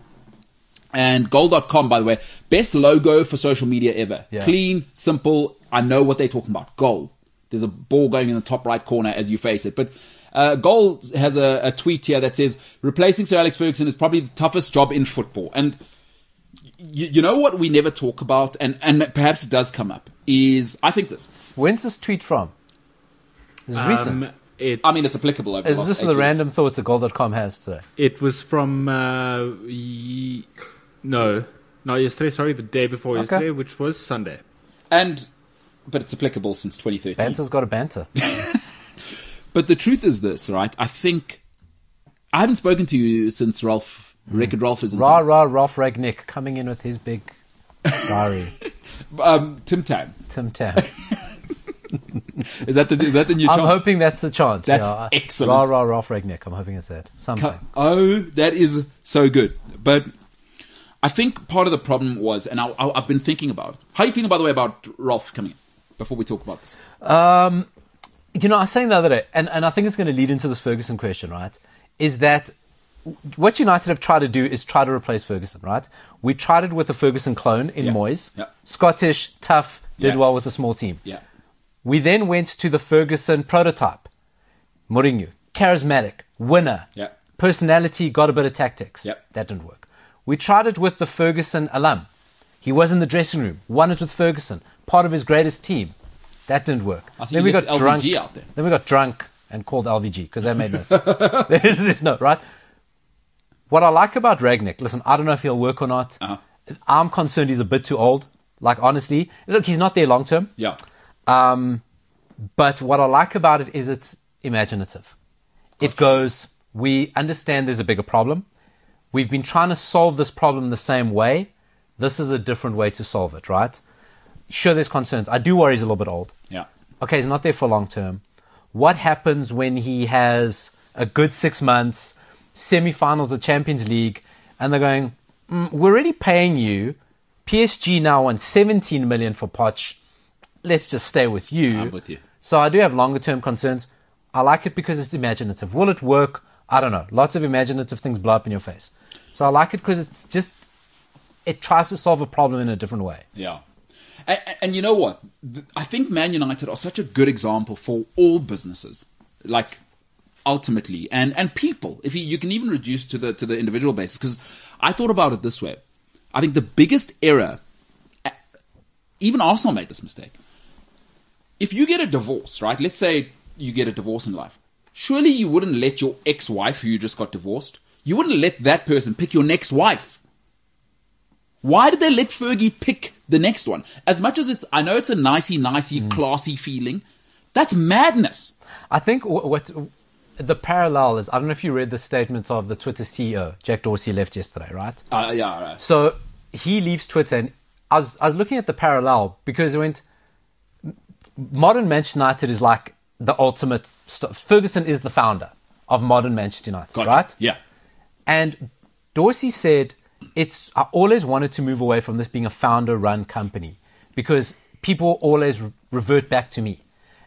[SPEAKER 2] And gold.com, by the way, best logo for social media ever.
[SPEAKER 5] Yeah.
[SPEAKER 2] Clean, simple. I know what they're talking about. Goal. There's a ball going in the top right corner as you face it. But uh, Goal has a, a tweet here that says, replacing Sir Alex Ferguson is probably the toughest job in football. And you, you know what we never talk about, and, and perhaps it does come up, is I think this.
[SPEAKER 5] When's this tweet from? It's recent.
[SPEAKER 3] Um, it's,
[SPEAKER 2] I mean, it's applicable over the
[SPEAKER 5] Is
[SPEAKER 2] last
[SPEAKER 5] this
[SPEAKER 2] eight
[SPEAKER 5] the
[SPEAKER 2] years.
[SPEAKER 5] random thoughts that Gold.com has today?
[SPEAKER 3] it was from uh, ye- no, not yesterday. Sorry, the day before yesterday, which was Sunday.
[SPEAKER 2] And, but it's applicable since 2013.
[SPEAKER 5] Banter's got a banter.
[SPEAKER 2] But the truth is this, right? I think I haven't spoken to you since Ralph
[SPEAKER 5] Hmm.
[SPEAKER 2] Record Ralph is in
[SPEAKER 5] Rah
[SPEAKER 2] town.
[SPEAKER 5] rah Ralph Ragnick coming in with his big diary.
[SPEAKER 2] um, Tim Tam.
[SPEAKER 5] Tim Tam.
[SPEAKER 2] Is that the is that the new
[SPEAKER 5] I'm
[SPEAKER 2] channel?
[SPEAKER 5] hoping that's the chance.
[SPEAKER 2] That's
[SPEAKER 5] yeah.
[SPEAKER 2] excellent.
[SPEAKER 5] Rah rah Ralph Ragnick. I'm hoping it's that. Something.
[SPEAKER 2] Co- Oh, that is so good. But I think part of the problem was, and I, I, I've been thinking about it. How are you feeling, by the way, about Ralph coming in? Before we talk about this,
[SPEAKER 5] Um, you know, I was saying the other day, and, and I think it's going to lead into this Ferguson question, right? Is that what United have tried to do is try to replace Ferguson, right? We tried it with a Ferguson clone in
[SPEAKER 2] Yeah.
[SPEAKER 5] Moyes.
[SPEAKER 2] Yeah.
[SPEAKER 5] Scottish, tough, did
[SPEAKER 2] Yeah.
[SPEAKER 5] well with a small team.
[SPEAKER 2] yeah,
[SPEAKER 5] We then went to the Ferguson prototype. Mourinho, charismatic, winner,
[SPEAKER 2] Yeah.
[SPEAKER 5] personality, got a bit of tactics.
[SPEAKER 2] Yep.
[SPEAKER 5] That didn't work. We tried it with the Ferguson alum. He was in the dressing room, won it with Ferguson, part of his greatest team. That didn't work.
[SPEAKER 2] I think
[SPEAKER 5] then
[SPEAKER 2] you
[SPEAKER 5] we got
[SPEAKER 2] left
[SPEAKER 5] drunk.
[SPEAKER 2] LVG out there.
[SPEAKER 5] Then we got drunk and called LVG because that made no sense. There's- there's no right. What I like about Ragnick, listen, I don't know if he'll work or not.
[SPEAKER 2] Uh-huh.
[SPEAKER 5] I'm concerned he's a bit too old. Like honestly, look, he's not there long term.
[SPEAKER 2] yeah,
[SPEAKER 5] Um, but what I like about it is it's imaginative. It goes, we understand there's a bigger problem. We've been trying to solve this problem the same way. This is a different way to solve it, right? Sure, there's concerns. I do worry he's a little bit old.
[SPEAKER 2] yeah,
[SPEAKER 5] Okay, he's not there for long term. What happens when he has a good six months, semi-finals of Champions League, and they're going, mm, we're already paying you. PSG now won 17 million for Poch. Let's just stay with you.
[SPEAKER 2] I'm with you.
[SPEAKER 5] So I do have longer term concerns. I like it because it's imaginative. Will it work? I don't know. Lots of imaginative things blow up in your face. So I like it because it's just, it tries to solve a problem in a different way.
[SPEAKER 2] yeah. And, and you know what? Th- I think Man United are such a good example for all businesses, like ultimately, and and people. If you, you can even reduce to the to the individual basis, because I thought about it this way. I think the biggest error, a- even Arsenal made this mistake. If you get a divorce, right? Let's say you get a divorce in life. Surely you wouldn't let your ex-wife, who you just got divorced, you wouldn't let that person pick your next wife. Why did they let Fergie pick the next one? As much as it's, I know it's a nicey, nicey, classy feeling. That's madness.
[SPEAKER 5] I think wh- what the parallel is. I don't know if you read the statement of the Twitter CEO Jack Dorsey left yesterday, right?
[SPEAKER 2] Uh, yeah, right.
[SPEAKER 5] So he leaves Twitter, and I was I was looking at the parallel because it went. Modern Manchester United is like the ultimate. St- Ferguson is the founder of modern Manchester United,
[SPEAKER 2] Gotcha.
[SPEAKER 5] right?
[SPEAKER 2] Yeah.
[SPEAKER 5] And Dorsey said, "It's I always wanted to move away from this being a founder-run company because people always re- revert back to me."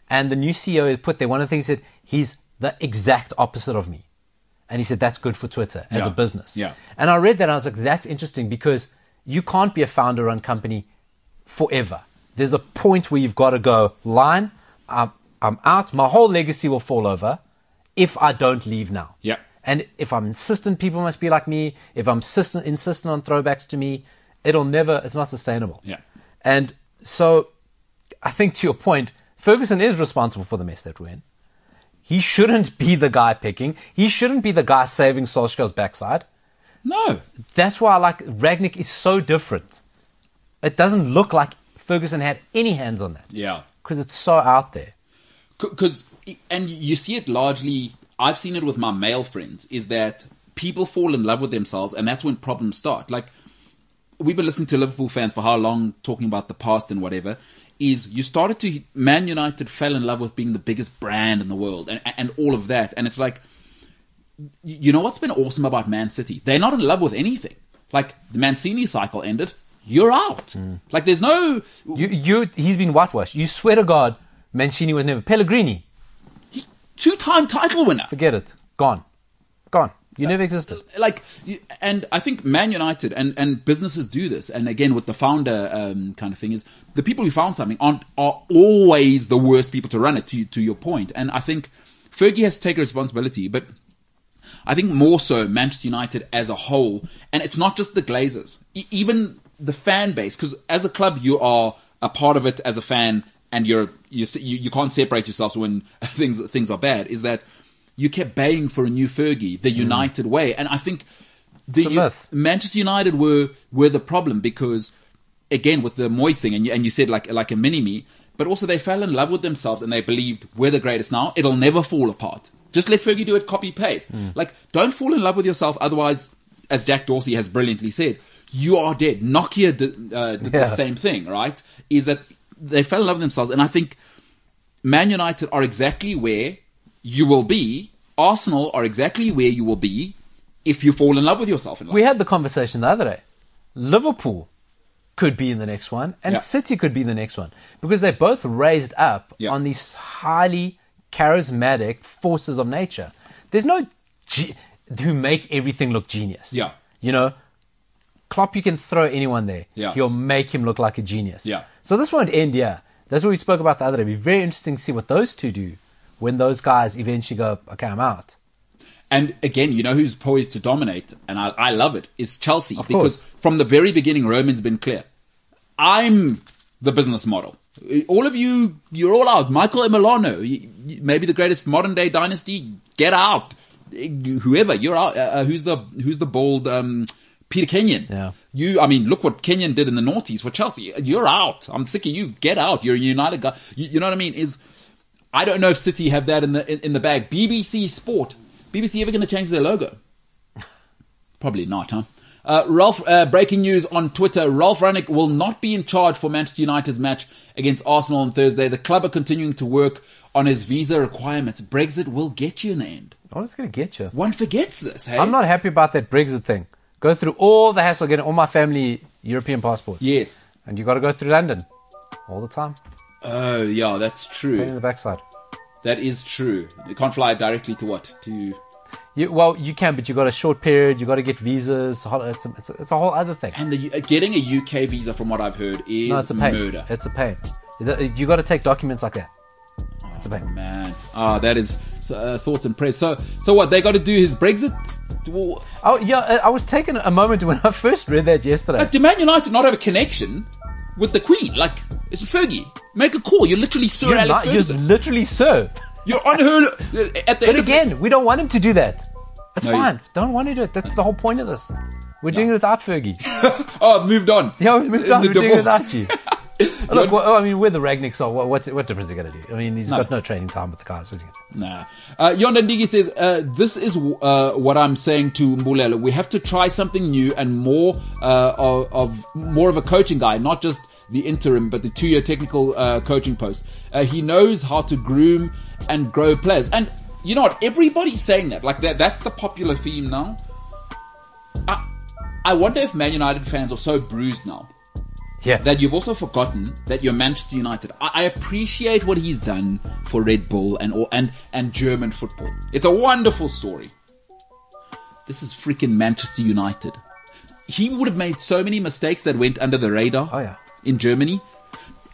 [SPEAKER 5] And the new CEO had put there one of the things he said he's the exact opposite of me, and he said that's good for Twitter as
[SPEAKER 2] Yeah.
[SPEAKER 5] a business.
[SPEAKER 2] Yeah.
[SPEAKER 5] And I read that and I was like, "That's interesting because you can't be a founder-run company forever. There's a point where you've got to go line. I'm, I'm out. My whole legacy will fall over if I don't leave now."
[SPEAKER 2] Yeah.
[SPEAKER 5] And if I'm insistent, people must be like me. If I'm insistent, insistent on throwbacks to me, it'll never, it's not sustainable.
[SPEAKER 2] Yeah.
[SPEAKER 5] And so I think to your point, Ferguson is responsible for the mess that we're in. He shouldn't be the guy picking. He shouldn't be the guy saving Solskjaer's backside.
[SPEAKER 2] No.
[SPEAKER 5] That's why I like Ragnick is so different. It doesn't look like Ferguson had any hands on that.
[SPEAKER 2] Yeah.
[SPEAKER 5] Because it's so out there.
[SPEAKER 2] because e, and you see it largely i've seen it with my male friends is that people fall in love with themselves and that's when problems start like we've been listening to liverpool fans for how long talking about the past and whatever is you started to man united fell in love with being the biggest brand in the world and and all of that and it's like you know what's been awesome about Man City? They're not in love with anything. Like the Mancini cycle ended, you're out. Like there's no
[SPEAKER 5] You, you, he's been whitewashed. You swear to God, Mancini was never. Pellegrini.
[SPEAKER 2] two-time title winner.
[SPEAKER 5] Forget it. Gone. Gone. You never existed.
[SPEAKER 2] like you- and i think man united and and businesses do this and again with the founder um, kind of thing is the people who found something aren't are always the worst people to run it to to your point and i think fergie has to take responsibility but I think more so Manchester United as a whole, and it's not just the Glazers, e- even the fan base, because as a club you are a part of it as a fan, and you're you s- you, you can't separate yourselves when things things are bad. Is that you kept baying for a new Fergie, the United way, and I think the
[SPEAKER 5] Mm. It's a
[SPEAKER 2] U-
[SPEAKER 5] myth.
[SPEAKER 2] Manchester United were were the problem because again with the Moyes thing, and you, and you said like like a mini me, but also they fell in love with themselves and they believed we're the greatest now. It'll never fall apart. Just let Fergie do it, copy paste. Like don't fall in love with yourself, otherwise, as Jack Dorsey has brilliantly said, you are dead. Nokia did, uh, did
[SPEAKER 5] Yeah.
[SPEAKER 2] the same thing, right? Is that they fell in love with themselves, and I think Man United are exactly where you will be. Arsenal are exactly where you will be if you fall in love with yourself in life.
[SPEAKER 5] We had the conversation the other day. Liverpool could be in the next one, and
[SPEAKER 2] Yeah.
[SPEAKER 5] City could be in the next one because they both raised up
[SPEAKER 2] Yeah.
[SPEAKER 5] on these highly charismatic forces of nature. There's no ge- who make everything look genius.
[SPEAKER 2] Yeah.
[SPEAKER 5] you know, Klopp, you can throw anyone there.
[SPEAKER 2] Yeah.
[SPEAKER 5] he'll make him look like a genius.
[SPEAKER 2] Yeah.
[SPEAKER 5] So this won't end. Yeah, that's what we spoke about the other day. It'd be very interesting to see what those two do when those guys eventually go, okay, I'm out.
[SPEAKER 2] And again, you know who's poised to dominate, and I, I love it, is Chelsea.
[SPEAKER 5] course.
[SPEAKER 2] because from the very beginning, Roman's been clear. I'm the business model. All of you, you're all out. Michael and Milano, you- you- maybe the greatest modern day dynasty, get out. Whoever, you're out. Uh, Uh, who's the who's the bold um, Peter Kenyon?
[SPEAKER 5] Yeah.
[SPEAKER 2] You, I mean, look what Kenyon did in the noughties for Chelsea. You're out. I'm sick of you. Get out. You're a United guy. You, you know what I mean? Is I don't know if City have that in the in, in the bag. BBC Sport, BBC ever going to change their logo? Probably not, huh? Uh, Ralph, uh, breaking news on Twitter. Ralph Rannick will not be in charge for Manchester United's match against Arsenal on Thursday. The club are continuing to work on his visa requirements. Brexit will get you in the end.
[SPEAKER 5] What is going to get you?
[SPEAKER 2] One forgets this, hey?
[SPEAKER 5] I'm not happy about that Brexit thing. Go through all the hassle getting all my family European passports.
[SPEAKER 2] Yes.
[SPEAKER 5] And you got to go through London all the time.
[SPEAKER 2] Oh, yeah, that's
[SPEAKER 5] Pain in
[SPEAKER 2] true.
[SPEAKER 5] the backside.
[SPEAKER 2] That is true. They can't fly directly to what? To
[SPEAKER 5] You, well, you can, but you got a short period. You got to get visas. hol- It's a, it's, a, it's a whole other thing.
[SPEAKER 2] and the uh, getting a UK visa, from what I've heard, is
[SPEAKER 5] No, it's a pain.
[SPEAKER 2] murder.
[SPEAKER 5] It's a pain. You- You got to take documents like that. It's a pain.
[SPEAKER 2] Man, ah, that is uh, thoughts and prayers. So, so what? They got to do his Brexit? Well,
[SPEAKER 5] Oh yeah, I I was taken a moment when I first read that yesterday.
[SPEAKER 2] Like, do Man United not have a connection with the Queen? Like, it's Fergie. Make a call. You're literally Sir
[SPEAKER 5] You're,
[SPEAKER 2] Alex
[SPEAKER 5] not, you're
[SPEAKER 2] Ferguson.
[SPEAKER 5] literally serve.
[SPEAKER 2] You're on her at the
[SPEAKER 5] But
[SPEAKER 2] end of the-
[SPEAKER 5] again, we don't want him to do that. That's
[SPEAKER 2] No, you- Uh.
[SPEAKER 5] fine. Don't want to do it. That's the whole point of this. We're doing it without Fergie.
[SPEAKER 2] oh, I've moved on.
[SPEAKER 5] Yeah, we've moved
[SPEAKER 2] The
[SPEAKER 5] on. We're doing it
[SPEAKER 2] divorce.
[SPEAKER 5] without you. Look, well, I mean, we're the Ragniks are. What, what's, what difference is it going to do? I mean, he's got no training time with the guys. what's he gonna-
[SPEAKER 2] Nah. Uh, Yondandigi says, uh, this is uh, what I'm saying to Mbulelo. We have to try something new and more uh, of, of more of a coaching guy, not just the interim, but the two-year technical uh, coaching post. Uh, he knows how to groom and grow players. And you know what? Everybody's saying that. Like that. That's the popular theme now. I, I wonder if Man United fans are so bruised now
[SPEAKER 5] Yeah.
[SPEAKER 2] that you've also forgotten that you're Manchester United. I, I appreciate what he's done for Red Bull and or, and and German football. It's a wonderful story. This is freaking Manchester United. He would have made so many mistakes that went under the radar.
[SPEAKER 5] Oh, yeah.
[SPEAKER 2] In Germany,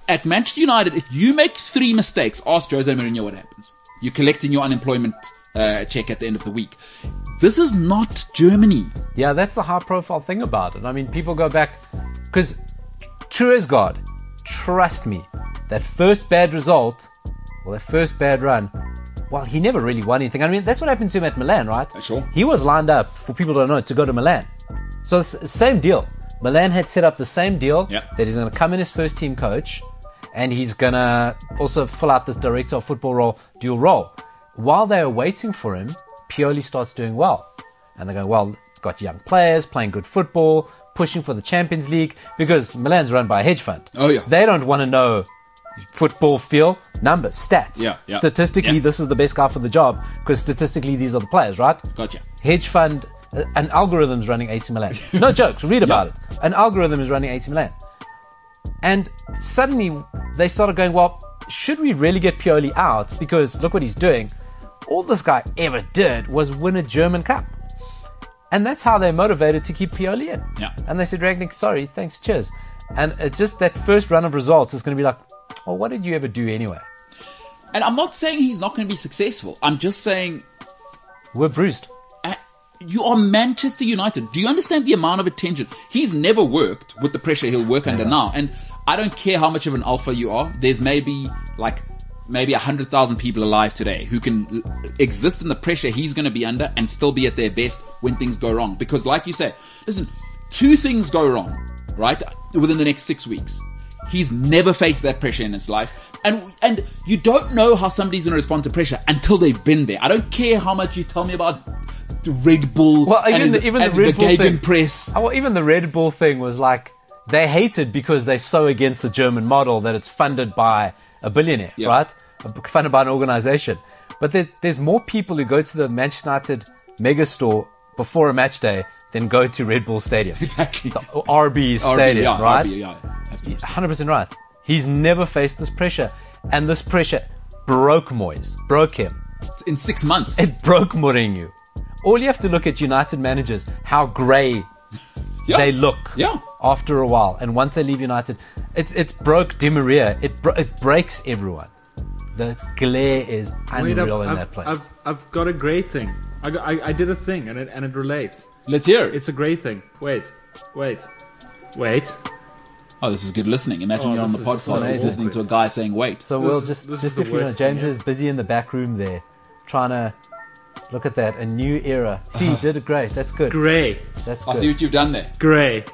[SPEAKER 2] at Manchester United, if you make three mistakes, ask Jose Mourinho what happens. You're collecting your unemployment uh, check at the end of the week. This is not Germany.
[SPEAKER 5] yeah, that's the high profile thing about it. I mean, people go back because true as God, trust me, that first bad result or that first bad run, well, he never really won anything. I mean, that's what happened to him at Milan, right?
[SPEAKER 2] Sure.
[SPEAKER 5] He was lined up for people don't know to go to Milan. So s- same deal. Milan had set up the same deal
[SPEAKER 2] Yeah.
[SPEAKER 5] that he's going to come in as first team coach, and he's going to also fill out this director of football role, dual role. While they are waiting for him, Pioli starts doing well, and they go, well, got young players playing good football, pushing for the Champions League because Milan's run by a hedge fund.
[SPEAKER 2] Oh, yeah.
[SPEAKER 5] they don't want to know football feel numbers stats.
[SPEAKER 2] Yeah, yeah.
[SPEAKER 5] statistically,
[SPEAKER 2] Yeah.
[SPEAKER 5] this is the best guy for the job because statistically, these are the players, right?
[SPEAKER 2] Gotcha.
[SPEAKER 5] hedge fund, uh, an algorithm's running AC Milan. No jokes, read about it. An algorithm is running AC Milan. And suddenly they started going, well, should we really get Pioli out? Because look what he's doing. all this guy ever did was win a German Cup. And that's how they motivated to keep Pioli in.
[SPEAKER 2] Yeah.
[SPEAKER 5] And they said, Ragnick, sorry, thanks, cheers. And it's just that first run of results is going to be like, oh, what did you ever do anyway?
[SPEAKER 2] And I'm not saying he's not going to be successful. I'm just saying
[SPEAKER 5] We're bruised.
[SPEAKER 2] uh, you are Manchester United. Do you understand the amount of attention? He's never worked with the pressure he'll work under now. And I don't care how much of an alpha you are. There's maybe like maybe a hundred thousand people alive today who can l- exist in the pressure he's going to be under and still be at their best when things go wrong. Because like you say, listen, two things go wrong, right? Within the next six weeks. He's never faced that pressure in his life. And and you don't know how somebody's going to respond to pressure until they've been there. I don't care how much you tell me about the Red Bull
[SPEAKER 5] Well, even
[SPEAKER 2] and
[SPEAKER 5] the,
[SPEAKER 2] his-
[SPEAKER 5] even the
[SPEAKER 2] and
[SPEAKER 5] Red Bull thing,
[SPEAKER 2] Gegenpress.
[SPEAKER 5] Oh, Well, even the Red Bull thing was like they hated because they're so against the German model that it's funded by a billionaire,
[SPEAKER 2] Yeah.
[SPEAKER 5] right? Funded by an organization. But there, there's more people who go to the Manchester United mega store before a match day than go to Red Bull Stadium,
[SPEAKER 2] Exactly.
[SPEAKER 5] or RB
[SPEAKER 2] RB,
[SPEAKER 5] Stadium,
[SPEAKER 2] yeah,
[SPEAKER 5] right?
[SPEAKER 2] RB, yeah, absolutely.
[SPEAKER 5] 100% right. He's never faced this pressure, and this pressure broke Moyes, broke him.
[SPEAKER 2] In six months.
[SPEAKER 5] It broke Mourinho. All you have to look at United managers, how grey
[SPEAKER 2] Yeah.
[SPEAKER 5] they look
[SPEAKER 2] Yeah.
[SPEAKER 5] after a while. And once they leave United, it's it's broke Di Maria. It bro- it breaks everyone. The glare is
[SPEAKER 3] Wait, I've,
[SPEAKER 5] unreal in
[SPEAKER 3] I've-
[SPEAKER 5] that place.
[SPEAKER 3] I've, I've got a great thing. I, got- I, I did a thing and it, and it relates.
[SPEAKER 2] Let's hear it.
[SPEAKER 3] It's a great thing. Wait, wait, wait.
[SPEAKER 2] Oh, this is good listening. Imagine
[SPEAKER 3] Oh,
[SPEAKER 2] you're on the
[SPEAKER 3] this is-
[SPEAKER 2] podcast
[SPEAKER 3] this is
[SPEAKER 2] just listening
[SPEAKER 3] awkward.
[SPEAKER 2] to a guy saying, wait.
[SPEAKER 5] so we'll
[SPEAKER 3] is-
[SPEAKER 5] just
[SPEAKER 3] this is
[SPEAKER 5] just
[SPEAKER 3] the
[SPEAKER 5] if you know,
[SPEAKER 3] worst
[SPEAKER 5] James
[SPEAKER 3] thing
[SPEAKER 5] is busy in the back room there, trying to look at that a new era. See, you did it great. That's good.
[SPEAKER 3] Grey,
[SPEAKER 5] That's
[SPEAKER 2] I see
[SPEAKER 5] good.
[SPEAKER 2] what you've done there.
[SPEAKER 3] grey.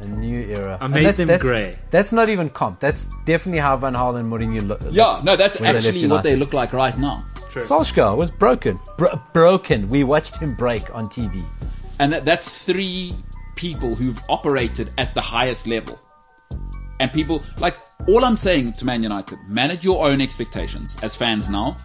[SPEAKER 5] A new era.
[SPEAKER 3] I
[SPEAKER 5] And
[SPEAKER 3] made
[SPEAKER 5] that-
[SPEAKER 3] them
[SPEAKER 5] that's-
[SPEAKER 3] grey.
[SPEAKER 5] That's not even comp. That's definitely how Van Halen and Mourinho look.
[SPEAKER 2] Yeah, no, that's
[SPEAKER 5] When they left
[SPEAKER 2] actually what
[SPEAKER 5] United.
[SPEAKER 2] they look like right now.
[SPEAKER 5] Solskjaer was broken. Bro- broken. We watched him break on TV.
[SPEAKER 2] And that, that's three people who've operated at the highest level. And people, like, all I'm saying to Man United, manage your own expectations as fans now.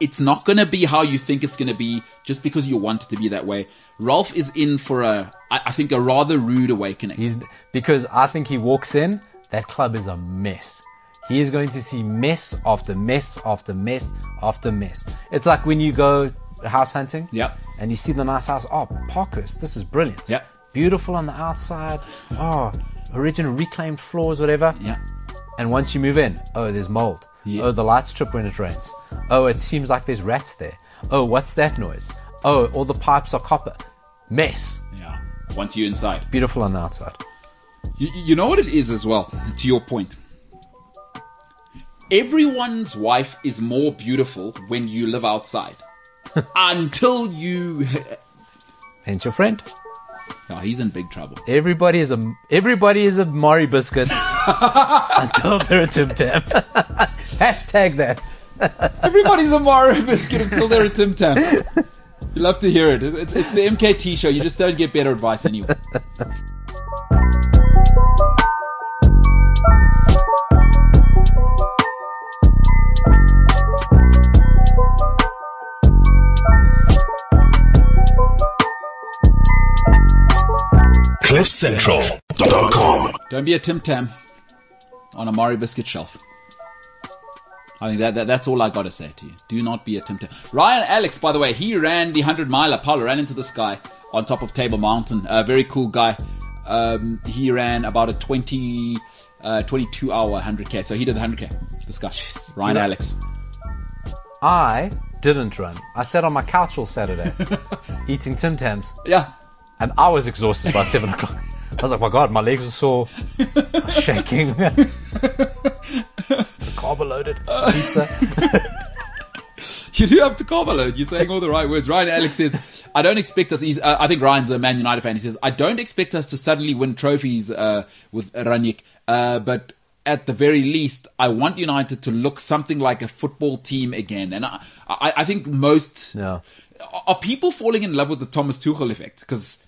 [SPEAKER 2] It's not going to be how you think it's going to be just because you want it to be that way. Ralph is in for a, I I think, a rather rude awakening.
[SPEAKER 5] He's because I think he walks in, that club is a mess. He is going to see mess after mess after mess after mess. It's like when you go house hunting.
[SPEAKER 2] Yep.
[SPEAKER 5] And you see the nice house. Oh, Parkers, this is brilliant.
[SPEAKER 2] Yep.
[SPEAKER 5] Beautiful on the outside. Oh, original reclaimed floors, whatever.
[SPEAKER 2] yeah.
[SPEAKER 5] And once you move in, oh, there's mold.
[SPEAKER 2] Yeah.
[SPEAKER 5] Oh, the lights trip when it rains. Oh, it seems like there's rats there. Oh, what's that noise? Oh, all the pipes are copper. Mess.
[SPEAKER 2] Yeah. Once you're inside.
[SPEAKER 5] Beautiful on the outside.
[SPEAKER 2] You, you know what it is as well, to your point. Everyone's wife is more beautiful when you live outside. Until you.
[SPEAKER 5] Hence your friend.
[SPEAKER 2] No, he's in big trouble.
[SPEAKER 5] Everybody is a everybody is a Mari biscuit until they're a Tim Tam. Hashtag that.
[SPEAKER 2] Everybody's a Mario biscuit until they're a Tim Tam. You love to hear it. It's, it's the MKT show. You just don't get better advice anyway.
[SPEAKER 4] CliffCentral.com.
[SPEAKER 2] Don't be a Tim Tam on a Mario biscuit shelf. I think that, that that's all I gotta say to you. Do not be a Tim Tam. Ryan Alex, by the way, he ran the hundred miler. Paulo ran into this guy on top of Table Mountain. A very cool guy. Um, he ran about a 20, uh, 22 hour 100k. So he did the 100k. This guy, Ryan Alex.
[SPEAKER 5] I didn't run. I sat on my couch all Saturday eating Tim Tams,
[SPEAKER 2] Yeah,
[SPEAKER 5] and I was exhausted by seven o'clock. I was like, my God, my legs were sore, I was shaking, carb loaded pizza.
[SPEAKER 2] You do have to compliment. You're saying all the right words. Ryan Alex says, I don't expect us, he's, uh, I think Ryan's a Man United fan. He says, I don't expect us to suddenly win trophies, uh, with Ranjik. Uh, but at the very least, I want United to look something like a football team again. And I, I, I think most,
[SPEAKER 5] Yeah.
[SPEAKER 2] are- are people falling in love with the Thomas Tuchel effect? Cause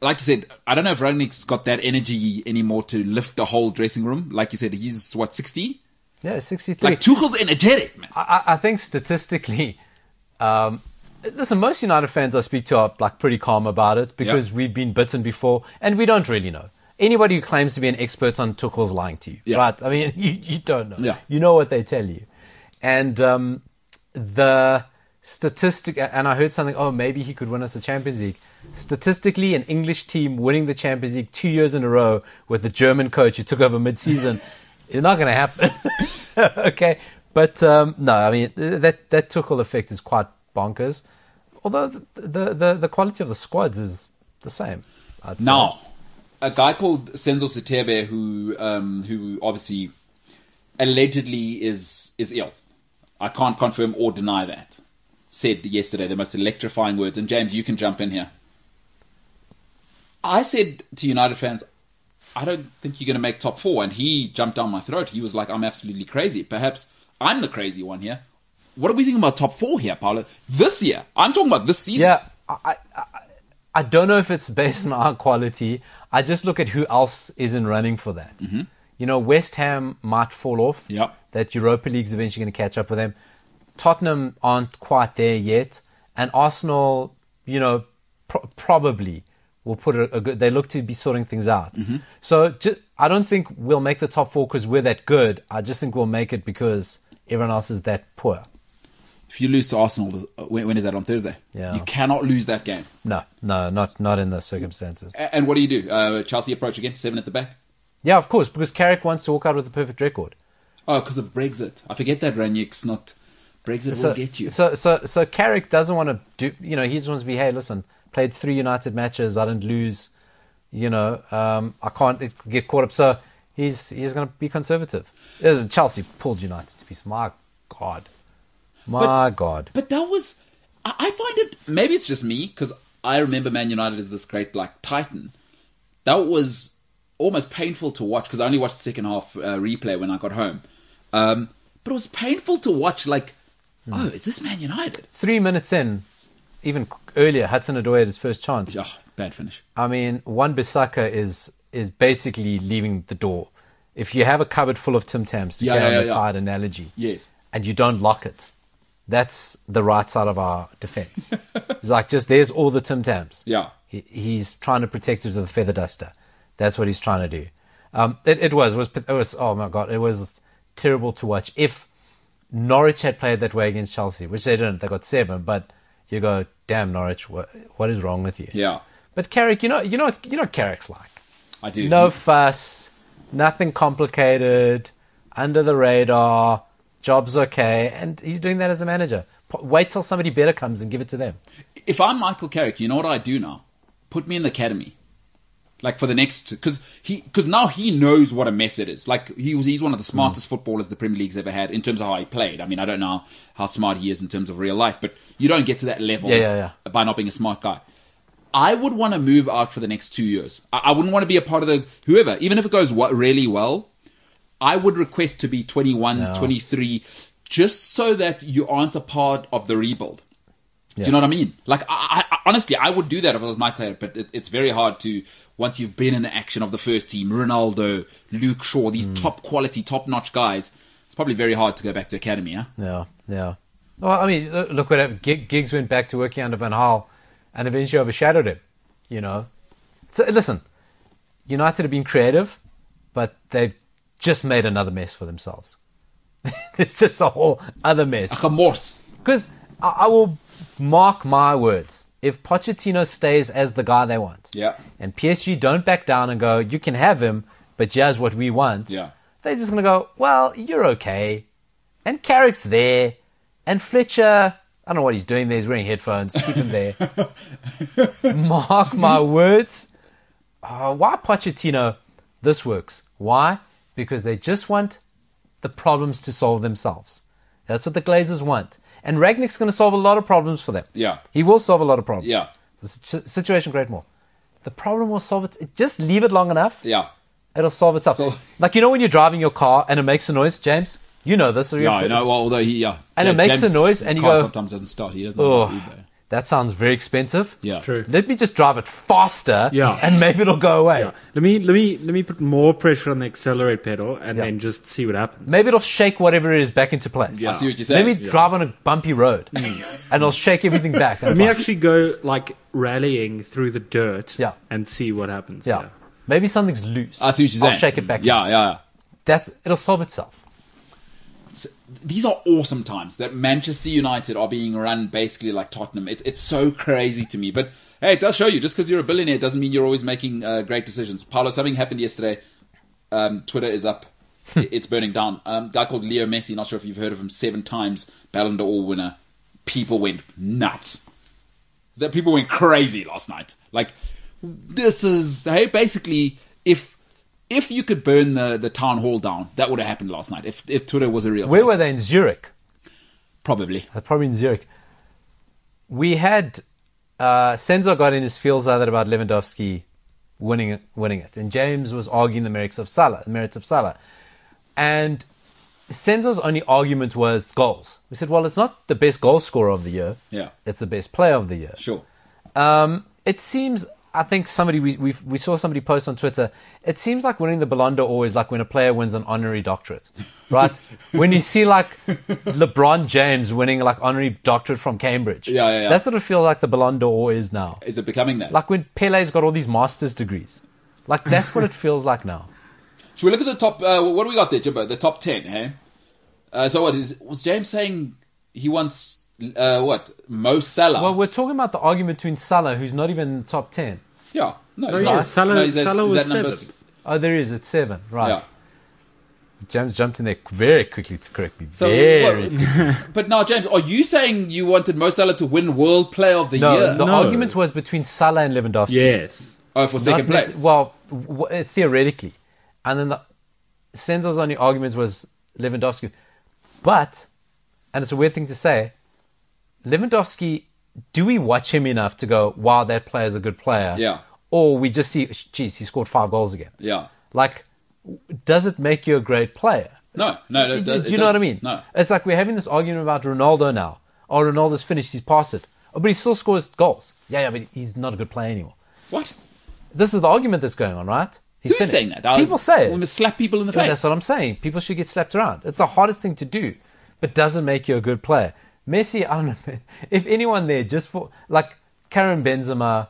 [SPEAKER 2] like you said, I don't know if Rangnick's got that energy anymore to lift the whole dressing room. Like you said, he's what, 60?
[SPEAKER 5] Yeah, sixty-three.
[SPEAKER 2] Like Tuchel's energetic, man.
[SPEAKER 5] I, I I think statistically, um, listen, most United fans I speak to are like pretty calm about it because
[SPEAKER 2] Yeah.
[SPEAKER 5] we've been bitten before and we don't really know. Anybody who claims to be an expert on Tuchel's lying to you,
[SPEAKER 2] Yeah.
[SPEAKER 5] right? I mean, you, you don't know.
[SPEAKER 2] Yeah.
[SPEAKER 5] You know what they tell you. And um, the statistic, and I heard something. Oh, maybe he could win us the Champions League. Statistically, an English team winning the Champions League two years in a row with a German coach who took over mid-season, it's not going to happen. okay, but um, no, I mean that that Tuchel effect is quite bonkers. Although the the the, the quality of the squads is the same. I'd say.
[SPEAKER 2] Now, a guy called Senzo Setebe, who um, who obviously allegedly is is ill. I can't confirm or deny that. Said yesterday the most electrifying words, and James, you can jump in here. I said to United fans, I don't think you're going to make top four, and he jumped down my throat. He was like, I'm absolutely crazy. Perhaps I'm the crazy one here. What are we thinking about top four here, Paolo? This year, I'm talking about this season.
[SPEAKER 5] Yeah, I, I, I- I don't know if it's based on our quality. I just look at who else isn't running for that. You know, West Ham might fall off.
[SPEAKER 2] Yep.
[SPEAKER 5] That Europa League's eventually going to catch up with them. Tottenham aren't quite there yet, and Arsenal, you know, pro- probably will put a, a good. They look to be sorting things out. So ju- I don't think we'll make the top four because we're that good. I just think we'll make it because everyone else is that poor.
[SPEAKER 2] If you lose to Arsenal, uh, when, when is that on Thursday?
[SPEAKER 5] Yeah.
[SPEAKER 2] You cannot lose that game.
[SPEAKER 5] No, no, not not in those circumstances.
[SPEAKER 2] A- And what do you do? Uh, Chelsea approach again, seven at the back.
[SPEAKER 5] Yeah, of course, because Carrick wants to walk out with a perfect record.
[SPEAKER 2] Oh, because of Brexit. I forget that Ranieri's not. Brexit
[SPEAKER 5] So,
[SPEAKER 2] will get you.
[SPEAKER 5] so, so, so Carrick doesn't want to do. You know, he just wants to be. Hey, listen, played three United matches. I didn't lose. You know, um, I can't get caught up. So he's he's going to be conservative. Listen, Chelsea pulled United to pieces. My God, my God.
[SPEAKER 2] But that was, I, I find it. Maybe it's just me because I remember Man United as this great like titan. That was almost painful to watch because I only watched the second half uh, replay when I got home. Um, but it was painful to watch. Like,
[SPEAKER 5] Hmm.
[SPEAKER 2] oh, is this Man United?
[SPEAKER 5] Three minutes in, even earlier, Hudson Odoi had his first chance.
[SPEAKER 2] Oh, bad finish.
[SPEAKER 5] I mean, one Bissaka is is basically leaving the door. If you have a cupboard full of Tim Tams, to
[SPEAKER 2] Yeah,
[SPEAKER 5] get
[SPEAKER 2] yeah,
[SPEAKER 5] on
[SPEAKER 2] yeah,
[SPEAKER 5] the
[SPEAKER 2] yeah.
[SPEAKER 5] tired analogy,
[SPEAKER 2] Yes.
[SPEAKER 5] and you don't lock it, that's the right side of our defense. it's like just there's all the Tim Tams.
[SPEAKER 2] Yeah.
[SPEAKER 5] he, he's trying to protect us with a feather duster. That's what he's trying to do. Um, it, it was it was it was oh my god, it was terrible to watch. If Norwich had played that way against Chelsea, which they didn't, they got seven, but you go, damn Norwich, what what is wrong with you?
[SPEAKER 2] Yeah,
[SPEAKER 5] But Carrick, you know, you know, what- you know, what Carrick's like
[SPEAKER 2] I do.
[SPEAKER 5] no fuss, nothing complicated, under the radar, job's okay, and he's doing that as a manager. P- Wait till somebody better comes and give it to them.
[SPEAKER 2] if I'm Michael Carrick, you know what I do now? Put me in the academy. Like for the next, because he, because now he knows what a mess it is. Like he was, he's one of the smartest
[SPEAKER 5] Mm.
[SPEAKER 2] footballers the Premier League's ever had in terms of how he played. I mean, I don't know how smart he is in terms of real life, but you don't get to that level
[SPEAKER 5] Yeah, yeah,
[SPEAKER 2] by not being a smart guy. I would want to move out for the next two years. I, I wouldn't want to be a part of the whoever, even if it goes what really well. I would request to be 21s, 23, just so that you aren't a part of the rebuild. Do you know what I mean? Like, I, I, I- honestly, I would do that if I was Michael Carrick, but it, it's very hard to, once you've been in the action of the first team, Ronaldo, Luke Shaw, these
[SPEAKER 5] Mm.
[SPEAKER 2] top quality, top notch guys, it's probably very hard to go back to academy, huh?
[SPEAKER 5] Yeah, yeah. Well, I mean, lo- look what happened. Gig- Giggs went back to working under Van Hal and eventually overshadowed him, you know. So, listen, United have been creative, but they've just made another mess for themselves. it's just a whole other mess.
[SPEAKER 2] Remorse.
[SPEAKER 5] Because I, I will mark my words. If Pochettino stays as the guy they want,
[SPEAKER 2] Yeah.
[SPEAKER 5] and PSG don't back down and go, you can have him, but here's what we want.
[SPEAKER 2] Yeah.
[SPEAKER 5] They're just gonna go, well, you're okay, and Carrick's there, and Fletcher. I don't know what he's doing there. He's wearing headphones. Keep him there. mark my words. Uh, why Pochettino? This works. Why? Because they just want the problems to solve themselves. That's what the Glazers want. And Ragnick's going to solve a lot of problems for them.
[SPEAKER 2] Yeah.
[SPEAKER 5] He will solve a lot of problems.
[SPEAKER 2] Yeah.
[SPEAKER 5] The situ- situation great more. The problem will solve it. Just leave it long enough.
[SPEAKER 2] Yeah.
[SPEAKER 5] It'll solve itself.
[SPEAKER 2] So-
[SPEAKER 5] like, you know, when you're driving your car and it makes a noise, James? You know this. so you're-
[SPEAKER 2] Yeah, you know, well, although he, yeah.
[SPEAKER 5] And it makes a noise and you
[SPEAKER 2] car
[SPEAKER 5] go-
[SPEAKER 2] sometimes doesn't start. He doesn't know
[SPEAKER 5] Oh,
[SPEAKER 2] how to Uber.
[SPEAKER 5] that sounds very expensive.
[SPEAKER 2] Yeah.
[SPEAKER 3] True.
[SPEAKER 5] Let me just drive it faster.
[SPEAKER 3] Yeah.
[SPEAKER 5] And maybe it'll go away.
[SPEAKER 3] Yeah. Let me let me let me put more pressure on the accelerate pedal and
[SPEAKER 5] Yeah.
[SPEAKER 3] then just see what happens.
[SPEAKER 5] Maybe it'll shake whatever it is back into place.
[SPEAKER 2] I see what you're
[SPEAKER 5] Let
[SPEAKER 2] saying. Mm.
[SPEAKER 5] me drive on a bumpy road and it'll shake everything back.
[SPEAKER 3] Let me actually go like rallying through the dirt
[SPEAKER 5] Yeah.
[SPEAKER 3] and see what happens.
[SPEAKER 5] Yeah. Maybe something's loose.
[SPEAKER 2] I see what you're
[SPEAKER 5] I'll
[SPEAKER 2] saying.
[SPEAKER 5] shake it back.
[SPEAKER 2] Yeah, yeah.
[SPEAKER 5] That's it'll solve itself.
[SPEAKER 2] s- these are awesome times that Manchester United are being run basically like Tottenham. It's it's so crazy to me, but hey, it does show you just because you're a billionaire doesn't mean you're always making uh, great decisions. Paolo, something happened yesterday. Um, Twitter is up.
[SPEAKER 5] Hmm.
[SPEAKER 2] I- it's burning down. Um, guy called Leo Messi. Not sure if you've heard of him. Seven times Ballon d'Or winner. People went nuts that people went crazy last night. Like this is hey, basically if if you could burn the, the town hall down, that would have happened last night. If if Twitter was a real
[SPEAKER 5] Where
[SPEAKER 2] place.
[SPEAKER 5] were they in Zurich?
[SPEAKER 2] Probably.
[SPEAKER 5] Uh, Probably in Zurich. We had uh, Senzo got in his feels out about Lewandowski winning it, winning it, and James was arguing the merits of Salah, the merits of Salah, and Senzo's only argument was goals. We said, well, it's not the best goal scorer of the year.
[SPEAKER 2] Yeah.
[SPEAKER 5] it's the best player of the year.
[SPEAKER 2] Sure.
[SPEAKER 5] Um, it seems, I think somebody, we, we, we saw somebody post on Twitter, it seems like winning the Ballon d'Or is like when a player wins an honorary doctorate, right? when you see like LeBron James winning like honorary doctorate from Cambridge.
[SPEAKER 2] Yeah, yeah, yeah.
[SPEAKER 5] That's what it feels like the Ballon d'Or is now.
[SPEAKER 2] Is it becoming that?
[SPEAKER 5] Like when Pele's got all these master's degrees. Like that's what it feels like now.
[SPEAKER 2] Should we look at the top? Uh, what do we got there, Jimbo? The top ten, hey? Uh, so what is? Was James saying he wants uh, what Mo Salah?
[SPEAKER 5] Well, we're talking about the argument between Salah, who's not even in the top 10.
[SPEAKER 2] yeah, no,
[SPEAKER 3] Oh,
[SPEAKER 2] it's
[SPEAKER 3] yeah,
[SPEAKER 2] not.
[SPEAKER 3] Salah-
[SPEAKER 2] no, is that,
[SPEAKER 3] Salah
[SPEAKER 2] is
[SPEAKER 3] was
[SPEAKER 2] that number-
[SPEAKER 3] seventh.
[SPEAKER 5] Oh, there is. It's seven. Right.
[SPEAKER 2] Yeah.
[SPEAKER 5] James jumped in there very quickly to correct me.
[SPEAKER 2] So,
[SPEAKER 5] very
[SPEAKER 2] well, but now, James, are you saying you wanted Mo Salah to win World Player of the
[SPEAKER 5] No,
[SPEAKER 2] Year?
[SPEAKER 5] the
[SPEAKER 3] No.
[SPEAKER 5] argument was between Salah and Lewandowski.
[SPEAKER 3] Yes.
[SPEAKER 2] oh, for
[SPEAKER 5] Not
[SPEAKER 2] second place.
[SPEAKER 5] nec- Well, w- uh, theoretically. And then the, Senzo's only argument was Lewandowski. But, and it's a weird thing to say, Lewandowski, do we watch him enough to go, wow, that player's a good player?
[SPEAKER 2] Yeah.
[SPEAKER 5] Or we just see, geez, he scored five goals again.
[SPEAKER 2] Yeah.
[SPEAKER 5] Like, w- does it make you a great player?
[SPEAKER 2] No, no, no. it
[SPEAKER 5] Do,
[SPEAKER 2] does-
[SPEAKER 5] do
[SPEAKER 2] it
[SPEAKER 5] you know what I
[SPEAKER 2] doesn't.
[SPEAKER 5] mean? Uh,
[SPEAKER 2] No.
[SPEAKER 5] It's like we're having this argument about Ronaldo now. Oh, Ronaldo's finished. He's past it. Oh, but he still scores goals. Yeah, yeah, but he's not a good player anymore.
[SPEAKER 2] What?
[SPEAKER 5] This is the argument that's going on, right? He's
[SPEAKER 2] Who's
[SPEAKER 5] finished.
[SPEAKER 2] saying that? I-
[SPEAKER 5] People say it.
[SPEAKER 2] We must slap people in the
[SPEAKER 5] Yeah,
[SPEAKER 2] face.
[SPEAKER 5] that's what I'm saying. People should get slapped around. It's the hardest thing to do, but doesn't make you a good player. Messi, I don't know. If anyone there, just for like Karen Benzema,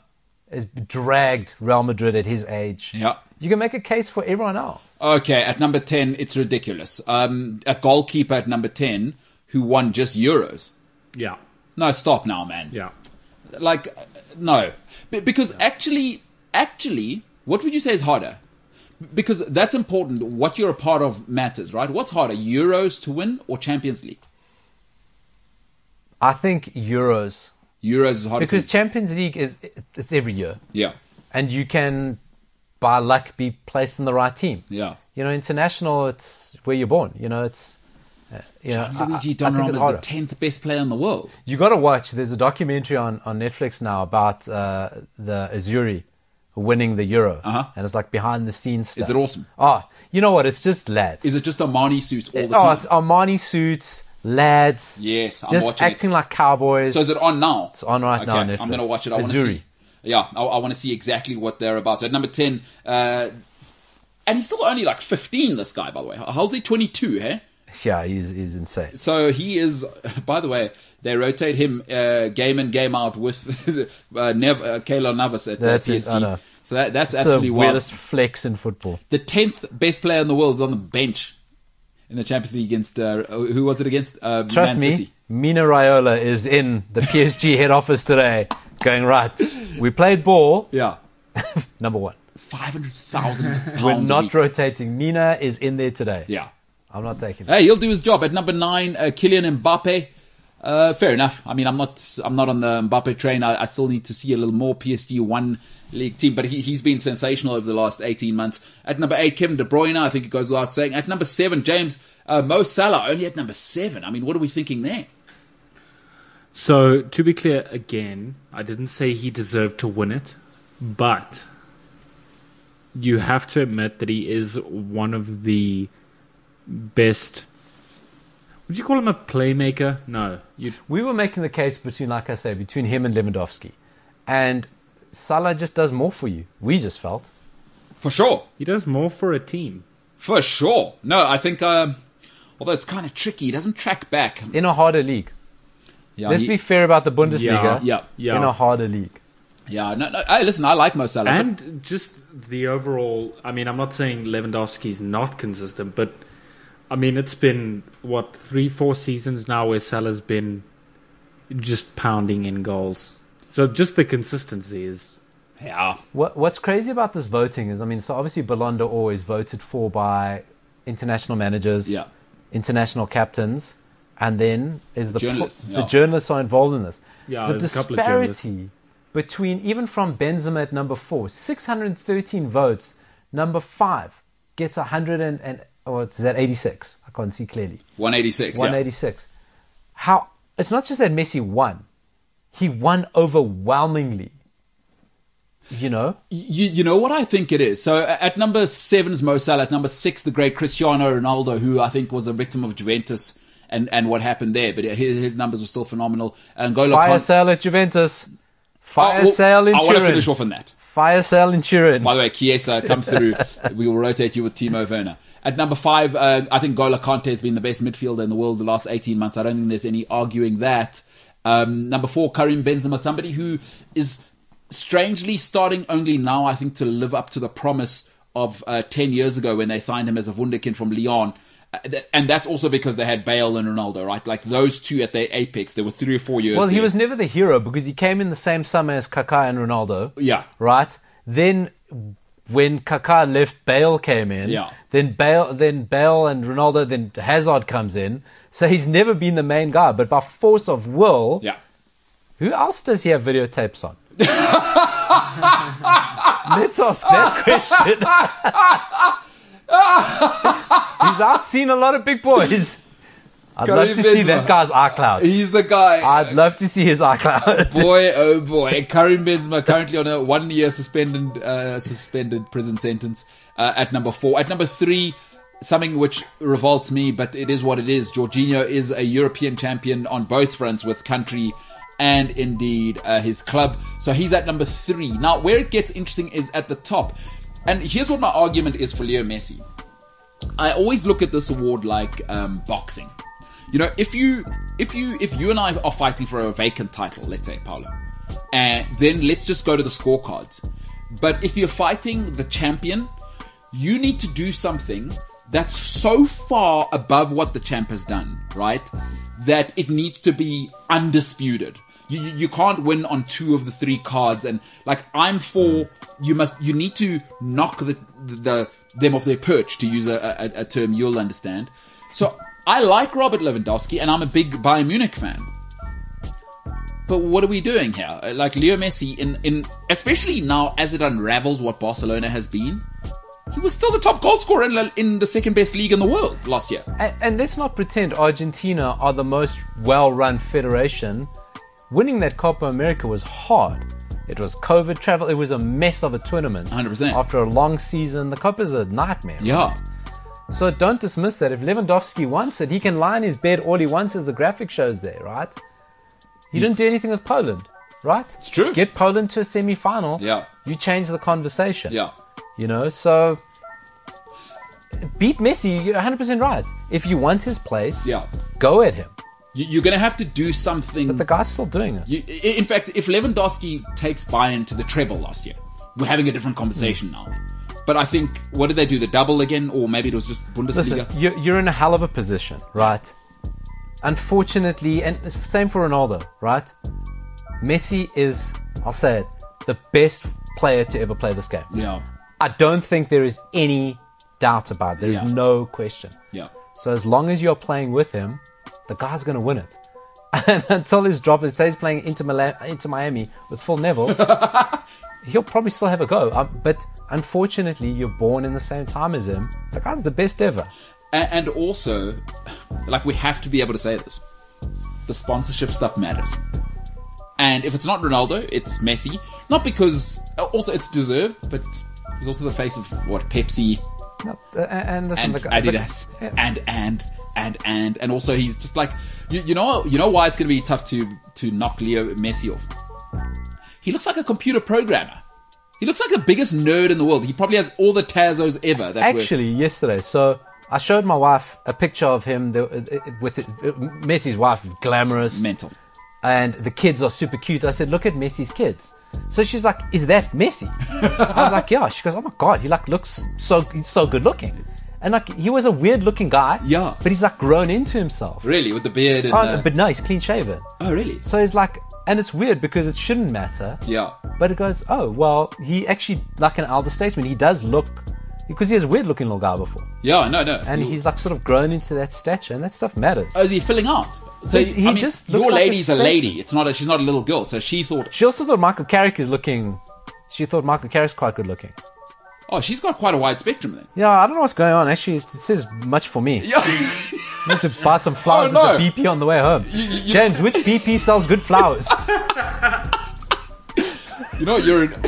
[SPEAKER 5] has dragged Real Madrid at his age.
[SPEAKER 2] Yeah.
[SPEAKER 5] you can make a case for everyone else.
[SPEAKER 2] Okay, at number 10, it's ridiculous. Um, a goalkeeper at number 10 who won just Euros.
[SPEAKER 3] Yeah.
[SPEAKER 2] No, stop now, man.
[SPEAKER 3] Yeah.
[SPEAKER 2] Like, uh, no. Be- because actually, actually, what would you say is harder? Because that's important. What you're a part of matters, right? What's harder, Euros to win or Champions League?
[SPEAKER 5] I think Euros
[SPEAKER 2] Euros is harder
[SPEAKER 5] because
[SPEAKER 2] to win.
[SPEAKER 5] Champions League is it's every year,
[SPEAKER 2] Yeah,
[SPEAKER 5] and you can by luck be placed in the right team.
[SPEAKER 2] yeah.
[SPEAKER 5] You know, international, it's where you're born. You know, it's uh, you know, I- I- I
[SPEAKER 2] Luigi
[SPEAKER 5] think
[SPEAKER 2] Donnarumma
[SPEAKER 5] it's
[SPEAKER 2] is the
[SPEAKER 5] harder.
[SPEAKER 2] 10th best player in the world.
[SPEAKER 5] You got to watch. There's a documentary on, on Netflix now about uh, the Azuri winning the Euro,
[SPEAKER 2] Uh-huh.
[SPEAKER 5] and it's like behind the scenes stuff.
[SPEAKER 2] it awesome?
[SPEAKER 5] Oh, you know what? It's just lads.
[SPEAKER 2] Is it just Armani suits all the
[SPEAKER 5] oh,
[SPEAKER 2] time?
[SPEAKER 5] it's Armani suits, lads.
[SPEAKER 2] Yes, I'm
[SPEAKER 5] just
[SPEAKER 2] watching it.
[SPEAKER 5] acting like cowboys.
[SPEAKER 2] So is it on now? It's
[SPEAKER 5] on right
[SPEAKER 2] okay,
[SPEAKER 5] now on
[SPEAKER 2] I'm
[SPEAKER 5] Netflix.
[SPEAKER 2] going to watch it. I want to
[SPEAKER 5] Missouri.
[SPEAKER 2] see. Yeah, I, I want to see exactly what they're about. So at number ten, uh, and he's still only like 15. This guy, by the way, how old's he? 22, hey?
[SPEAKER 5] yeah, he's, he's insane.
[SPEAKER 2] So he is. By the way, they rotate him uh, game in game out with uh, Nev- uh, Keylor Navas at uh,
[SPEAKER 5] That's it, I
[SPEAKER 2] PSG.
[SPEAKER 5] know.
[SPEAKER 2] so that, that's
[SPEAKER 5] It's
[SPEAKER 2] absolutely
[SPEAKER 5] the
[SPEAKER 2] wild.
[SPEAKER 5] weirdest flex in football.
[SPEAKER 2] The 10th best player in the world is on the bench in the Champions League against uh, who was it against? Uh,
[SPEAKER 5] Trust
[SPEAKER 2] Man
[SPEAKER 5] me,
[SPEAKER 2] City.
[SPEAKER 5] Mina Raiola is in the PSG head office today, going right. We played ball.
[SPEAKER 2] Yeah,
[SPEAKER 5] Number one,
[SPEAKER 2] five hundred thousand pounds.
[SPEAKER 5] we're
[SPEAKER 2] a week.
[SPEAKER 5] not rotating. Mina is in there today.
[SPEAKER 2] yeah.
[SPEAKER 5] I'm not taking. it.
[SPEAKER 2] Hey, he'll do his job at number nine. Uh, Kylian Mbappe. Uh, fair enough. I mean, I'm not, I'm not on the Mbappe train. I, I still need to see a little more PSG one league team, but he, he's been sensational over the last 18 months. At number eight, Kevin De Bruyne. I think it goes without saying. At number seven, James uh, Mo Salah. Only at number seven. I mean, what are we thinking there?
[SPEAKER 3] So to be clear, again, I didn't say he deserved to win it, but you have to admit that he is one of the best. Would you call him a playmaker? No, you.
[SPEAKER 5] We were making the case between, like I say, between him and Lewandowski, and Salah just does more for you. We just felt.
[SPEAKER 2] For sure.
[SPEAKER 3] He does more for a team.
[SPEAKER 2] For sure. No, I think, um, although it's kind of tricky, he doesn't track back.
[SPEAKER 5] in a harder league.
[SPEAKER 2] Yeah,
[SPEAKER 5] Let's
[SPEAKER 2] Uh, he-
[SPEAKER 5] be fair about the Bundesliga.
[SPEAKER 2] Yeah,
[SPEAKER 3] yeah.
[SPEAKER 5] In a harder league.
[SPEAKER 2] yeah, no, no. Hey, listen, I like Mo Salah. but-
[SPEAKER 3] And just the overall. I mean, I'm not saying Lewandowski's not consistent, but I mean, it's been what three, four seasons now where Salah's been just pounding in goals. So just the consistency is
[SPEAKER 2] Yeah.
[SPEAKER 5] What, what's crazy about this voting is, I mean, so obviously Belonda always voted for by international managers,
[SPEAKER 2] Yeah.
[SPEAKER 5] international captains, and then is the
[SPEAKER 2] Journalists,
[SPEAKER 5] the
[SPEAKER 2] yeah.
[SPEAKER 5] journalists are involved in this.
[SPEAKER 3] Yeah,
[SPEAKER 5] the
[SPEAKER 3] there's a couple of journalists.
[SPEAKER 5] disparity between even from Benzema at number four, six hundred and thirteen votes. Number five gets hundred and, and oh, it's- is that eighty six? I can't see clearly.
[SPEAKER 2] 186.
[SPEAKER 5] One
[SPEAKER 2] yeah.
[SPEAKER 5] eighty six. How it's not just that Messi won; he won overwhelmingly. You know.
[SPEAKER 2] You, you know what I think it is. So a- at number seven is Mo Salah. At number six, the great Cristiano Ronaldo, who I think was a victim of Juventus and, and what happened there. But his, his numbers were still phenomenal. And Golo
[SPEAKER 5] Fire sale at Juventus. Fire
[SPEAKER 2] Oh, well,
[SPEAKER 5] sale in
[SPEAKER 2] I want to
[SPEAKER 5] Turin.
[SPEAKER 2] finish off on that.
[SPEAKER 5] Fire sale in Turin.
[SPEAKER 2] By the way, Chiesa, come through. we will rotate you with Timo Werner. At number five, uh, I think Gola Conte has been the best midfielder in the world the last 18 months. I don't think there's any arguing that. Um, number four, Karim Benzema, somebody who is strangely starting only now, I think, to live up to the promise of uh, 10 years ago when they signed him as a Wunderkind from Lyon. Uh, th- And that's also because they had Bale and Ronaldo, right? Like those two at their apex, there were three or four years.
[SPEAKER 5] Well, he
[SPEAKER 2] there.
[SPEAKER 5] was never the hero because he came in the same summer as Kaká and Ronaldo.
[SPEAKER 2] Yeah.
[SPEAKER 5] Right? Then when Kaká left, Bale came in.
[SPEAKER 2] Yeah.
[SPEAKER 5] Then Bale, then Bale and Ronaldo, then Hazard comes in. So he's never been the main guy, but by force of will,
[SPEAKER 2] Yeah.
[SPEAKER 5] who else does he have videotapes on? Let's ask that question. He's outseen a lot of big boys. I'd love
[SPEAKER 2] Karim
[SPEAKER 5] to see
[SPEAKER 2] Benzema.
[SPEAKER 5] that guy's iCloud.
[SPEAKER 2] He's the guy.
[SPEAKER 5] I'd love to see his iCloud.
[SPEAKER 2] boy, oh boy. Karim Benzema currently on a one year suspended, uh, suspended prison sentence uh, at number four. At number three, something which revolts me, but it is what it is. Jorginho is a European champion on both fronts with country and indeed uh, his club. So he's at number three. Now, where it gets interesting is at the top. And here's what my argument is for Leo Messi. I always look at this award like um, boxing. You know, if you if you if you and I are fighting for a vacant title, let's say Paolo, and then let's just go to the scorecards. But if you're fighting the champion, you need to do something that's so far above what the champ has done, right? That it needs to be undisputed. You, you, you can't win on two of the three cards, and like I'm for you must you need to knock the the them off their perch, to use a, a, a term you'll understand. So I like Robert Lewandowski, and I'm a big Bayern Munich fan. But what are we doing here? Uh, Like Leo Messi, in in especially now as it unravels what Barcelona has been, he was still the top goal scorer in, La- in the second best league in the world last year.
[SPEAKER 5] And, and let's not pretend Argentina are the most well run federation. Winning that Copa America was hard. It was COVID travel. It was a mess of a tournament.
[SPEAKER 2] 100%.
[SPEAKER 5] After a long season, the Copa's a nightmare.
[SPEAKER 2] Yeah,
[SPEAKER 5] So don't dismiss that. If Lewandowski wants it, he can lie in his bed all he wants as the graphic shows there, right? He didn't do anything with Poland, right? It's
[SPEAKER 2] true.
[SPEAKER 5] Get Poland to a semi final.
[SPEAKER 2] Yeah.
[SPEAKER 5] You change the conversation.
[SPEAKER 2] yeah.
[SPEAKER 5] You know, so beat Messi, you're 100% right. If you want his place,
[SPEAKER 2] Yeah.
[SPEAKER 5] go at him.
[SPEAKER 2] You, you're gonna have to do something.
[SPEAKER 5] But the guy's still doing it.
[SPEAKER 2] You, i- in fact, if Lewandowski takes Bayern to the treble last year, we're having a different conversation now. But I think, what did they do? The double again? Or maybe it was just Bundesliga?
[SPEAKER 5] Listen, you're, you're in a hell of a position, right? Unfortunately, and it's same for Ronaldo, right? Messi is, I'll say it, the best player to ever play this game.
[SPEAKER 2] Yeah,
[SPEAKER 5] I don't think there is any doubt about it. There's
[SPEAKER 2] Yeah.
[SPEAKER 5] no question.
[SPEAKER 2] yeah.
[SPEAKER 5] So as long as you're playing with him, the guy's going to win it. And until his drop is, say he's playing into, Milan, into Miami with Phil Neville, he'll probably still have a go. Uh, but unfortunately, you're born in the same time as him. The guy's the best ever.
[SPEAKER 2] And, and also, like, we have to be able to say this. The sponsorship stuff matters. And if it's not Ronaldo, it's Messi. Not because, also, it's deserved, but he's also the face of, what, Pepsi,
[SPEAKER 5] No, uh, and listen,
[SPEAKER 2] and
[SPEAKER 5] the guy, but-
[SPEAKER 2] Adidas
[SPEAKER 5] yeah.
[SPEAKER 2] and and and and and also he's just like you, you know you know why it's gonna be tough to to knock Leo Messi off. He looks like a computer programmer. He looks like the biggest nerd in the world. He probably has all the Tazos ever. That were-
[SPEAKER 5] Actually, yesterday, so I showed my wife a picture of him the, uh, uh, with uh, Messi's wife, glamorous,
[SPEAKER 2] mental.
[SPEAKER 5] and the kids are super cute. I said, look at Messi's kids. So she's like, is that Messi? I was like, yeah. She goes, oh my god, he like looks so he's so good looking. And like he was a weird looking guy.
[SPEAKER 2] Yeah.
[SPEAKER 5] But he's like grown into himself.
[SPEAKER 2] Really, with the beard and.
[SPEAKER 5] Oh,
[SPEAKER 2] uh,
[SPEAKER 5] but no, he's clean shaven.
[SPEAKER 2] oh, really?
[SPEAKER 5] So he's like, and it's weird because it shouldn't matter.
[SPEAKER 2] Yeah.
[SPEAKER 5] But it goes, oh well, he actually like an elder statesman. He does look because he was a weird looking little guy before,
[SPEAKER 2] Yeah, no, no.
[SPEAKER 5] and he's like sort of grown into that stature, and that stuff matters.
[SPEAKER 2] Oh, is he filling out? So
[SPEAKER 5] He-
[SPEAKER 2] you-
[SPEAKER 5] he
[SPEAKER 2] I mean,
[SPEAKER 5] just looks
[SPEAKER 2] your
[SPEAKER 5] like a
[SPEAKER 2] lady's a
[SPEAKER 5] spec-
[SPEAKER 2] lady. It's not. A, she's not a little girl. So she thought,
[SPEAKER 5] She also thought Michael Carrick is looking. She thought Michael Carrick's quite good looking.
[SPEAKER 2] oh, she's got quite a wide spectrum then.
[SPEAKER 5] Yeah, I don't know what's going on. Actually, it says much for me.
[SPEAKER 2] Yeah.
[SPEAKER 5] I need to buy some flowers
[SPEAKER 2] Oh, no.
[SPEAKER 5] at the BP on the way home. James, which BP sells good flowers?
[SPEAKER 2] you know, you're. An,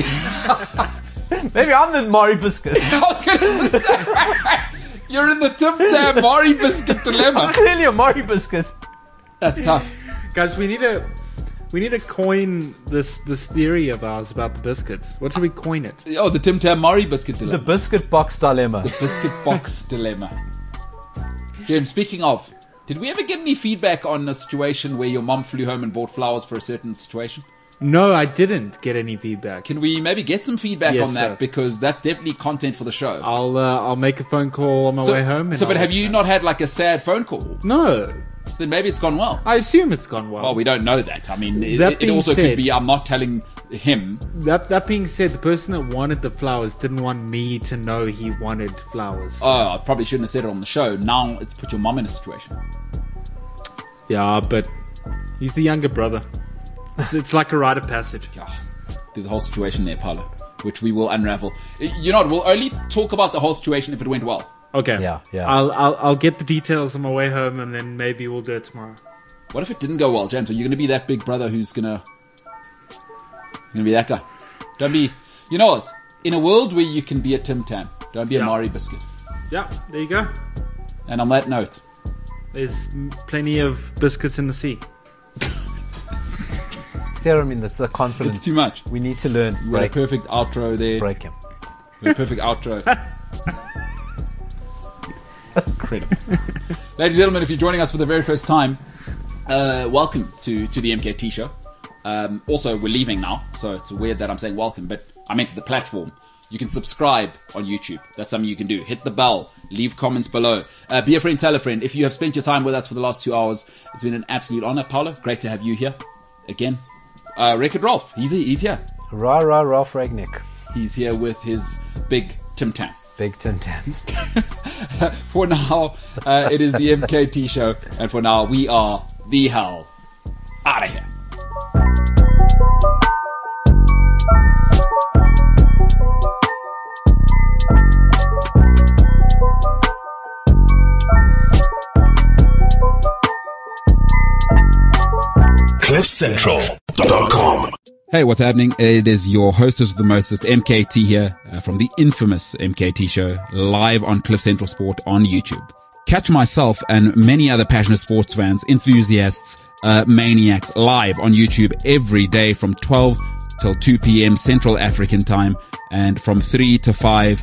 [SPEAKER 5] Maybe I'm the Mari biscuit.
[SPEAKER 2] I was going to say, you're in the Tim Tam Mari biscuit dilemma.
[SPEAKER 5] Clearly a Mari biscuit.
[SPEAKER 2] That's tough.
[SPEAKER 3] Guys, we need a we need to coin this this theory of ours about the biscuits. What should we coin it?
[SPEAKER 2] Oh, the Tim Tam Mari biscuit
[SPEAKER 5] The
[SPEAKER 2] dilemma.
[SPEAKER 5] biscuit box dilemma.
[SPEAKER 2] biscuit box dilemma. James, speaking of, did we ever get any feedback on a situation where your mom flew home and bought flowers for a certain situation?
[SPEAKER 3] No, I didn't get any feedback.
[SPEAKER 2] Can we maybe get some feedback
[SPEAKER 3] Yes,
[SPEAKER 2] on that
[SPEAKER 3] sir.
[SPEAKER 2] because that's definitely content for the show.
[SPEAKER 3] I'll uh, I'll make a phone call on my
[SPEAKER 2] so,
[SPEAKER 3] way home. And
[SPEAKER 2] so, but
[SPEAKER 3] I'll-
[SPEAKER 2] have you not had like a sad phone call?
[SPEAKER 3] No,
[SPEAKER 2] So then maybe it's gone well.
[SPEAKER 3] I assume it's gone well.
[SPEAKER 2] Well, we don't know that. I mean, it,
[SPEAKER 3] That
[SPEAKER 2] it
[SPEAKER 3] being
[SPEAKER 2] also could
[SPEAKER 3] said-
[SPEAKER 2] be I'm not telling him.
[SPEAKER 3] that that being said, the person that wanted the flowers didn't want me to know he wanted flowers.
[SPEAKER 2] Oh, I probably shouldn't have said it on the show. Now it's put your mum in a situation.
[SPEAKER 3] yeah, but he's the younger brother. It's, it's like a rite of passage.
[SPEAKER 2] Yeah, Ah, there's a whole situation there, Paolo, which we will unravel. You know, what, we'll only talk about the whole situation if it went well.
[SPEAKER 3] Okay.
[SPEAKER 5] Yeah, yeah.
[SPEAKER 3] I'll I'll I'll get the details on my way home, and then maybe we'll do it tomorrow.
[SPEAKER 2] What if it didn't go well, James? Are you going to be that big brother who's going to going to be that guy? Don't be. You know what? In a world where you can be a Tim Tam, don't be a
[SPEAKER 3] Yeah.
[SPEAKER 2] Mari biscuit.
[SPEAKER 3] Yeah, there you go.
[SPEAKER 2] And on that note,
[SPEAKER 3] There's plenty of biscuits in the sea.
[SPEAKER 5] Serum in that's the confidence.
[SPEAKER 2] it's too much.
[SPEAKER 5] we need to learn.
[SPEAKER 2] We got a
[SPEAKER 5] Break,
[SPEAKER 2] perfect outro there.
[SPEAKER 5] break him.
[SPEAKER 2] The perfect outro. Incredible. Ladies and gentlemen, if you're joining us for the very first time, uh, welcome to, to the MKT show. Um, also, we're leaving now, so it's weird that I'm saying welcome, but I meant to the platform. You can subscribe on YouTube. That's something you can do. Hit the bell. Leave comments below. Uh, be a friend, tell a friend. If you have spent your time with us for the last two hours, it's been an absolute honor. Paolo, great to have you here again. Uh, Record Rolf, he's, he's here.
[SPEAKER 5] Rah rah Ralph Ragnick.
[SPEAKER 2] He's here with his big Tim Tam.
[SPEAKER 5] Big Tim Tam.
[SPEAKER 2] for now, uh, it is the MKT show, and for now, we are the hell out of here.
[SPEAKER 4] CliffCentral.com.
[SPEAKER 2] Hey, what's happening? It is your hostess of the mostest, MKT here uh, from the infamous MKT show, live on Cliff Central Sport on YouTube. Catch myself and many other passionate sports fans, enthusiasts, uh, maniacs live on YouTube every day from 12 till 2 p.m. Central African time and from 3 to 5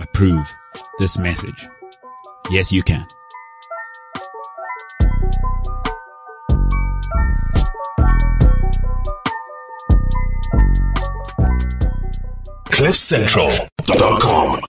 [SPEAKER 2] approve this message. Yes, you can.
[SPEAKER 4] CliffCentral.com.